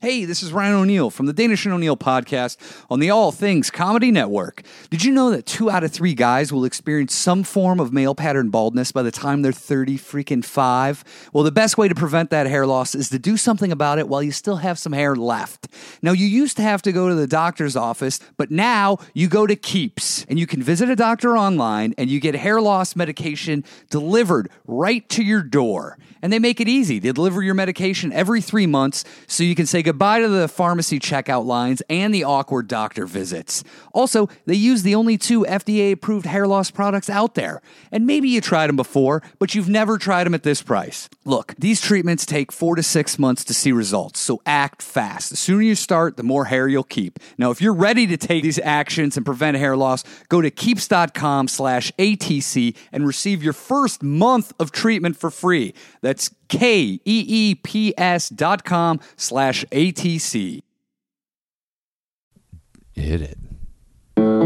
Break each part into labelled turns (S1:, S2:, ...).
S1: Hey, this is Ryan O'Neill from the Danish and O'Neill podcast on the All Things Comedy Network. Did you know that two out of three guys will experience some form of male pattern baldness by the time they're 30 freaking five? Well, the best way to prevent that hair loss is to do something about it while you still have some hair left. Now, you used to have to go to the doctor's office, but now you go to Keeps and you can visit a doctor online and you get hair loss medication delivered right to your door. And they make it easy. They deliver your medication every three months so you can say goodbye to the pharmacy checkout lines and the awkward doctor visits. Also, they use the only two FDA approved hair loss products out there. And maybe you tried them before, but you've never tried them at this price. Look, these treatments take four to six months to see results, so act fast. The sooner you start, the more hair you'll keep. Now, if you're ready to take these actions and prevent hair loss, go to keeps.com slash ATC and receive your first month of treatment for free. That's K E E P S dot com slash ATC.
S2: Hit it.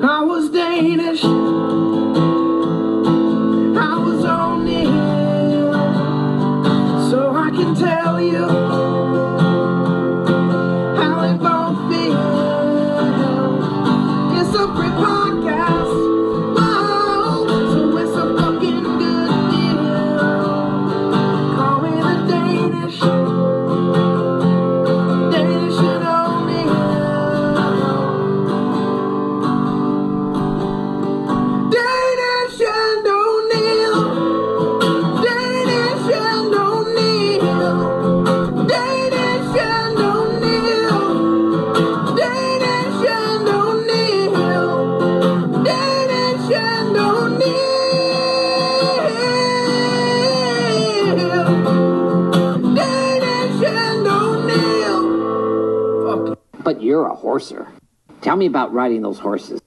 S3: I was Danish. I was only so I can tell you how it won't feel. It's a great podcast. Whoa, so it's a fucking good deal. Call me the Danish. Danish and O'Neill. Danish and O'Neill. Danish and O'Neill. Danish and O'Neill. Danish and O'Neill. Danish and O'Neill. Danish and O'Neill.
S4: But you're a horser. Tell me about riding those horses.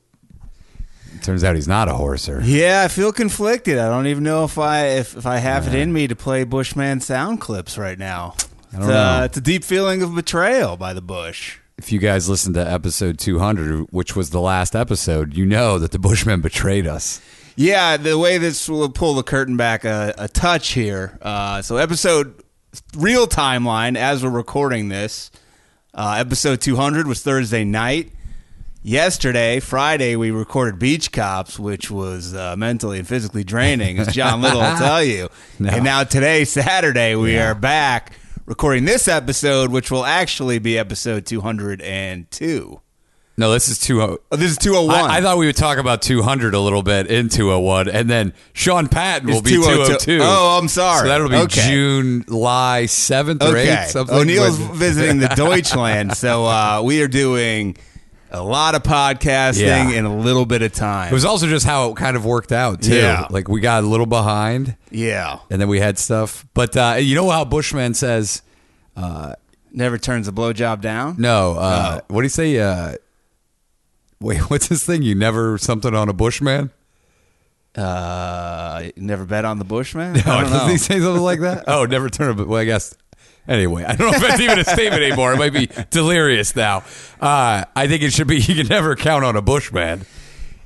S2: Turns out he's not a horser.
S5: Yeah, I feel conflicted. I don't even know if I if, if I have it in me to play Bushman sound clips right now.
S2: I don't
S5: it's, uh,
S2: know.
S5: it's a deep feeling of betrayal by the Bush.
S2: If you guys listened to episode 200, which was the last episode, you know that the Bushmen betrayed us.
S5: Yeah, the way this will pull the curtain back a, a touch here. Uh, so episode real timeline as we're recording this. Uh, episode 200 was Thursday night. Yesterday, Friday, we recorded Beach Cops, which was uh, mentally and physically draining, as John Little will tell you.
S2: No.
S5: And now today, Saturday, we
S2: Yeah.
S5: are back recording this episode, which will actually be episode 202.
S2: No, this is 201.
S5: Oh, this is 201.
S2: I, I thought we would talk about 200 a little bit in 201, and then Sean Patton
S5: It's
S2: will be
S5: 202.
S2: 202.
S5: Oh, I'm sorry.
S2: So that'll be
S5: Okay.
S2: June, July 7th or 8th, something.
S5: O'Neill's
S2: when-
S5: visiting the Deutschland, so uh, we are doing a lot of podcasting
S2: Yeah.
S5: in a little bit of time.
S2: It was also just how it kind of worked out, too.
S5: Yeah.
S2: Like, we got a little behind,
S5: yeah,
S2: and then we had stuff. But uh, you know how Bushman says,
S5: never turns a blowjob down.
S2: no, uh, what do you say? Uh, wait, what's this thing? You never something on a Bushman?
S5: Uh, never bet on the Bushman. I
S2: Oh,
S5: don't
S2: does he
S5: know.
S2: say something like that? Oh, never turn a. Well, I guess. Anyway, I don't know if that's even a statement anymore. It might be delirious now. Uh, I think it should be. You can never count on a Bushman.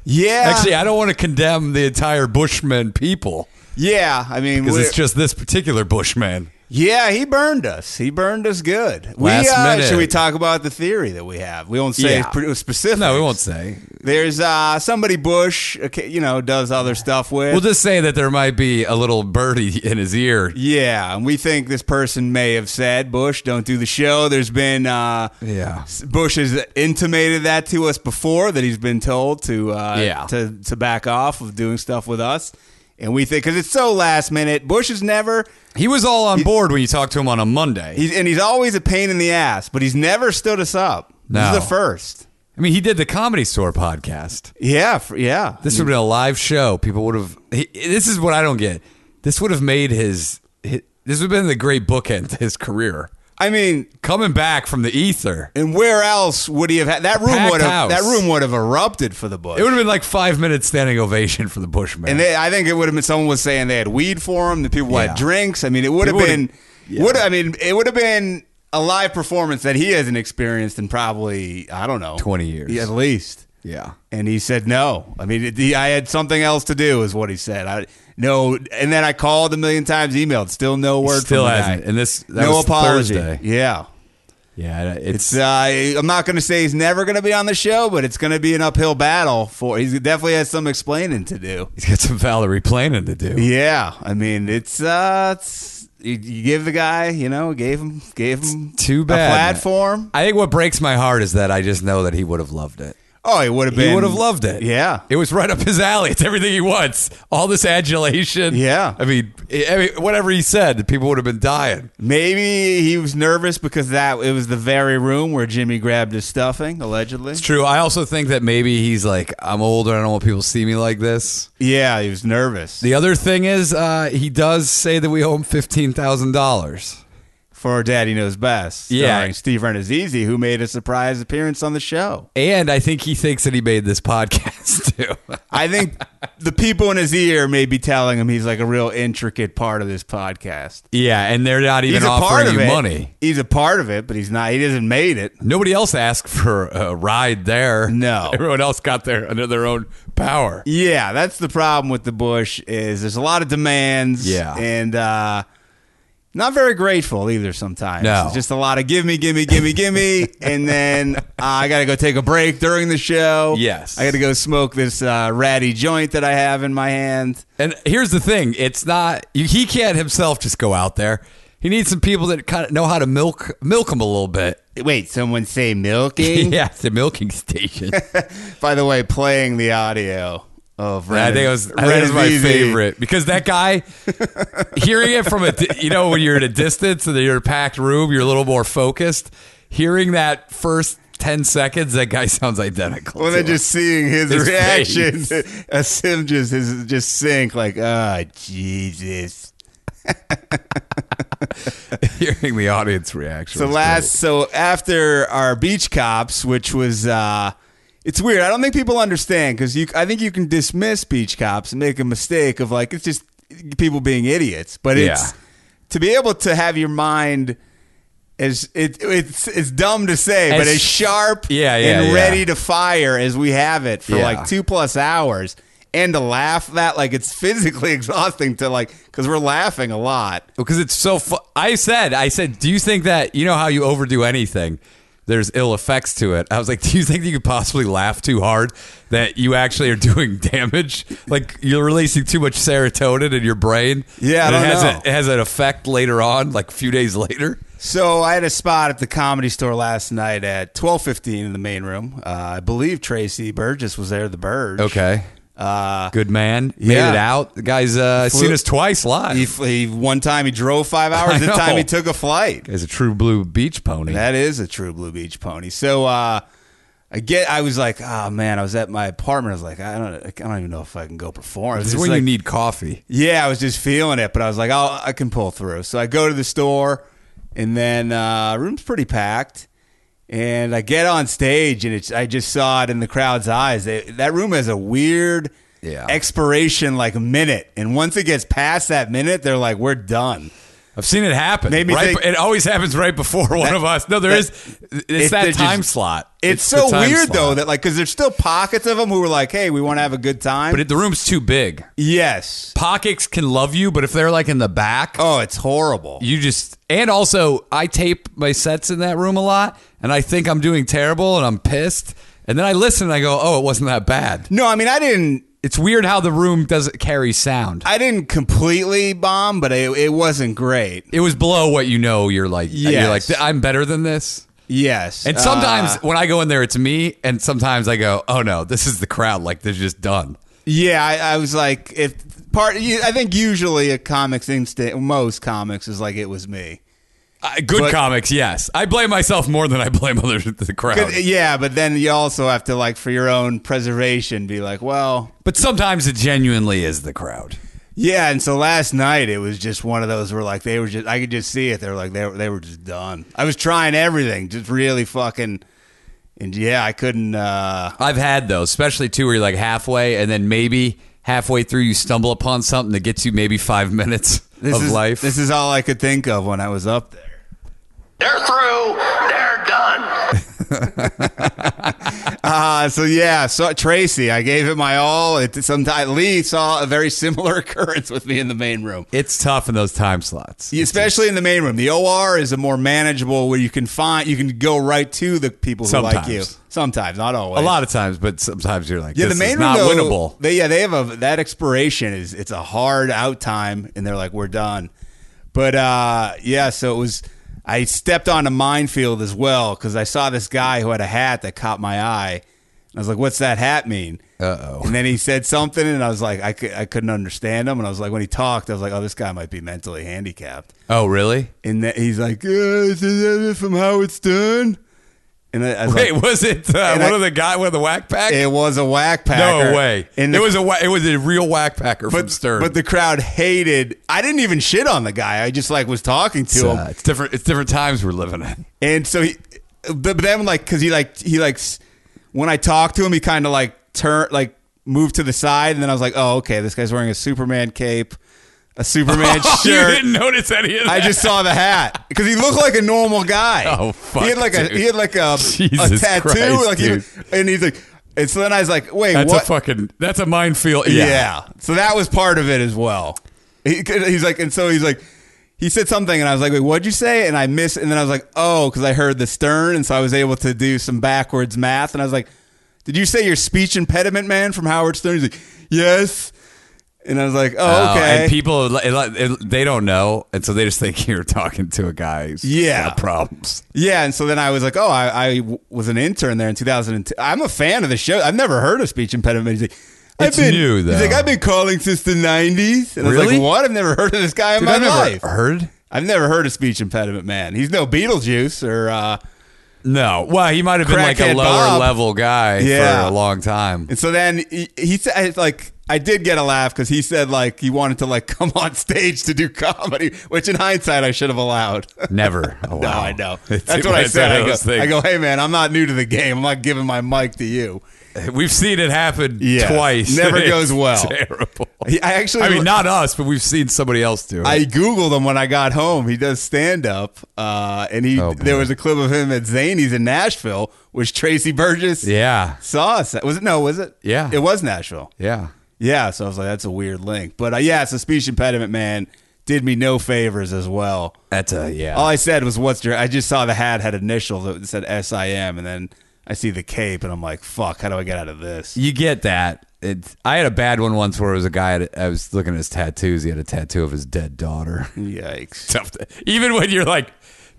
S5: yeah,
S2: Actually, I don't want to condemn the entire Bushman people
S5: yeah. I mean,
S2: because
S5: we're-
S2: it's just this particular Bushman.
S5: yeah, he burned us. He burned us good. We,
S2: Last
S5: uh,
S2: minute.
S5: Should we talk about the theory that we have? We won't say
S2: Yeah.
S5: specific. specifics.
S2: No, we won't say.
S5: There's uh, somebody Bush, okay, you know, does other stuff with.
S2: We'll just say that there might be a little birdie in his ear.
S5: Yeah, and we think this person may have said, Bush, don't do the show. There's been, uh,
S2: Yeah.
S5: s- Bush has intimated that to us before that he's been told to, uh,
S2: Yeah.
S5: to, to back off of doing stuff with us. And we think, because it's so last minute, Bush is never,
S2: He was all on board when you talked to him on a Monday.
S5: he's, and he's always a pain in the ass, but he's never stood us up.
S2: No.
S5: This is the first.
S2: I mean, he did the Comedy Store podcast.
S5: Yeah, f yeah.
S2: This would have been a live show. People would have. He, this is what I don't get. This would have made his. hi this would have been the great bookend to his career.
S5: I mean,
S2: Coming back from the ether,
S5: and where else would he have had that room?
S2: Packed
S5: Would have
S2: house.
S5: that room would have erupted for the Bush.
S2: it would have been like five minutes standing ovation for the Bushman.
S5: And they, I think it would have been someone was saying they had weed for him. The people
S2: Yeah.
S5: had drinks. I mean, it would have
S2: People
S5: been.
S2: would've- yeah.
S5: Would I mean it would have been a live performance that he hasn't experienced in probably I don't know
S2: 20 years.
S5: Yeah, at least.
S2: Yeah.
S5: And he said no. I mean, it, he, I had something else to do, is what he said. I no, and then I called a million times, emailed, still no word.
S2: Still
S5: from the
S2: hasn't.
S5: guy.
S2: And this- that
S5: no
S2: was
S5: apology.
S2: Thursday.
S5: Yeah,
S2: Yeah, it's,
S5: it's. Uh, I'm not going to say he's never going to be on the show, but it's going to be an uphill battle for. He definitely has some explaining to do.
S2: he's got some Valerie planning to do.
S5: Yeah, I mean, it's uh, it's you, you give the guy, you know, gave him gave him
S2: Too
S5: a
S2: bad.
S5: platform.
S2: I think what breaks my heart is that I just know that he would have loved it.
S5: Oh, he would have been.
S2: He would have loved it.
S5: Yeah.
S2: It was right up his alley. It's everything he wants. All this adulation.
S5: Yeah.
S2: I mean, I mean whatever he said, people would have been dying.
S5: Maybe he was nervous because that it was the very room where Jimmy grabbed his stuffing, allegedly.
S2: It's true. I also think that maybe he's like, I'm older. I don't want people to see me like this.
S5: Yeah, he was nervous
S2: The other thing is, uh, he does say that we owe him fifteen thousand dollars.
S5: for Daddy Knows Best,
S2: Yeah.
S5: starring Steve Renazizi, who made a surprise appearance on the show.
S2: And I think he thinks that he made this podcast too.
S5: I think the people in his ear may be telling him he's like a real intricate part of this podcast.
S2: yeah, and they're not even
S5: He's a part
S2: offering
S5: of
S2: you
S5: it.
S2: money.
S5: He's a part of it, but he's not. He hasn't made it.
S2: Nobody else asked for a ride there.
S5: No.
S2: everyone else got there under their own power.
S5: Yeah, that's the problem with the Bush is there's a lot of demands.
S2: Yeah.
S5: and uh, not very grateful either. Sometimes
S2: No.
S5: it's just a lot of give me, give me, give me, give me, and then uh, I got to go take a break during the show.
S2: Yes.
S5: I got to go smoke this uh, ratty joint that I have in my hand.
S2: And here's the thing: it's not you, he can't himself just go out there. He needs some people that kind of know how to milk milk him a little bit.
S5: Wait, someone say milking?
S2: yeah, it's a milking station.
S5: By the way, playing the audio of
S2: Yeah, I think it was, I think it was my
S5: Renazizi.
S2: favorite because that guy, hearing it from a, di- you know, when you're at a distance and you're in a packed room, you're a little more focused. Hearing that first 10 seconds, that guy sounds identical.
S5: Well,
S2: to
S5: then
S2: him.
S5: just seeing his,
S2: His
S5: reaction,
S2: face.
S5: a sim just his just sink like, oh Jesus.
S2: hearing the audience reaction.
S5: So
S2: was
S5: last, so after our beach cops, which was, uh it's weird. I don't think people understand because you, I think you can dismiss beach cops and make a mistake of like it's just people being idiots, but it's
S2: Yeah.
S5: to be able to have your mind. As it, it's it's dumb to say, but
S2: As-
S5: as sharp
S2: Yeah, yeah,
S5: and
S2: yeah.
S5: ready to fire as we have it for
S2: Yeah.
S5: like two plus hours and to laugh that like it's physically exhausting to like because we're laughing a lot
S2: because it's so fu- I said, I said, do you think that you know how you overdo anything? There's ill effects to it. I was like, do you think that you could possibly laugh too hard that you actually are doing damage? Like you're releasing too much serotonin in your brain.
S5: Yeah, I
S2: and
S5: don't
S2: it has
S5: know.
S2: A, it has an effect later on, like a few days later.
S5: so i had a spot at the comedy store last night at 12.15 in the main room uh, i believe tracy burgess was there the bird
S2: Okay,
S5: uh,
S2: good man, made
S5: Yeah.
S2: it out. The guy's uh, seen us twice live.
S5: he, he one time he drove five hours
S2: I
S5: this time
S2: know.
S5: he took a flight
S2: He's a true blue beach pony.
S5: That is a true Blue Beach pony. So uh, I get. I was like, oh man, I was at my apartment. I was like, I don't, I don't even know if I can go perform. I was
S2: this is
S5: just
S2: when
S5: like-
S2: you need coffee.
S5: Yeah, I was just feeling it, but I was like, I'll, I can pull through. So I go to the store, and then uh, room's pretty packed. And I get on stage, and it's I just saw it in the crowd's eyes. They, that room has a weird
S2: Yeah.
S5: expiration, like minute. And once it gets past that minute, they're like, we're done.
S2: I've seen it happen.
S5: Made me
S2: Right
S5: think-
S2: be- it always happens right before one of us. No, there
S5: that-
S2: is.
S5: it-
S2: It's
S5: they're
S2: that
S5: just-
S2: time slot.
S5: It's,
S2: the
S5: so
S2: time
S5: weird
S2: slot.
S5: though that like because there's still pockets of them who were like, hey, we want to have a good time.
S2: But it, the room's too big.
S5: yes,
S2: Pockets can love you, but if they're like in the back,
S5: oh, it's horrible.
S2: you just. And also, I tape my sets in that room a lot, and I think I'm doing terrible, and I'm pissed. And then I listen, and I go, "Oh, it wasn't that bad."
S5: no, I mean I didn't.
S2: It's weird how the room doesn't carry sound.
S5: I didn't completely bomb, but it, it wasn't great.
S2: it was below what you know. You're like,
S5: Yes.
S2: you're like, I'm better than this.
S5: Yes,
S2: And sometimes
S5: Uh,
S2: when I go in there, it's me, and sometimes I go, "Oh no, this is the crowd. Like they're just done."
S5: yeah, I, I was like, if part, you- I think usually a comics instinct, most comics is like it was me.
S2: Uh, good
S5: But-
S2: comics, yes. I blame myself more than I blame others in the
S5: 'Cause-
S2: crowd.
S5: Yeah, but then you also have to like for your own preservation, be like, well,
S2: But sometimes it genuinely is the crowd.
S5: yeah. And so last night it was just one of those where like they were just, I could just see it. They were like, they were, they were just done. I was trying everything, just really fucking, and yeah, I couldn't. uh
S2: I've had those, especially too, where you're like halfway, and then maybe halfway through you stumble upon something that gets you maybe five minutes
S5: This
S2: of
S5: is
S2: life.
S5: This is all I could think of when I was up there.
S6: They're through. They're done.
S5: Uh, so yeah, so Tracy, I gave it my all. It, sometime, Lee saw a very similar occurrence with me in the main room,
S2: It's tough in those time slots.
S5: especially in the main room. The OR is a more manageable where you can find, you can go right to the people who like you.
S2: Sometimes.
S5: Sometimes, not always.
S2: A lot of times, but sometimes you're like,
S5: Yeah,
S2: this
S5: the main
S2: is
S5: room
S2: not
S5: though,
S2: winnable.
S5: They, yeah, they have a that expiration is it's a hard out time, and they're like, we're done. But uh, yeah, so it was. I stepped on a minefield as well because I saw this guy who had a hat that caught my eye, and I was like, "What's that hat mean?" Uh oh. And then he said something, and I was like, I, cou- I couldn't understand him, and I was like, when he talked, I was like, "Oh, this guy might be mentally handicapped."
S2: Oh, really?
S5: And then he's like, uh, is this from Howard Stern?" And I, I was
S2: Wait,
S5: like,
S2: was it uh,
S5: And
S2: one
S5: I-
S2: of the guy with the whack pack?
S5: It was a whack pack.
S2: no way.
S5: And
S2: it
S5: the-
S2: was a wha- it was a real whack packer from Stern.
S5: But the crowd hated. I didn't even shit on the guy. I just like was talking
S2: it's,
S5: to
S2: uh,
S5: him,
S2: it's different. It's different times we're living in.
S5: and so he. But then like, cause he like he like s- when I talked to him, he kind of like turned like moved to the side, and then I was like, oh okay, this guy's wearing a Superman cape, a Superman
S2: You
S5: shirt.
S2: didn't notice any of that.
S5: I just saw the hat because he looked like a normal guy.
S2: Oh, fuck,
S5: He had like a
S2: dude.
S5: he had like a, a
S2: Jesus
S5: tattoo,
S2: Christ,
S5: like he-
S2: dude.
S5: and he's like. And so then I was like, wait,
S2: that's
S5: what?
S2: a fucking that's a minefield.
S5: Yeah.
S2: Yeah.
S5: So that was part of it as well. He, he's like, and so he's like, he said something, and I was like, wait, what'd you say? And I missed, and then I was like, oh, because I heard the stern, and so I was able to do some backwards math, and I was like, did you say your speech impediment man from Howard Stern? He's like, yes. And I was like, oh,
S2: Oh,
S5: okay.
S2: and people it- it- they don't know, and so they just think you're talking to a guy. Who's
S5: Yeah.
S2: got problems.
S5: yeah. And so then I was like, oh, I, I w- was an intern there in 2002. I'm a fan of the show. I've never heard of speech impediment. He's like, I've
S2: It's
S5: been,
S2: new,
S5: He's like,
S2: though.
S5: I've been calling since the 90s. And I was
S2: Really?
S5: like, what? I've never heard of this guy in
S2: Dude,
S5: my
S2: I never
S5: life.
S2: heard.
S5: I've never heard of speech impediment man. He's no Beetlejuice or uh
S2: No. Well, he might have been like a
S5: Crackhead
S2: lower
S5: Bob.
S2: level guy
S5: Yeah.
S2: for a long time.
S5: and so then he, he said like I did get a laugh because he said like he wanted to like come on stage to do comedy, which in hindsight I should have allowed.
S2: Never. Oh,
S5: no,
S2: wow.
S5: I know.
S2: It's
S5: That's what I
S2: one of
S5: said. I go,
S2: those things.
S5: I go, hey man, I'm not new to the game. I'm not giving my mic to you.
S2: We've seen it happen
S5: Yeah.
S2: twice.
S5: Never
S2: It's
S5: goes well.
S2: Terrible.
S5: He- I actually,
S2: I mean, not us, but we've seen somebody else do it.
S5: I googled him when I got home. He does stand up, uh, and he
S2: Oh, boy.
S5: there was a clip of him at Zany's in Nashville, which Tracy Burgess
S2: yeah.
S5: saw us. at- Was it no? Was it?
S2: Yeah.
S5: it was Nashville.
S2: Yeah.
S5: Yeah, so I was like, that's a weird link. But uh, yeah, so speech impediment man did me no favors as well.
S2: That's a, yeah.
S5: All I said was, "What's your?" I just saw the hat had initials that said S I M, and then I see the cape, and I'm like, "Fuck, how do I get out of this?"
S2: You get that. It, I had a bad one once where it was a guy, that- I was looking at his tattoos. He had a tattoo of his dead daughter.
S5: Yikes!
S2: Tough to- even when you're like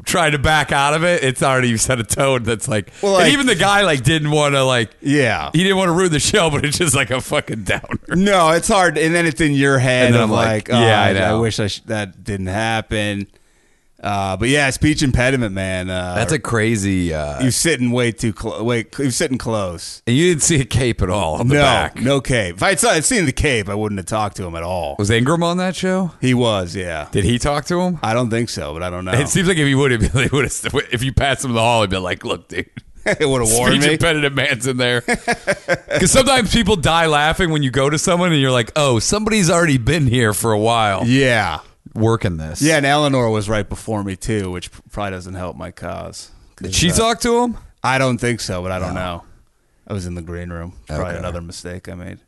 S2: trying to back out of it, it's already you set a tone that's like,
S5: Well,
S2: and
S5: like-
S2: even the guy like didn't want to like,
S5: Yeah.
S2: he didn't want to ruin the show, but it's just like a fucking downer.
S5: No, it's hard, and then it's in your head.
S2: And then
S5: of
S2: I'm
S5: like,
S2: like,
S5: oh,
S2: yeah,
S5: I,
S2: I know.
S5: wish I sh- that didn't happen. Uh, but yeah, speech impediment man. Uh,
S2: That's a crazy, uh,
S5: you sitting way too close. Wait, you're sitting close.
S2: and you didn't see a cape at all on the
S5: no,
S2: back.
S5: no cape. If I'd, saw, I'd seen the cape, I wouldn't have talked to him at all.
S2: Was Ingram on that show?
S5: He was, yeah.
S2: Did he talk to him?
S5: I don't think so, but I don't know.
S2: It seems like if you would have, they would have. If you passed him in the hall, he'd be like, "Look, dude,
S5: it would have warned
S2: speech
S5: me.
S2: impediment man's in there." Because sometimes people die laughing when you go to someone and you're like, "Oh, somebody's already been here for a while
S5: Yeah.
S2: working this."
S5: Yeah, and Eleanor was right before me too, which probably doesn't help my cause. 'Cause,
S2: Did she
S5: uh,
S2: talk to him?
S5: I don't think so, but I don't know. I was in the green room. Probably
S2: Okay. Uh.
S5: another mistake I made.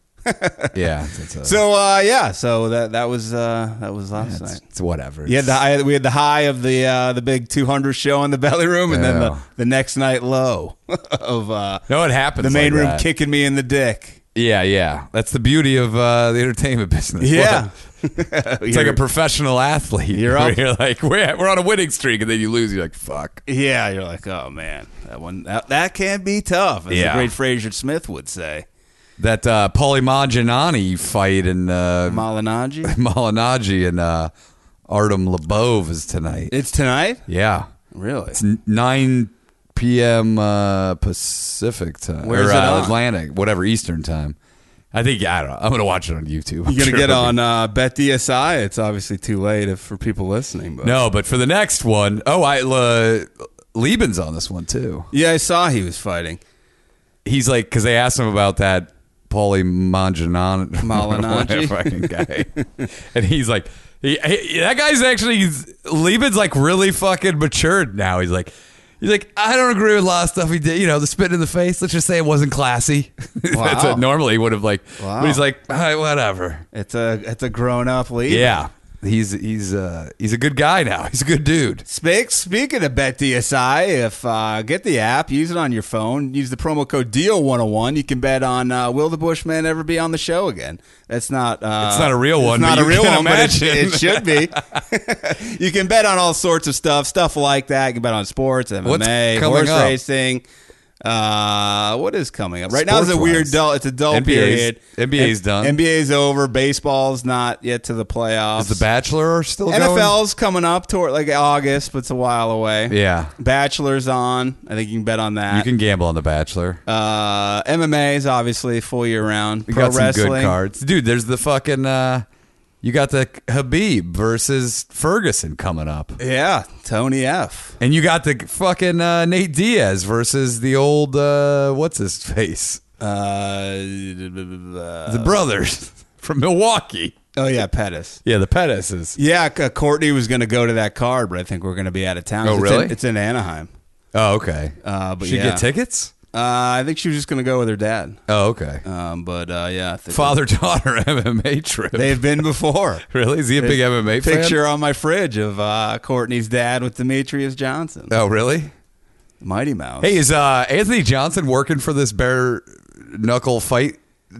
S2: Yeah. That's a,
S5: So uh, yeah, so that that was uh, that was last
S2: it's,
S5: night.
S2: it's whatever.
S5: Yeah, the
S2: It's-
S5: high, we had the high of the uh, the big 200 show in the belly room, and then the,
S2: Yeah.
S5: the next night low of uh,
S2: no, it happens.
S5: the main
S2: like
S5: room
S2: that.
S5: kicking me in the dick.
S2: Yeah, yeah. That's the beauty of uh, the entertainment business.
S5: Yeah,
S2: it's like a professional athlete.
S5: You're
S2: where
S5: up.
S2: You're like, we're, we're on a winning streak, and then you lose. You're like, fuck.
S5: Yeah, you're like, oh man, that one that, that can be tough, as
S2: Yeah.
S5: the great Fraser Smith would say.
S2: That uh, Polymaginani fight in uh,
S5: Malinaji.
S2: Malinaji and uh, Artem Lebov is tonight.
S5: it's tonight,
S2: yeah,
S5: really.
S2: it's n- nine p.m. Uh, Pacific time
S5: Where's
S2: or
S5: it
S2: uh,
S5: on?
S2: Atlantic, whatever Eastern time. I think I don't. know. I'm gonna watch it on YouTube. I'm
S5: You're gonna
S2: sure
S5: get
S2: it'll be-
S5: on uh, Bet DSI. It's obviously too late if, for people listening, but
S2: No, but for the next one, oh, I uh, Lieben's on this one too.
S5: yeah, I saw he was fighting.
S2: He's like because they asked him about that Paulie Mangianani
S5: Malignaggi?
S2: fucking guy, and he's like, He, he- that guy's actually Lieben's like really fucking matured now. He's like, he's like, I don't agree with a lot of stuff he did. You know, the spit in the face. Let's just say it wasn't classy. That's
S5: Wow.
S2: what normally he would have like.
S5: Wow.
S2: But he's like, "All right, whatever.
S5: It's a it's a grown up league.
S2: Yeah, he's he's uh he's a good guy now. He's a good dude.
S5: Speak, speaking of BetDSI, if uh, get the app, use it on your phone, use the promo code DEAL101, you can bet on uh, will the Bushman ever be on the show again? That's not uh,
S2: It's not a real one,
S5: It's
S2: but
S5: not a
S2: you
S5: real
S2: can
S5: one, but it,
S2: imagine.
S5: it should be. you can bet on all sorts of stuff, stuff like that. You can bet on sports, MMA,
S2: coming
S5: horse
S2: up?
S5: racing. Uh, what is coming up right now? Is a
S2: Sports-wise.
S5: weird dull. It's a dull
S2: NBA's
S5: period.
S2: NBA's done.
S5: NBA's over. Baseball's not yet to the playoffs.
S2: Is the Bachelor still going?
S5: NFL's coming up toward like August, but it's a while away.
S2: Yeah.
S5: Bachelor's on. I think you can bet on that.
S2: You can gamble on the Bachelor.
S5: uh, MMA is obviously full year round.
S2: We
S5: Pro
S2: got some
S5: wrestling.
S2: good cards, dude. There's the fucking. uh You got the Habib versus Ferguson coming up.
S5: Yeah, Tony F.
S2: And you got the fucking uh, Nate Diaz versus the old uh, what's his face,
S5: Uh, uh,
S2: the brothers from Milwaukee.
S5: oh yeah, Pettis.
S2: Yeah, the Pettises.
S5: Yeah, C- uh, Courtney was going to go to that card, but I think we're going to be out of town.
S2: Oh,
S5: It's in-
S2: really?
S5: it's in Anaheim.
S2: Oh, okay.
S5: Uh, but
S2: Should
S5: yeah.
S2: get tickets.
S5: Uh, I think she was just going to go with her dad.
S2: Oh, okay.
S5: Um, but uh, yeah, I think-
S2: Father daughter MMA trip.
S5: They've been before.
S2: really? Is he a big MMA fan?
S5: picture on my fridge of uh, Courtney's dad with Demetrius Johnson.
S2: Oh, really?
S5: Mighty Mouse.
S2: Hey, is uh, Anthony Johnson working for this bare knuckle fight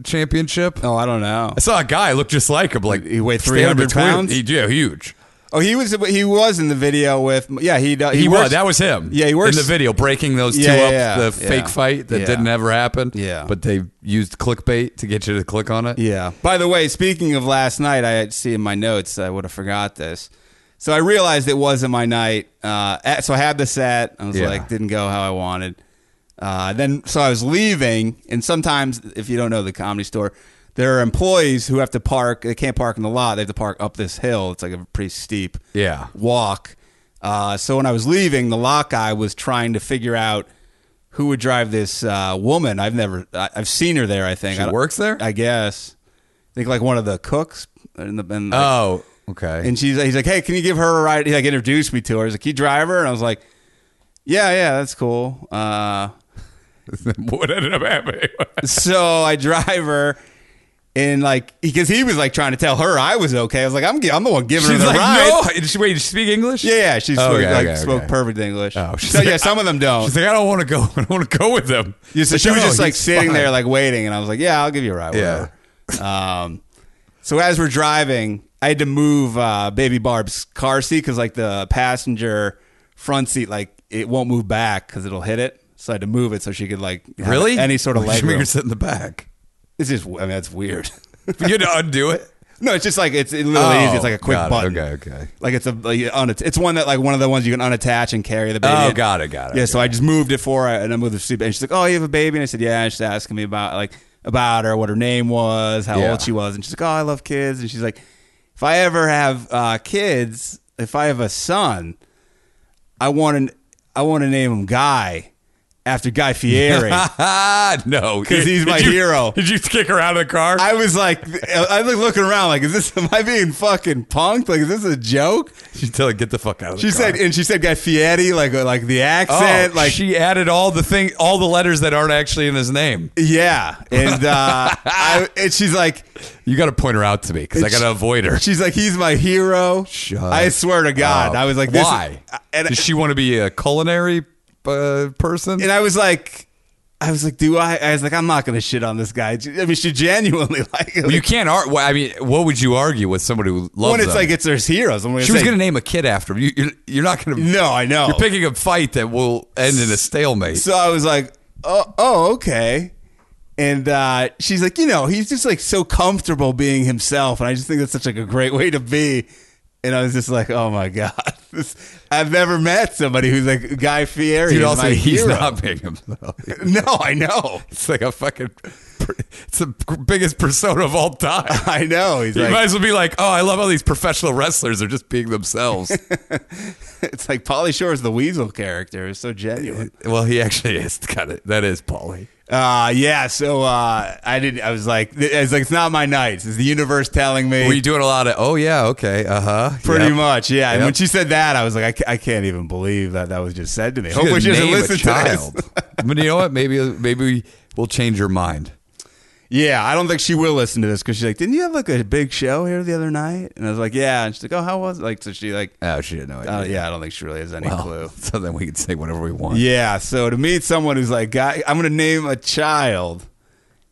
S2: championship?
S5: Oh, I don't know.
S2: I saw a guy look just like him. Like
S5: He weighed
S2: standing
S5: 300
S2: between-
S5: pounds?
S2: He, yeah, huge.
S5: Oh, he was he was in the video with yeah he do-
S2: He,
S5: works-
S2: was. That was him.
S5: Yeah, he works
S2: in the video breaking those two
S5: Yeah,
S2: up.
S5: yeah, yeah.
S2: the
S5: Yeah.
S2: fake fight that
S5: Yeah.
S2: didn't ever happen.
S5: Yeah.
S2: but they used clickbait to get you to click on it.
S5: Yeah. By the way, speaking of last night, I had- see in my notes I would have forgot this. So I realized it wasn't my night. Uh, at- so I had the set. I was
S2: Yeah.
S5: like, didn't go how I wanted. Uh, then so I was leaving, and sometimes if you don't know the comedy store, there are employees who have to park. They can't park in the lot. They have to park up this hill. It's like a pretty steep
S2: Yeah.
S5: walk. Uh, so when I was leaving, the lot guy was trying to figure out who would drive this uh, woman. I've never, I, I've seen her there. I think
S2: She
S5: I don't-
S2: works there?
S5: I guess. I think like one of the cooks in the in like-
S2: Oh, okay.
S5: and she's he's like, hey, can you give her a ride? He like introduced me to her. He's like, you drive her, and I was like, yeah, yeah, that's cool. Uh,
S2: what ended up happening?
S5: so I drive her. And like, because he was like trying to tell her I was okay. I was like, I'm, gi- I'm the one giving her
S2: She's
S5: the
S2: like,
S5: ride.
S2: no. Did she, wait, did she speak English?
S5: Yeah, yeah, she spoke,
S2: Okay,
S5: like,
S2: okay,
S5: spoke
S2: okay.
S5: perfect English.
S2: Oh, she's
S5: so
S2: like,
S5: yeah, some of them don't.
S2: She's like, I don't want to go. I don't want to go with them.
S5: Yeah, so
S2: Like,
S5: she was
S2: no,
S5: just like
S2: he's
S5: sitting
S2: fine.
S5: there, like waiting, and I was like, "Yeah, I'll give you a ride."
S2: Yeah.
S5: whatever." Um, so as we're driving, I had to move uh, Baby Barb's car seat because like the passenger front seat, like it won't move back because it'll hit it. So I had to move it so she could like have
S2: really
S5: any sort of
S2: Why'd
S5: leg.
S2: you make
S5: room.
S2: her sit in the back.
S5: It's just, I mean, that's weird.
S2: You had to undo it.
S5: no, it's just like it's it literally easy. It's like a quick
S2: Oh, got it.
S5: button.
S2: Okay, okay.
S5: Like it's a like, un- it's one that like one of the ones you can unattach and carry the baby.
S2: Oh,
S5: in.
S2: got it, got it.
S5: Yeah, so I just moved it for her, and I moved the sleep, and she's like, "Oh, you have a baby?" And I said, "Yeah." And she's asking me about like about her, what her name was, how
S2: Yeah.
S5: old she was, and she's like, "Oh, I love kids." And she's like, "If I ever have uh, kids, if I have a son, I want an I want to name him Guy after Guy Fieri."
S2: Ah, no,
S5: 'Cause he's
S2: Did
S5: my
S2: you-
S5: hero.
S2: Did you kick her out of the car?
S5: I was like, I was looking around, like, is this? Am I being fucking punked? Like, is this a joke?
S2: she tell her get the fuck out of the
S5: She
S2: car.
S5: said, and she said Guy Fieri, like, uh, like the accent, like,
S2: Oh, she added all the thing, all the letters that aren't actually in his name.
S5: yeah, and uh, I, and she's like,
S2: You got to point her out to me because I got to avoid her.
S5: she's like, he's my hero.
S2: Shut
S5: I swear to God,
S2: up.
S5: I was like, this
S2: Oh, why?
S5: and,
S2: Does she want to be a culinary uh, person?
S5: and I was like. I was like, do I? I was like, I'm not gonna shit on this guy. I mean, she genuinely like.
S2: Well, you can't argue. I mean, what would you argue with somebody who loves?
S5: when it's
S2: them?
S5: like it's their heroes. I'm gonna
S2: she was
S5: say,
S2: going to name a kid after him. You, you're, you're not going to.
S5: No, I know.
S2: You're picking a fight that will end in a stalemate.
S5: So I was like, oh, oh okay. And uh, she's like, you know, he's just like so comfortable being himself, and I just think that's such like a great way to be. And I was just like, oh my god, this, I've never met somebody who's like Guy Fieri.
S2: Dude,
S5: is
S2: also
S5: my
S2: he's
S5: hero.
S2: not being himself.
S5: No, I know.
S2: It's like a fucking per- it's the p- biggest persona of all time.
S5: I know. He's
S2: You
S5: like,
S2: might as well be like, oh, I love how these professional wrestlers are just being themselves.
S5: it's like Polly Shore's the Weasel character. It's so genuine.
S2: well, he actually is kind of that is Paulie.
S5: Uh, yeah. So uh, I didn't. I was like, I was like, it's not my nights. It's the universe telling me.
S2: Were you doing a lot of? Oh yeah, okay, uh huh.
S5: Pretty much, yeah. And
S2: Yep.
S5: when she said that, I was like, I, ca- I can't even believe that that was just said to me.
S2: She's
S5: Hopefully, she
S2: gonna
S5: doesn't
S2: name a
S5: listen to this.
S2: child. but you know what? Maybe maybe we'll change her mind.
S5: Yeah, I don't think she will listen to this because she's like, didn't you have like a big show here the other night? And I was like, yeah. And she's like, oh, how was it? Like, so she like,
S2: Oh, she didn't know.
S5: oh yeah, I don't think she really has any clue.
S2: So then we can say whatever we want.
S5: Yeah. So to meet someone who's like, Guy, I'm gonna name a child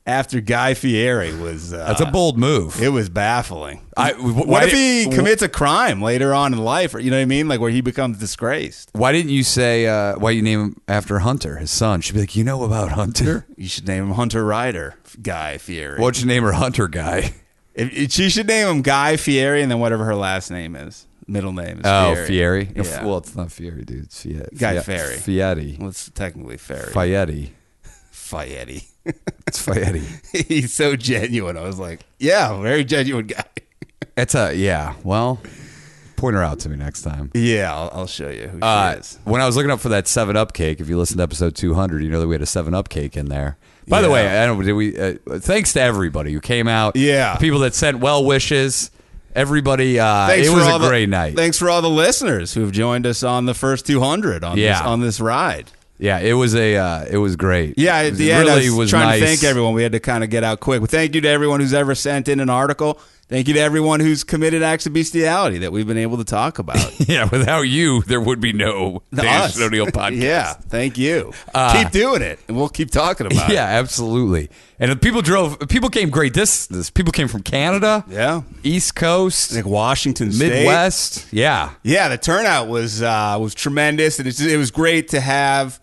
S5: after Guy Fieri was. Uh,
S2: That's a bold move.
S5: It was baffling.
S2: I- wh-
S5: what
S2: why
S5: if he
S2: did-
S5: commits a crime later on in life? Or, you know what I mean? Like where he becomes disgraced.
S2: Why didn't you say uh, why you name him after Hunter, his son? She'd be like, you know about Hunter?
S5: You should name him Hunter Ryder, Guy Fieri.
S2: What'd you name her, Hunter guy?
S5: If- if- she should name him Guy Fieri and then whatever her last name is, middle name. Is
S2: Oh, Fieri. No, f-
S5: Yeah.
S2: Well, it's not Fieri, dude. It's Fie-
S5: Guy
S2: Fie-
S5: Fieri.
S2: Fieri.
S5: Well, it's technically Fieri.
S2: Fietti.
S5: Fietti.
S2: It's Fietti.
S5: He's so genuine. I was like, yeah, very genuine guy.
S2: It's a yeah. Well, point her out to me next time.
S5: Yeah, I'll, I'll show you who
S2: Uh,
S5: she is.
S2: when I was looking up for that Seven Up cake, if you listened to episode two hundred, you know that we had a Seven Up cake in there. By the
S5: Yeah.
S2: way, I don't. Did we? Uh, thanks to everybody who came out.
S5: Yeah.
S2: the people that sent well wishes. Everybody. Uh,
S5: Thanks
S2: it
S5: for
S2: was a
S5: all the-
S2: great night.
S5: Thanks for all the listeners who've joined us on the first 200 on,
S2: Yeah.
S5: this, on this ride.
S2: Yeah, it was a. Uh, it was great.
S5: Yeah,
S2: it
S5: at
S2: was-
S5: the
S2: it
S5: end,
S2: really
S5: I was,
S2: was nice.
S5: trying to thank everyone. We had to kind of get out quick. But thank you to everyone who's ever sent in an article. Thank you to everyone who's committed acts of bestiality that we've been able to talk about.
S2: Yeah, without you, there would be no
S5: Us.
S2: Danish O'Neill podcast. Uh,
S5: Yeah, thank you. keep doing it, and we'll keep talking about
S2: Yeah, absolutely. And the people drove. People came great distances. People came from Canada.
S5: it. Yeah,
S2: East Coast,
S5: like Washington State.
S2: Midwest. Yeah,
S5: Yeah, the turnout was uh, was tremendous, and it's just, it was great to have.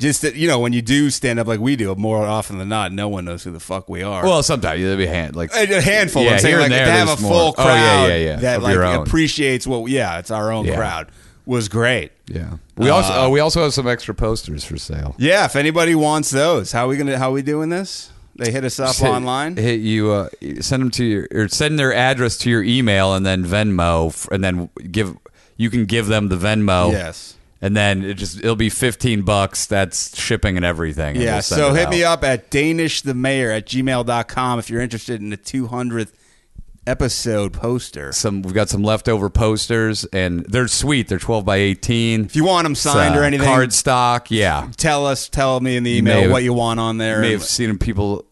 S5: Just that you know, when you do stand up like we do, more often than not, no one knows who the fuck we are.
S2: Well, sometimes there'll be hand like
S5: a, a handful.
S2: Yeah,
S5: I'm saying
S2: here
S5: like
S2: and there,
S5: to have a
S2: there's
S5: full
S2: more. Oh,
S5: crowd
S2: yeah, yeah, yeah,
S5: that
S2: of
S5: like
S2: your own.
S5: appreciates what. Yeah, it's our own
S2: Yeah.
S5: crowd. Was great.
S2: yeah. We also uh, we also have some extra posters for sale.
S5: Yeah, if anybody wants those, how we gonna how we doing this? They hit us up
S2: Just hit-
S5: online.
S2: Hit you uh, send them to your or send their address to your email and then Venmo f- and then give you can give them the Venmo.
S5: Yes.
S2: And then it just it'll be fifteen bucks. That's shipping and everything. and
S5: yeah,
S2: we'll send
S5: so
S2: it
S5: hit me
S2: out.
S5: up at danishthemayor at gmail.com if you're interested in the 200th episode poster.
S2: Some we've got some leftover posters and they're sweet. They're twelve by eighteen. uh,
S5: If you want them signed or anything,
S2: card stock. Yeah,
S5: tell us, tell me in the
S2: may
S5: email
S2: have-
S5: what you want on there.
S2: may have seen people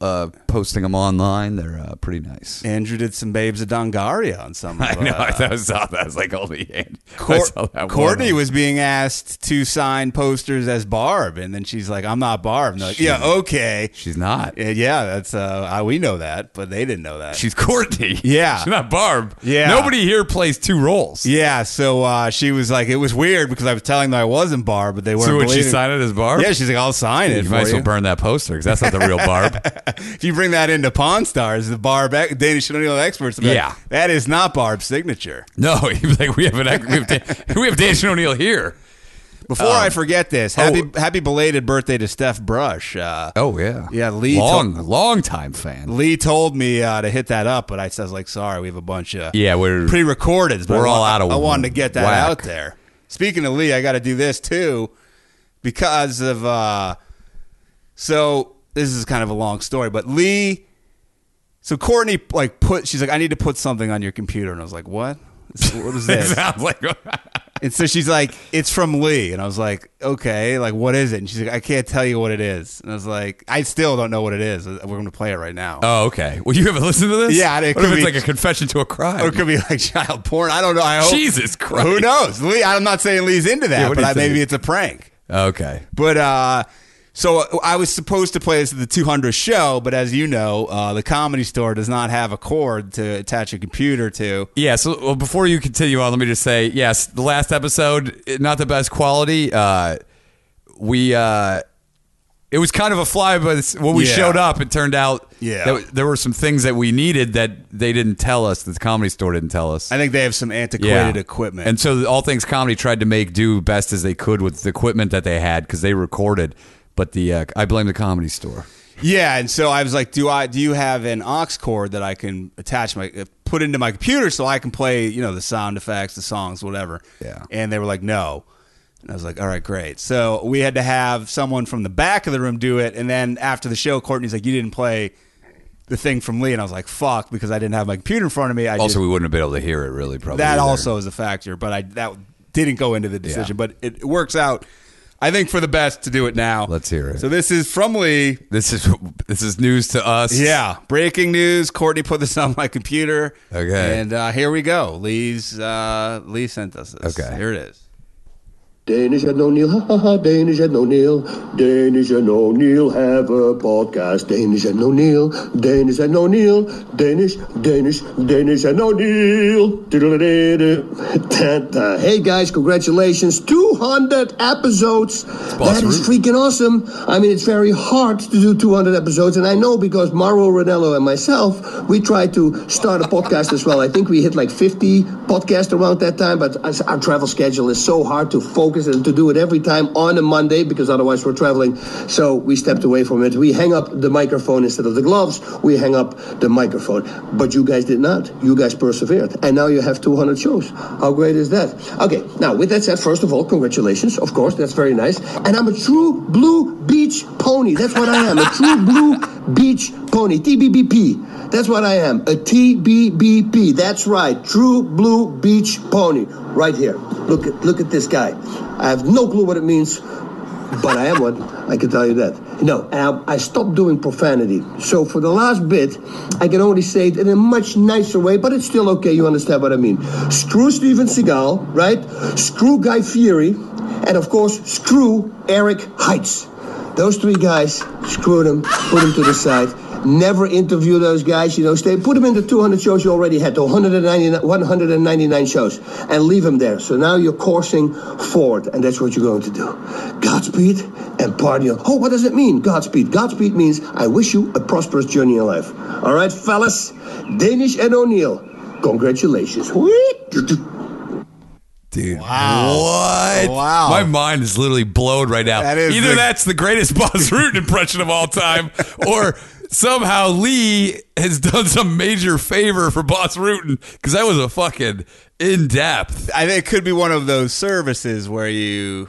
S2: uh, posting them online. They're uh, pretty nice.
S5: Andrew did some babes of Dongaria on some.
S2: I
S5: of,
S2: know.
S5: uh,
S2: I saw that. I was like, holy hand. I
S5: Cour-
S2: saw that
S5: Courtney
S2: one.
S5: was being asked to sign posters as Barb, and then she's like, "I'm not Barb." And they're like, yeah, okay,
S2: She's not.
S5: Uh, yeah, that's uh, I- we know that, but they didn't know that.
S2: She's Courtney.
S5: Yeah.
S2: She's not Barb.
S5: Yeah.
S2: Nobody here plays two roles.
S5: yeah, so uh, she was like, "It was weird because I was telling them I wasn't Barb, but they weren't."
S2: So would she
S5: believing-
S2: sign it as Barb?
S5: Yeah, she's like, "I'll sign it
S2: You might
S5: for
S2: as well
S5: you."
S2: burn that poster because that's not the real Barb.
S5: if you bring that into Pawn Stars, the Barb ex- Danish O'Neill experts, they'll be like,
S2: Yeah.
S5: that is not Barb's signature.
S2: no, he was like, we have an we have, Dan- we have Daniel O'Neill here.
S5: Before I forget this,
S2: oh.
S5: happy happy belated birthday to Steph Brush. Uh,
S2: Oh yeah,
S5: Yeah, Lee
S2: long long time fan.
S5: Lee told me uh, to hit that up, but I says like, sorry, we have a bunch of
S2: Yeah, we're-
S5: pre-recorded. but
S2: we're
S5: I wa-
S2: all out of
S5: I wanted to get that
S2: whack.
S5: out there. Speaking of Lee, I got to do this too because of uh, so this is kind of a long story, but Lee. So Courtney like put she's like I need to put something on your computer, and I was like, what? What is
S2: It
S5: this?
S2: sounds like
S5: And so she's like, "It's from Lee," and I was like, "Okay, like what is it?" And she's like, "I can't tell you what it is." And I was like, "I still don't know what it is. We're going to play it right now."
S2: oh okay. Well, you haven't listened to this.
S5: Yeah, it
S2: what if
S5: could
S2: it's
S5: be-
S2: like a confession to a crime?
S5: Or it could be like child porn. I don't know. I hope.
S2: Jesus Christ.
S5: Who knows? Lee, I'm not saying Lee's into that,
S2: Yeah, what
S5: but
S2: do you
S5: I, maybe
S2: think?
S5: it's a prank.
S2: Okay.
S5: But uh, so I was supposed to play this at the 200th show, but as you know, uh, the comedy store does not have a cord to attach a computer to.
S2: Yeah, so well, before you continue on, let me just say, yes, the last episode, eh, not the best quality. Uh, we uh, it was kind of a fly, but it's- when we
S5: Yeah.
S2: showed up, it turned out
S5: Yeah.
S2: that there were some things that we needed that they didn't tell us. The comedy store didn't tell us.
S5: I think they have some antiquated equipment.
S2: And so all things comedy tried to make do best as they could with the equipment that they had because they recorded. But the uh, I blame the comedy store.
S5: Yeah, and so I was like, "Do I? Do you have an aux cord that I can attach my uh, put into my computer so I can play, you know, the sound effects, the songs, whatever?"
S2: Yeah.
S5: And they were like, "No." And I was like, "All right, great." So we had to have someone from the back of the room do it, and then after the show, Courtney's like, "You didn't play the thing from Lee," and I was like, "Fuck," because I didn't have my computer in front of me. I
S2: Also,
S5: just,
S2: we wouldn't have been able to hear it really. Probably
S5: that
S2: either.
S5: also is a factor, but I that didn't go into the decision,
S2: Yeah.
S5: but it, it works out. I think for the best to do it now.
S2: Let's hear it.
S5: So this is from Lee.
S2: This is this is news to us.
S5: Yeah, breaking news. Courtney put this on my computer.
S2: Okay.
S5: and uh, here we go. Lee's uh, Lee sent us this.
S2: Okay.
S5: here it is.
S7: Danish and O'Neill, ha ha ha, Danish and O'Neill, Danish and O'Neill have a podcast. Danish and O'Neill, Danish and O'Neill, Danish, Danish, Danish and O'Neill. Ta-ta. Hey guys, congratulations. 200 episodes. That is freaking awesome. I mean, it's very hard to do 200 episodes, and I know because Mauro Ranello and myself, we tried to start a podcast as well. I think we hit like 50 podcasts around that time, but as our travel schedule is so hard to focus and to do it every time on a Monday because otherwise we're traveling. So we stepped away from it. We hang up the microphone instead of the gloves. We hang up the microphone. But you guys did not. You guys persevered. And now you have 200 shows. How great is that? Okay, now with that said, first of all, congratulations. Of course, that's very nice. And I'm a true blue beach pony. That's what I am. A true blue beach pony. TBBP. That's what I am. A TBBP. That's right. True blue beach pony. Right here. Look at look at this guy. I have no clue what it means but I am one. I can tell you that. No, and I, I stopped doing profanity. So for the last bit, I can only say it in a much nicer way, but it's still okay. You understand what I mean? Screw Steven Seagal, right? Screw Guy Fieri, and of course, screw Eric Heitz. Those three guys, screw them, put them to the side. Never interview those guys, you know. Stay, put them in the 200 shows you already had, the 199, 199 shows, and leave them there. So now you're coursing forward, and that's what you're going to do. Godspeed and party on. Oh, what does it mean? Godspeed. Godspeed means I wish you a prosperous journey in life. All right, fellas, Danish and O'Neill, congratulations. Whee!
S2: dude. Wow. What?
S5: Wow.
S2: My mind is literally blown right now.
S5: That is
S2: Either
S5: the-
S2: that's the greatest Buzz Root impression of all time, or somehow Lee has done some major favor for Boss Rootin because that was a fucking in depth.
S5: I think it could be one of those services where you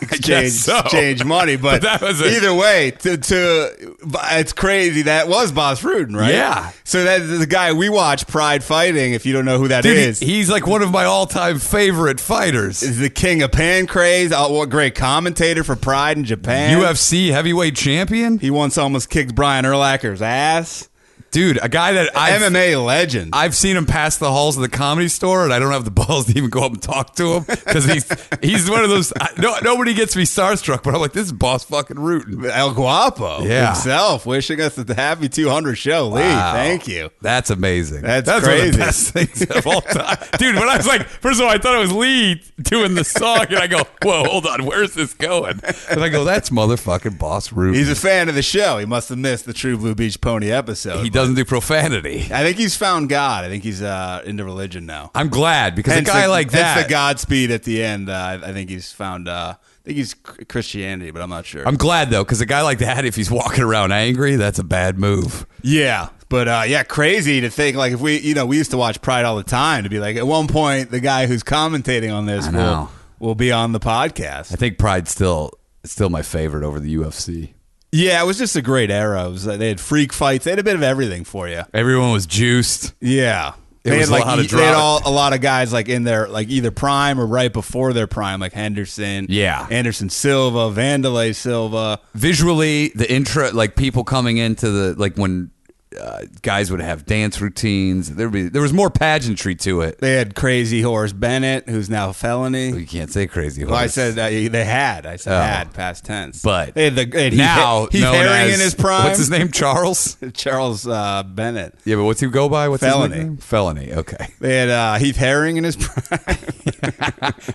S5: exchange,
S2: so.
S5: exchange money,
S2: But
S5: but,
S2: that was a-
S5: either way, to, to it's crazy that was Boss Rudin, right?
S2: Yeah.
S5: So that's the guy we watch Pride Fighting. If you don't know who that is.
S2: Dude, he- he's like one of my all time favorite fighters.
S5: is the king of pancrase. Oh, what a great commentator for Pride in Japan.
S2: UFC heavyweight champion?
S5: He once almost kicked Brian Erlacher's ass.
S2: Dude, a guy that I.
S5: MMA legend.
S2: I've seen him pass the halls of the comedy store, and I don't have the balls to even go up and talk to him because he's he's one of those. I, no, nobody gets me starstruck, but I'm like, this is boss fucking rooting.
S5: El Guapo
S2: Yeah.
S5: himself wishing us a happy 200 show. Lee, thank you.
S2: That's amazing.
S5: That's
S2: one of
S5: crazy.
S2: the best things of all time, dude. When I was like, first of all, I thought it was Lee doing the song, and I go, "Whoa, hold on, where's this going?" And I go, "That's motherfucking boss rooting."
S5: He's a fan of the show. He must have missed the True Blue Beach Pony episode.
S2: he doesn't do profanity.
S5: I think he's found God. I think he's uh, into religion now.
S2: I'm glad because
S5: Hence
S2: a guy
S5: the-
S2: like
S5: hence
S2: that.
S5: the Godspeed at the end. Uh, I- I think he's found. Uh, I think he's cr- Christianity, but I'm not sure.
S2: I'm glad though because a guy like that, if he's walking around angry, that's a bad move.
S5: Yeah, but uh, yeah, crazy to think like if we, you know, we used to watch Pride all the time to be like at one point the guy who's commentating on this will
S2: know.
S5: will be on the podcast.
S2: I think Pride's still still my favorite over the UFC.
S5: Yeah, it was just a great era. It was like they had freak fights. They had a bit of everything for you.
S2: Everyone was juiced.
S5: Yeah.
S2: It
S5: they
S2: was
S5: had like
S2: a lot of
S5: y- they had
S2: drama.
S5: all a lot of guys like in their like either prime or right before their prime, like Henderson,
S2: Yeah.
S5: Anderson Silva, Vandalay Silva.
S2: Visually, the intro, like people coming into the like when uh, guys would have dance routines. There be there was more pageantry to it.
S5: They had Crazy Horse Bennett, who's now a felony.
S2: You can't say crazy. Horse.
S5: Well, I said uh, they had. I said
S2: Oh.
S5: had past tense.
S2: but
S5: they had the, they had
S2: now
S5: Heath, Heath
S2: known
S5: Herring
S2: as-
S5: in his prime.
S2: What's his name? Charles.
S5: Charles uh, Bennett.
S2: Yeah, but what's he go by? What's
S5: Felony.
S2: his nickname? Felony. Okay.
S5: They had uh, Heath Herring in his prime.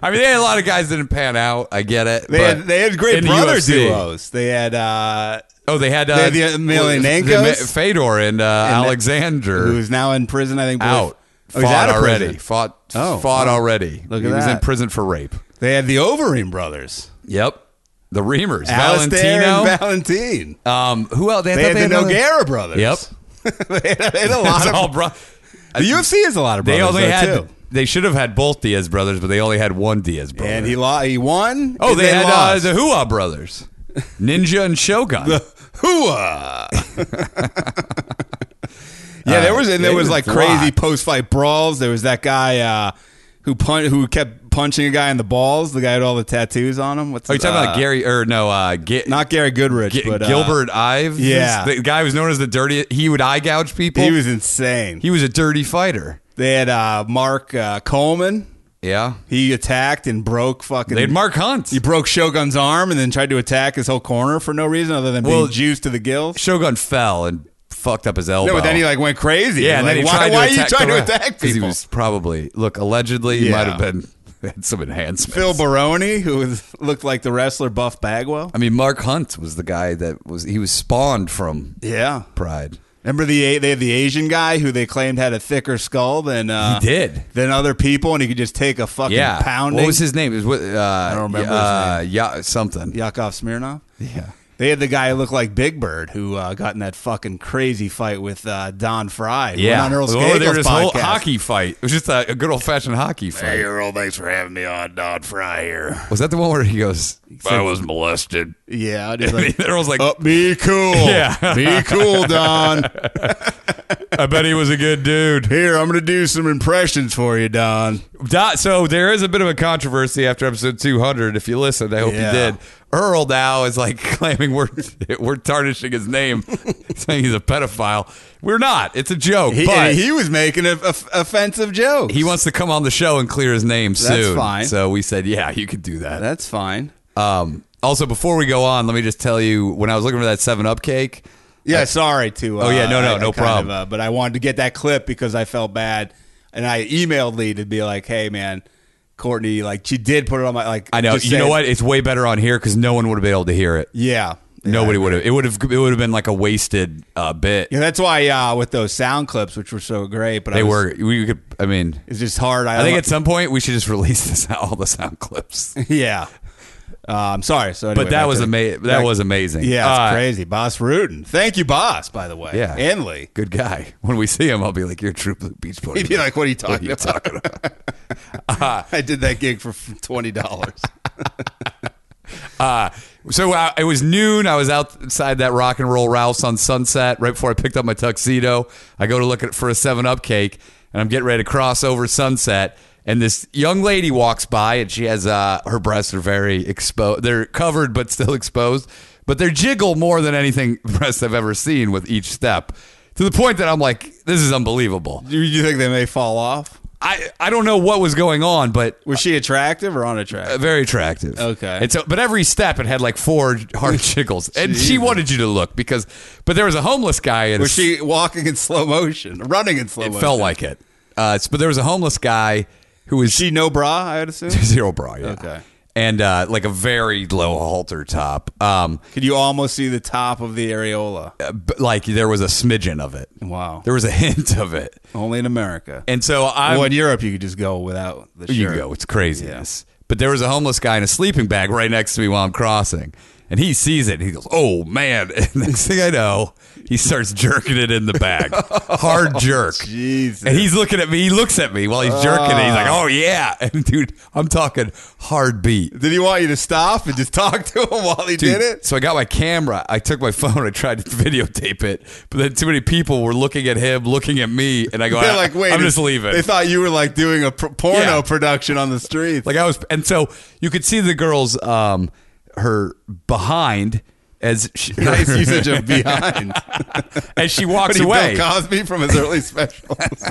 S2: I mean, they had a lot of guys that didn't pan out. I get it.
S5: they had
S2: but
S5: they had great
S2: in the
S5: brother
S2: UFC
S5: duos. They had uh,
S2: Oh, they had, uh,
S5: They had the Emelianenko's.
S2: the Ma- Fedor and, uh,
S5: And the-
S2: Alexander.
S5: who's now in prison. I think both-
S2: out.
S5: Oh, he's
S2: fought
S5: out of
S2: already.
S5: prison.
S2: Fought.
S5: Oh,
S2: fought
S5: wow.
S2: already.
S5: Look
S2: he
S5: at
S2: was in
S5: that.
S2: prison for rape.
S5: They had the Overeem brothers.
S2: Yep. The Reamers,
S5: Alistair
S2: Valentino.
S5: and Valentine.
S2: um, who else?
S5: They
S2: thought
S5: had the
S2: another-
S5: Noguera brothers.
S2: Yep.
S5: they, had, they had a
S2: It's
S5: lot of.
S2: all bro-
S5: the UFC has a lot of brothers.
S2: they only
S5: though,
S2: had.
S5: too.
S2: They should have had both Diaz brothers, but they only had one Diaz brother.
S5: And he lo- he won.
S2: oh,
S5: and
S2: they
S5: then
S2: had uh,
S5: lost.
S2: the Hua brothers, Ninja and Shogun. Oh,
S5: Hooah! yeah, there was and
S2: Uh, they
S5: there was
S2: would
S5: like
S2: fly.
S5: crazy post fight brawls. There was that guy uh, who pun- who kept punching a guy in the balls. The guy with all the tattoos on him. What's
S2: Are you talking
S5: uh,
S2: about Gary or no? Uh, Ga-
S5: Not Gary Goodrich,
S2: G-
S5: but uh,
S2: Gilbert Ives.
S5: yeah.
S2: the guy who was known as the dirty. He would eye gouge people.
S5: He was insane.
S2: he was a dirty fighter.
S5: they had uh, Mark uh, Coleman.
S2: Yeah,
S5: He attacked and broke fucking.
S2: they had Mark Hunt.
S5: He broke Shogun's arm and then tried to attack his whole corner for no reason other than
S2: Well,
S5: being juiced to the gills.
S2: Shogun fell and fucked up his elbow.
S5: No, but then he like went crazy.
S2: yeah, and
S5: like,
S2: then he
S5: why,
S2: tried to
S5: why are
S2: attack
S5: you trying to attack
S2: Because
S5: people?
S2: he was probably look allegedly he
S5: Yeah.
S2: might have been had some enhancements.
S5: Phil Baroni, who was, looked like the wrestler Buff Bagwell.
S2: I mean, Mark Hunt was the guy that was he was spawned from
S5: Yeah,
S2: Pride.
S5: remember the A- they had the Asian guy who they claimed had a thicker skull than uh,
S2: He did.
S5: than other people, and he could just take a fucking
S2: Yeah,
S5: pounding.
S2: What was his name? It was what, uh, I
S5: don't remember his
S2: Uh, yeah, something.
S5: Yakov Smirnov.
S2: yeah.
S5: They had the guy who looked like Big Bird, who uh, got in that fucking crazy fight with uh, Don Fry. who
S2: Yeah,
S5: went on Earl
S2: Well, there
S5: Skagel's
S2: was this whole
S5: podcast.
S2: hockey fight. It was just a, a good old fashioned hockey fight.
S5: Earl, thanks for having me on Don Fry here.
S2: Was that the one where he goes? I was molested.
S5: Yeah, and he's
S2: And
S5: like,
S2: Earl's like,
S5: "Uh, be cool.
S2: Yeah.
S5: be cool, Don.
S2: I bet he was a good dude.
S5: Here, I'm gonna do some impressions for you, Don.
S2: Dot, so there is a bit of a controversy after episode 200. If you listened, I hope
S5: Yeah.
S2: you did. Earl now is like claiming we're we're tarnishing his name, saying he's a pedophile. We're not. It's a joke.
S5: He,
S2: but
S5: and
S2: he,
S5: he was making an offensive joke.
S2: wants to come on the show and clear his name soon.
S5: fine.
S2: So we said, yeah, you could do that.
S5: That's fine.
S2: Um, also, before we go on, let me just tell you when I was looking for that Seven Up cake.
S5: Yeah, sorry to. Uh,
S2: Oh, yeah, no, no,
S5: I- I
S2: no
S5: kind
S2: problem.
S5: of, uh, but I wanted to get that clip because I felt bad, and I emailed Lee to be like, "Hey, man, Courtney, like she did put it on my like."
S2: I know.
S5: just
S2: You
S5: say-
S2: know what? It's way better on here because no one would have been able to hear it.
S5: Yeah,
S2: Nobody would have. It would have. It would have been like a wasted uh, bit.
S5: Yeah, that's why uh, with those sound clips, which were so great, but
S2: They
S5: I was,
S2: were. We could. I mean,
S5: It's just hard.
S2: I think at some point we should just release this all the sound clips.
S5: yeah. Uh, I'm sorry. So, anyway,
S2: But that
S5: back
S2: was
S5: to the-
S2: amazing. That
S5: back-
S2: was amazing.
S5: Yeah, it's
S2: Uh,
S5: crazy. Boss Rudin. Thank you, Boss. By the way,
S2: Yeah,
S5: and Lee.
S2: good guy. When we see him, I'll be like, "You're a true blue beach boy."
S5: He'd be like, "What are you talking
S2: What are you
S5: about?"
S2: talking about?
S5: I did that gig for f- twenty dollars.
S2: So uh, it was noon. I was outside that rock and roll Ralph's on Sunset right before I picked up my tuxedo. I go to look at for a Seven Up cake, and I'm getting ready to cross over Sunset. And this young lady walks by, and she has uh, her breasts are very exposed. They're covered, but still exposed. But they jiggle more than anything breasts I've ever seen with each step, to the point that I'm like, this is unbelievable.
S5: Do you think they may fall off?
S2: I I don't know what was going on, but
S5: Was she attractive or
S2: uh,
S5: unattractive?
S2: very attractive.
S5: Okay.
S2: And so, but every step it had like four hard jiggles, and she wanted you to look because. But there was a homeless guy. And
S5: Was she walking in slow motion, running in slow
S2: It
S5: motion?
S2: felt like it. Uh, but there was a homeless guy who was
S5: she no bra. I would assume.
S2: zero bra. Yeah.
S5: Okay.
S2: And uh, like a very low halter top. Um,
S5: Could you almost see the top of the areola?
S2: but like there was a smidgen of it.
S5: Wow.
S2: There was a hint of it,
S5: Only in America.
S2: and so I
S5: well, in Europe, you could just go without the shirt.
S2: You go. It's craziness. But there was a homeless guy in a sleeping bag right next to me while I'm crossing. And he sees it and he goes, Oh man. And next thing I know, he starts jerking it in the bag. Hard jerk.
S5: Jesus.
S2: And he's looking at me. He looks at me while he's jerking it. He's like, Oh yeah. And dude, I'm talking hard beat.
S5: Did he want you to stop and just talk to him while he
S2: Dude,
S5: did it?
S2: So I got my camera. I took my phone. I tried to videotape it, but then too many people were looking at him, looking at me, and I go,
S5: They're
S2: "I-
S5: like, wait,
S2: I'm
S5: is-
S2: just leaving."
S5: They thought you were like doing a pr- porno
S2: Yeah.
S5: production on the street.
S2: Like I was, and so you could see the girl's um her behind as she,
S5: nice usage of behind.
S2: as she
S5: What
S2: walks
S5: do you,
S2: away,
S5: Bill Cosby from his early specials.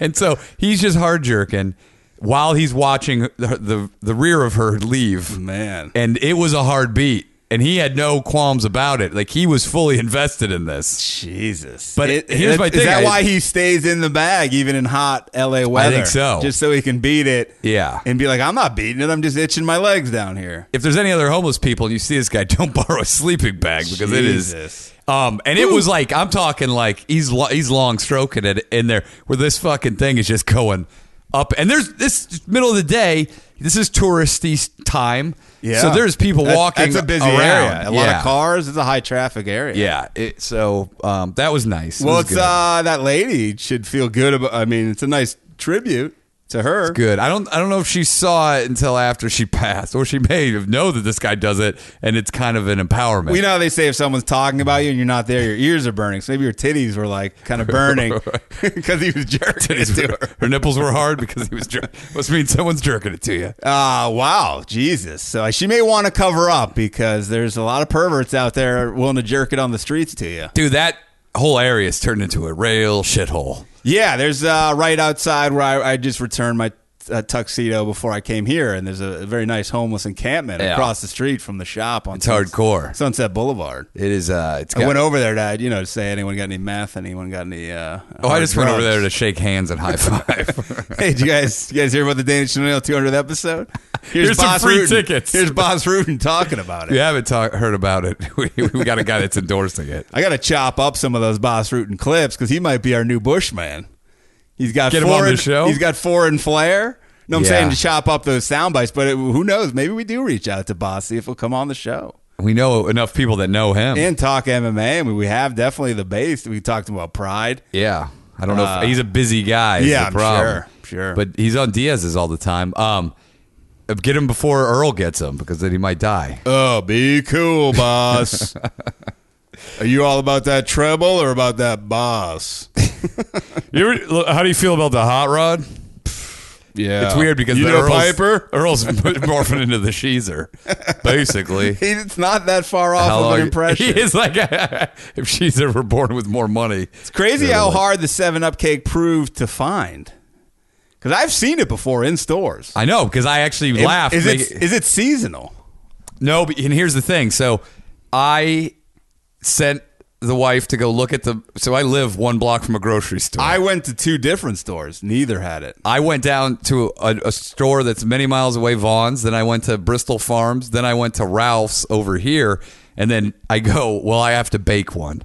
S2: and so he's just hard jerking while he's watching the, the the rear of her leave.
S5: Man.
S2: and it was a hard beat, and he had no qualms about it. Like he was fully invested in this.
S5: Jesus.
S2: But here's my
S5: is
S2: thing,
S5: that
S2: I-
S5: why he stays in the bag even in hot LA weather?
S2: so.
S5: Just so he can beat it.
S2: Yeah.
S5: And be like, I'm not beating it. I'm just itching my legs down here.
S2: If there's any other homeless people and you see this guy, don't borrow a sleeping bag because it
S5: Jesus.
S2: is. Um, and it was like I'm talking like he's lo- he's long stroking it in there where this fucking thing is just going up. And there's this middle of the day. This is touristy time. So there's people
S5: That's-
S2: walking.
S5: That's a busy
S2: around.
S5: area. A lot
S2: Yeah.
S5: of cars. It's a high traffic area.
S2: Yeah. It, so um, that was nice. It
S5: Well,
S2: was
S5: it's
S2: good.
S5: uh, that lady should feel good about. I mean, it's a nice tribute to her.
S2: good. I don't. I don't know if she saw it until after she passed, or she may have know that this guy does it, and it's kind of an empowerment.
S5: We know how they say if someone's talking about you and you're not there, your ears are burning. So maybe your titties were like kind of burning because he was jerking it
S2: Titties
S5: to
S2: were-
S5: her.
S2: her nipples were hard because he was jerking. Must mean someone's jerking it to you.
S5: Ah, wow, Jesus! So she may want to cover up because there's a lot of perverts out there willing to jerk it on the streets to you.
S2: Dude, that whole area's turned into a rail shithole.
S5: Yeah, there's uh, right outside where I, I just returned my uh, tuxedo before I came here, and there's a very nice homeless encampment
S2: Yeah.
S5: across the street from the shop on
S2: It's hardcore.
S5: Sunset Boulevard.
S2: It is. Uh, it's.
S5: I
S2: got-
S5: went over there to you know to say anyone got any meth, anyone got any. Uh,
S2: oh, I just went over there to shake hands and high five.
S5: hey, did you guys, you guys hear about the Danish Chanel 200th episode? Here's,
S2: Here's some free
S5: Rudin.
S2: tickets.
S5: Here's Boss Rudin talking about it.
S2: you haven't talk, heard about it. We, we got a guy that's endorsing it.
S5: I got to chop up some of those Boss Rudin clips because he might be our new Bushman. He's got
S2: Get him on
S5: foreign,
S2: the show?
S5: He's got foreign flair. No, I'm
S2: Yeah.
S5: saying to chop up those sound bites, but it, who knows? Maybe we do reach out to Boss, see if he'll come on the show
S2: We know enough people that know him.
S5: and talk MMA. I mean, we have definitely the base. We talked about pride.
S2: yeah. I don't know. if He's a busy guy. is
S5: Uh, yeah,
S2: the
S5: I'm
S2: problem.
S5: sure, sure.
S2: But he's on Diaz's all the time. Um, get him before Earl gets him because then he might die.
S5: Oh, be cool, boss. Are you all about that treble or about that boss?
S2: how do you feel about the hot rod?
S5: Yeah,
S2: It's weird because
S5: you
S2: the
S5: know
S2: Earl's,
S5: Piper.
S2: Earl's morphing into the Sheezer, basically.
S5: He- It's not that far off
S2: How
S5: of
S2: long-
S5: an impression.
S2: He is like if she's ever born with more money.
S5: It's crazy how hard the Seven Up cake proved to find. Because I've seen it before in stores.
S2: I know because I actually laughed.
S5: Is it,
S2: Like,
S5: is it seasonal?
S2: no, but, and here's the thing. So I sent the wife to go look at the. So I live one block from a grocery store.
S5: I went to two different stores. Neither had it.
S2: I went down to a, a store that's many miles away, Vaughn's. Then I went to Bristol Farms. Then I went to Ralph's over here. And then I go, well, I have to bake one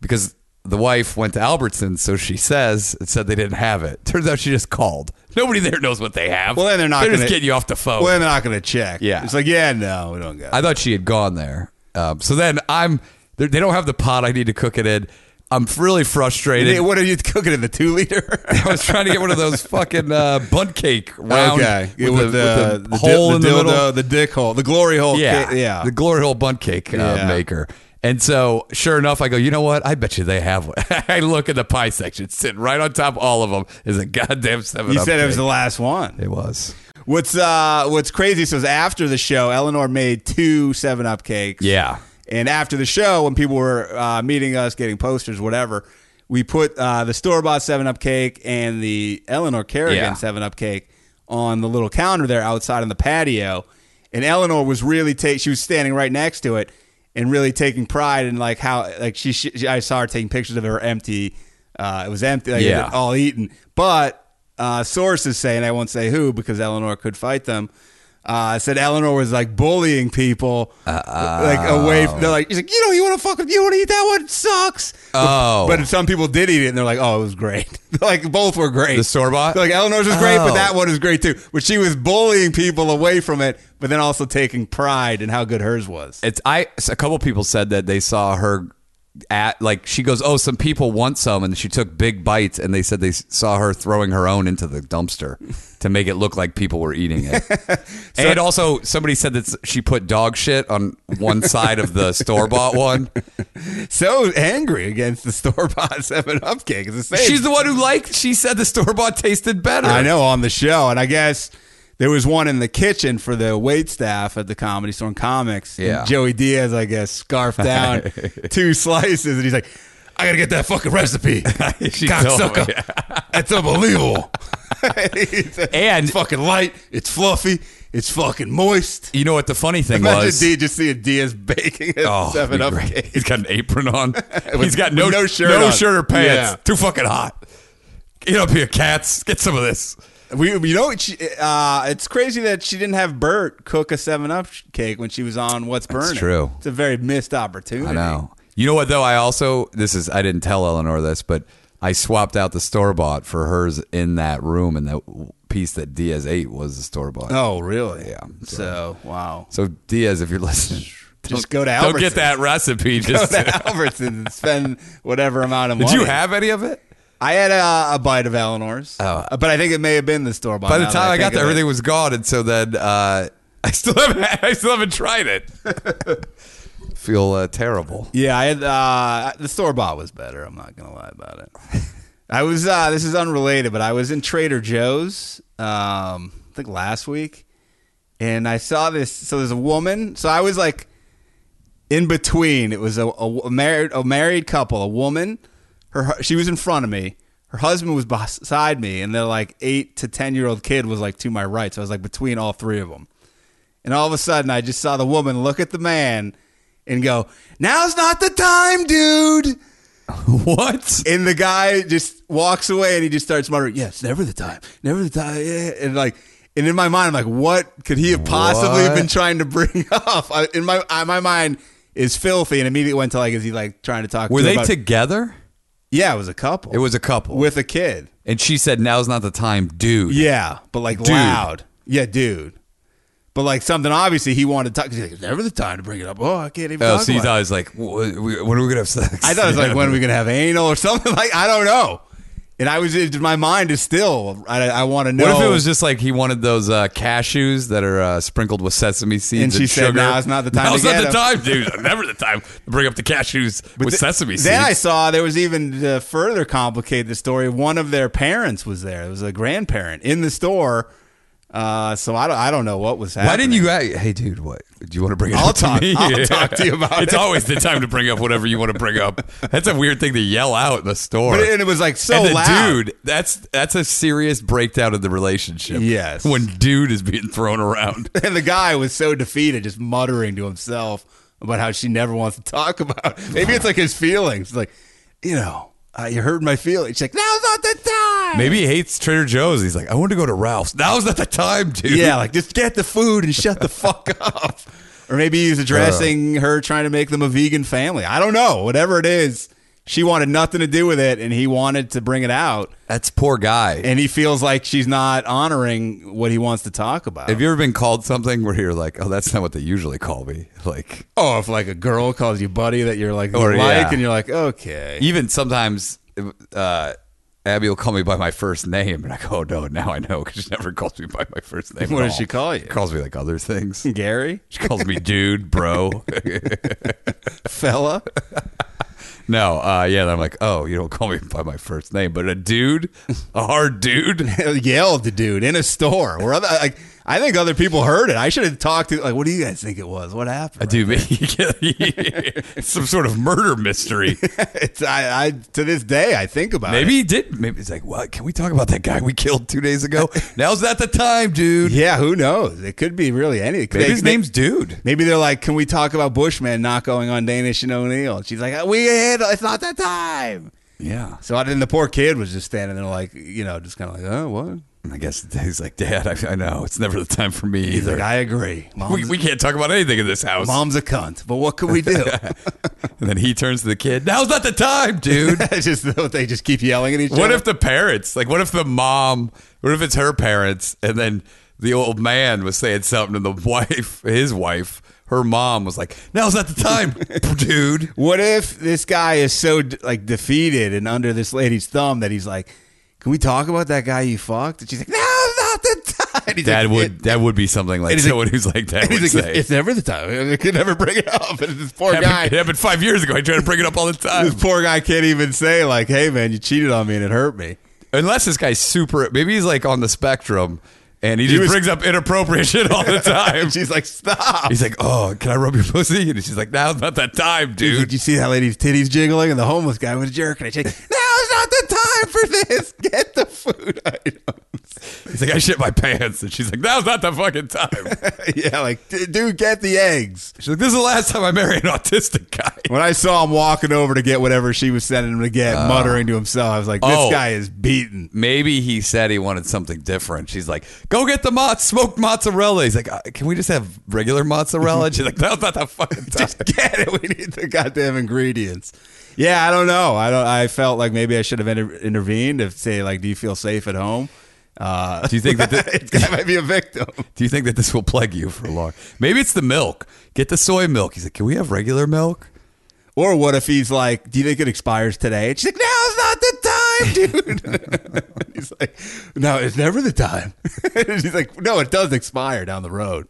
S2: because the wife went to Albertsons. So she says, it said they didn't have it. Turns out she just called. Nobody there knows what they have.
S5: Well, then they're not
S2: They're
S5: gonna-
S2: just getting you off the phone.
S5: Well, they're not going to check.
S2: Yeah.
S5: It's like, yeah, no, we don't got
S2: I
S5: it.
S2: thought she had gone there. Um, so then I'm, they they don't have the pot I need to cook it in. I'm really frustrated.
S5: Hey, what are you cooking in the two liter?
S2: I was trying to get one of those fucking uh, bun cake round
S5: okay.
S2: with, the,
S5: With the,
S2: with the
S5: the
S2: hole
S5: di-
S2: in
S5: the
S2: the
S5: dildo,
S2: middle.
S5: the dick hole, the glory hole.
S2: yeah,
S5: ca- yeah.
S2: the glory hole bun cake uh,
S5: Yeah.
S2: maker. And so, sure enough, I go, you know what? I bet you they have one. I look at the pie section, sitting right on top of all of them is a goddamn seven.
S5: you said it was the last one.
S2: It was.
S5: What's uh what's crazy so it was after the show, Eleanor made two seven up cakes.
S2: Yeah.
S5: And after the show, when people were uh, meeting us, getting posters, whatever, we put uh, the store bought seven up cake and the Eleanor
S2: Yeah.
S5: Kerrigan seven up cake on the little counter there outside on the patio. And Eleanor was really take she was standing right next to it and really taking pride in like how like she, she I saw her taking pictures of her empty. Uh, it was empty, like,
S2: Yeah.
S5: all eaten. But uh, sources say, and I won't say who because Eleanor could fight them. Uh, said Eleanor was like bullying people, like away. From, they're like, she's like, you know, you want to fuck, with- you want to eat that one, It sucks.
S2: Oh.
S5: but some people did eat it, and they're like, oh, it was great. like both were great.
S2: The store-bought?
S5: They're like Eleanor's was great, but
S2: Oh.
S5: that one is great too. But she was bullying people away from it, but then also taking pride in how good hers was.
S2: It's I. A couple people said that they saw her at like she goes, oh, some people want some, and she took big bites, and they said they s- saw her throwing her own into the dumpster to make it look like people were eating it. and also, somebody said that s- she put dog shit on one side of the store bought one.
S5: So angry against the store bought Seven Up cake. It's the same.
S2: She's the one who liked. She said the store bought tasted better.
S5: I know on the show, and I guess there was one in the kitchen for the wait staff at the Comedy Store and Comics. And
S2: Yeah.
S5: Joey Diaz, I guess, scarfed down two slices, and he's like, "I gotta get that fucking
S2: She
S5: recipe,
S2: told me.
S5: cocksucker. That's unbelievable." He's like,
S2: And-
S5: it's fucking light, it's fluffy, it's fucking moist.
S2: You know what the funny thing
S5: Imagine
S2: was?
S5: D just seeing Diaz baking a
S2: Oh, it'd
S5: seven
S2: be
S5: up
S2: great.
S5: cake.
S2: He's got an apron on.
S5: With-
S2: He's got no,
S5: with no shirt
S2: no
S5: on.
S2: shirt or pants.
S5: Yeah.
S2: Too fucking hot. Get up here, cats. Get some of this.
S5: We, you know, she, uh, it's crazy that she didn't have Bert cook a Seven Up cake when she was on What's Burning.
S2: true.
S5: It's a very missed opportunity.
S2: I know. You know what though? I also this is I didn't tell Eleanor this, but I swapped out the store bought for hers in that room, and that piece that Diaz ate was the store bought.
S5: Oh, really?
S2: Yeah.
S5: So, wow.
S2: So Diaz, if you're listening,
S5: Just go to
S2: don't
S5: Albertsons.
S2: get that recipe.
S5: Go
S2: Just
S5: to Albertsons and spend whatever amount of
S2: did
S5: money.
S2: you have any of it?
S5: I had a, a bite of Eleanor's,
S2: Oh.
S5: but I think it may have been the store bought.
S2: By the
S5: now that
S2: time I got
S5: think
S2: there,
S5: of it.
S2: everything was gone, and so then uh, I still haven't. I still haven't tried it. Feel uh, terrible.
S5: Yeah, I had uh, the store bought was better. I'm not gonna lie about it. I was uh, this is unrelated, but I was in Trader Joe's um, I think last week, and I saw this. So there's a woman. So I was like in between. It was a, a, a married a married couple, a woman. Her hu- she was in front of me. Her husband was beside me, and the like eight to ten year old kid was like to my right. So I was like between all three of them. And all of a sudden, I just saw the woman look at the man and go, Now's not the time, dude.
S2: What?
S5: And the guy just walks away and he just starts muttering, Yes, never the time, never the time. Yeah. And like, and in my mind, I'm like, What could he have possibly
S2: What?
S5: have been trying to bring up? I, in my I, my mind is filthy and immediately went to like, Is he like trying to talk
S2: Were
S5: to
S2: they
S5: about-
S2: together?
S5: Yeah, it was a couple.
S2: It was a couple.
S5: with a kid.
S2: and she said, "Now's not the time, dude."
S5: Yeah, but like loud. Yeah, dude. But like something obviously he wanted to talk. 'cause He's like, never the time to bring it up. Oh, I can't even.
S2: Oh,
S5: talk
S2: so you
S5: about it."
S2: thought it was like, "Wh- wh- when are we gonna have sex?
S5: I thought it was like when are we gonna have anal or something like I don't know. And I was in my mind is still I, I want to know.
S2: What if it was just like he wanted those uh, cashews that are uh, sprinkled with sesame seeds and,
S5: And she said,
S2: sugar?
S5: "Now's not the time
S2: Now's
S5: to
S2: not
S5: get
S2: the
S5: 'em."
S2: time, dude. Never the time to bring up the cashews with
S5: th-
S2: sesame seeds."
S5: Then I saw there was even to further complicate the story. One of their parents was there. It was a grandparent in the store. Uh, so I don't I don't know what was happening.
S2: Why didn't you? a- Hey, dude, what do you want to bring it
S5: I'll
S2: up
S5: talk-
S2: to me?
S5: I'll talk to you about
S2: it's
S5: it.
S2: always the time to bring up whatever you want to bring up. That's a weird thing to yell out in the store.
S5: But- and it was, like, so
S2: And the
S5: loud.
S2: Dude, that's that's a serious breakdown of the relationship.
S5: Yes.
S2: when dude is being thrown around.
S5: And the guy was so defeated, just muttering to himself about how she never wants to talk about. It. Maybe it's like his feelings. Like you know, uh, you hurt my feelings. She's like, now's not the time.
S2: Maybe he hates Trader Joe's. He's like, I want to go to Ralph's. Now's not the time, dude.
S5: Yeah, like just get the food and shut the fuck up. Or maybe he's addressing her trying to make them a vegan family. I don't know. Whatever it is, she wanted nothing to do with it and he wanted to bring it out.
S2: That's poor guy.
S5: And he feels like she's not honoring what he wants to talk about.
S2: Have you ever been called something where you're like, oh, that's not what they usually call me? Like,
S5: oh, if like a girl calls you buddy that you're like,
S2: Or,
S5: like,
S2: yeah.
S5: and you're like, okay.
S2: even sometimes uh, Abby will call me by my first name. And I go, oh, no, now I know because she never calls me by my first name.
S5: What
S2: at
S5: does she
S2: all.
S5: call you?
S2: She calls me like other things.
S5: Gary?
S2: She calls me dude, bro.
S5: Fella?
S2: no, uh, yeah. And I'm like, oh, you don't call me by my first name, but a dude, a hard dude.
S5: yelled the dude in a store. Where other, like, I think other people heard it. I should have talked to, like, what do you guys think it was? What happened?
S2: Dude, it's some sort of murder mystery.
S5: It's, I, I, to this day, I think about it.
S2: Maybe he did. Maybe he's like, what? Can we talk about that guy we killed two days ago? Now's not the time, dude.
S5: Yeah, who knows? It could be really any.
S2: Maybe
S5: they-
S2: his name's Dude.
S5: Maybe they're like, can we talk about Bushman not going on Danish and O'Neill? And she's like, "Uh, we had, it's not that time.
S2: Yeah.
S5: So I then the poor kid was just standing there, like, you know, just kind of like, oh, what?
S2: And I guess he's like, Dad, I, I know. It's never the time for me
S5: He's
S2: either.
S5: like, I agree. Mom's,
S2: we, we can't talk about anything in this house.
S5: mom's a cunt, but what can we do?
S2: And then he turns to the kid, Now's not the time, dude.
S5: it's just that they just keep yelling at each
S2: what
S5: other.
S2: if the parents, like, what if the mom, what if it's her parents, and then the old man was saying something to the wife, his wife, her mom was like, Now's not the time, dude.
S5: What if this guy is so like defeated and under this lady's thumb that he's like, "Can we talk about that guy you fucked?" And she's like, "No, not the time." And he's
S2: That
S5: like,
S2: would
S5: "It-
S2: that would be something like
S5: he's like-
S2: someone who's like that
S5: And
S2: would
S5: he's like,
S2: say.
S5: it's, it's never the time. I could never bring it up. And this poor
S2: happened, it
S5: guy,
S2: happened five years ago. I try to bring it up all the time.
S5: this poor guy can't even say like, "Hey, man, you cheated on me and it hurt me."
S2: Unless this guy's super, maybe he's like on the spectrum, and he, just
S5: was-
S2: brings up inappropriate shit all the time.
S5: And she's like, "Stop."
S2: he's like, "Oh, can I rub your pussy?" And she's like, "Now's not that time,
S5: Dude,
S2: dude."
S5: you see that lady's titties jiggling? And the homeless guy was jerking. I like, "Now's not the time for this. Get the food items."
S2: He's like, I shit my pants. And she's like, now's not the fucking time.
S5: yeah, like, "D- dude, get the eggs.
S2: She's like, this is the last time I marry an autistic guy.
S5: When I saw him walking over to get whatever she was sending him to get, muttering to himself, I was like, this
S2: Oh.
S5: guy is beaten.
S2: Maybe he said he wanted something different. She's like, go get the mo- smoked mozzarella. He's like, "Uh, can we just have regular mozzarella? And she's like, now's not the fucking time.
S5: Just get it. We need the goddamn ingredients. Yeah, I don't know. I don't. I felt like maybe I should have inter- intervened. If say like, do you feel safe at home? Uh,
S2: Do you think that the-
S5: this guy might be a victim?
S2: Do you think that this will plague you for long? Maybe it's the milk. Get the soy milk. He's like, can we have regular milk?
S5: Or what if he's like, do you think it expires today? And she's like, now's not the time, dude. he's like, no, it's never the time. And she's like, no, it does expire down the road.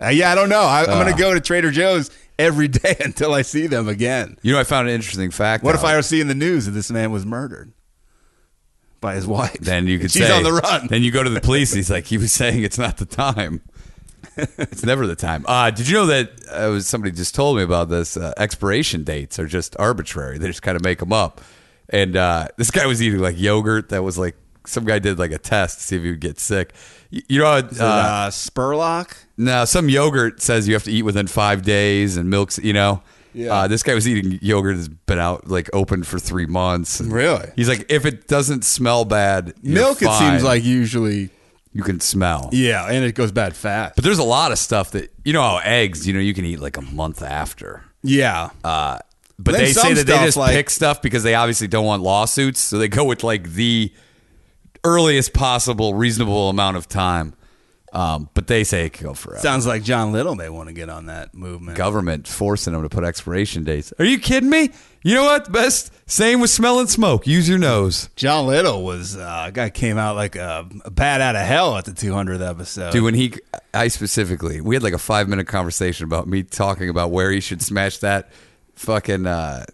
S5: Uh, yeah, I don't know. I, I'm going to go to Trader Joe's every day until I see them again.
S2: You know, I found an interesting fact.
S5: What if
S2: out.
S5: I see in the news that this man was murdered by his wife?
S2: Then you could
S5: She's
S2: say
S5: on the run.
S2: Then you go to the police. He's like, he was saying it's not the time. it's never the time. Uh, did you know that uh, was somebody just told me about this? Uh, expiration dates are just arbitrary. They just kind of make them up. And uh, this guy was eating like yogurt that was like some guy did like a test to see if he would get sick. You, you know, how,
S5: uh,
S2: uh,
S5: Spurlock.
S2: now some yogurt says you have to eat within five days, and milks, you know.
S5: Yeah.
S2: Uh, this guy was eating yogurt that's been out like open for three months. And
S5: Really?
S2: He's like, if it doesn't smell bad, you're
S5: Milk, it
S2: fine."
S5: seems like E- usually.
S2: you can smell.
S5: Yeah, and it goes bad fast.
S2: But there's a lot of stuff that you know how eggs, you know, you can eat like a month after.
S5: Yeah.
S2: Uh, But
S5: Then
S2: they say
S5: some
S2: that they
S5: stuff,
S2: just
S5: like-
S2: pick stuff because they obviously don't want lawsuits, so they go with like the earliest possible reasonable amount of time. Um, but they say it could go forever.
S5: Sounds like John Little may want to get on that movement.
S2: Government forcing them to put expiration dates. Are you kidding me? You know what? Best same with smelling smoke. Use your nose.
S5: John Little was uh, a guy came out like a, a bat out of hell at the 200th episode.
S2: Dude, when he, I specifically, we had like a five minute conversation about me talking about where he should smash that fucking uh,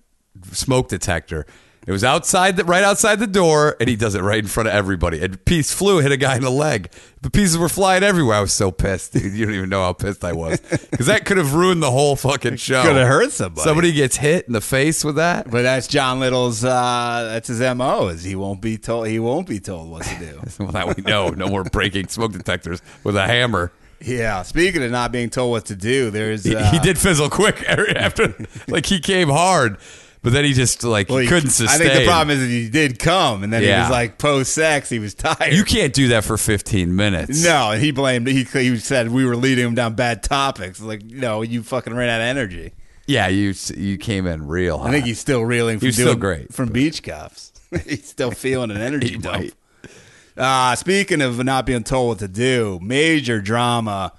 S2: smoke detector. It was outside, the, right outside the door, and he does it right in front of everybody. And piece flew, hit a guy in the leg. The pieces were flying everywhere. I was so pissed, dude. You don't even know how pissed I was because that could have ruined the whole fucking show.
S5: Could have hurt somebody.
S2: Somebody gets hit in the face with that.
S5: but that's John Little's. Uh, that's his mo. Is he won't be told. He won't be told what to do.
S2: Well, that we know. No more breaking smoke detectors with a hammer.
S5: yeah. Speaking of not being told what to do, there's.
S2: He-
S5: Uh,
S2: he did fizzle quick after, like he came hard, but then he just like
S5: well,
S2: he couldn't sustain.
S5: I think the problem is that he did come, and then he
S2: Yeah.
S5: was like post sex. He was tired.
S2: you can't do that for 15 minutes.
S5: no, and he blamed. He he said we were leading him down bad topics. Like no, you fucking ran out of energy.
S2: yeah, you you came in real. Hot.
S5: I think he's still reeling from
S2: He was
S5: doing
S2: still great,
S5: from beach cuffs. he's still feeling an energy
S2: He
S5: dump.
S2: might.
S5: Uh, speaking of not being told what to do, major drama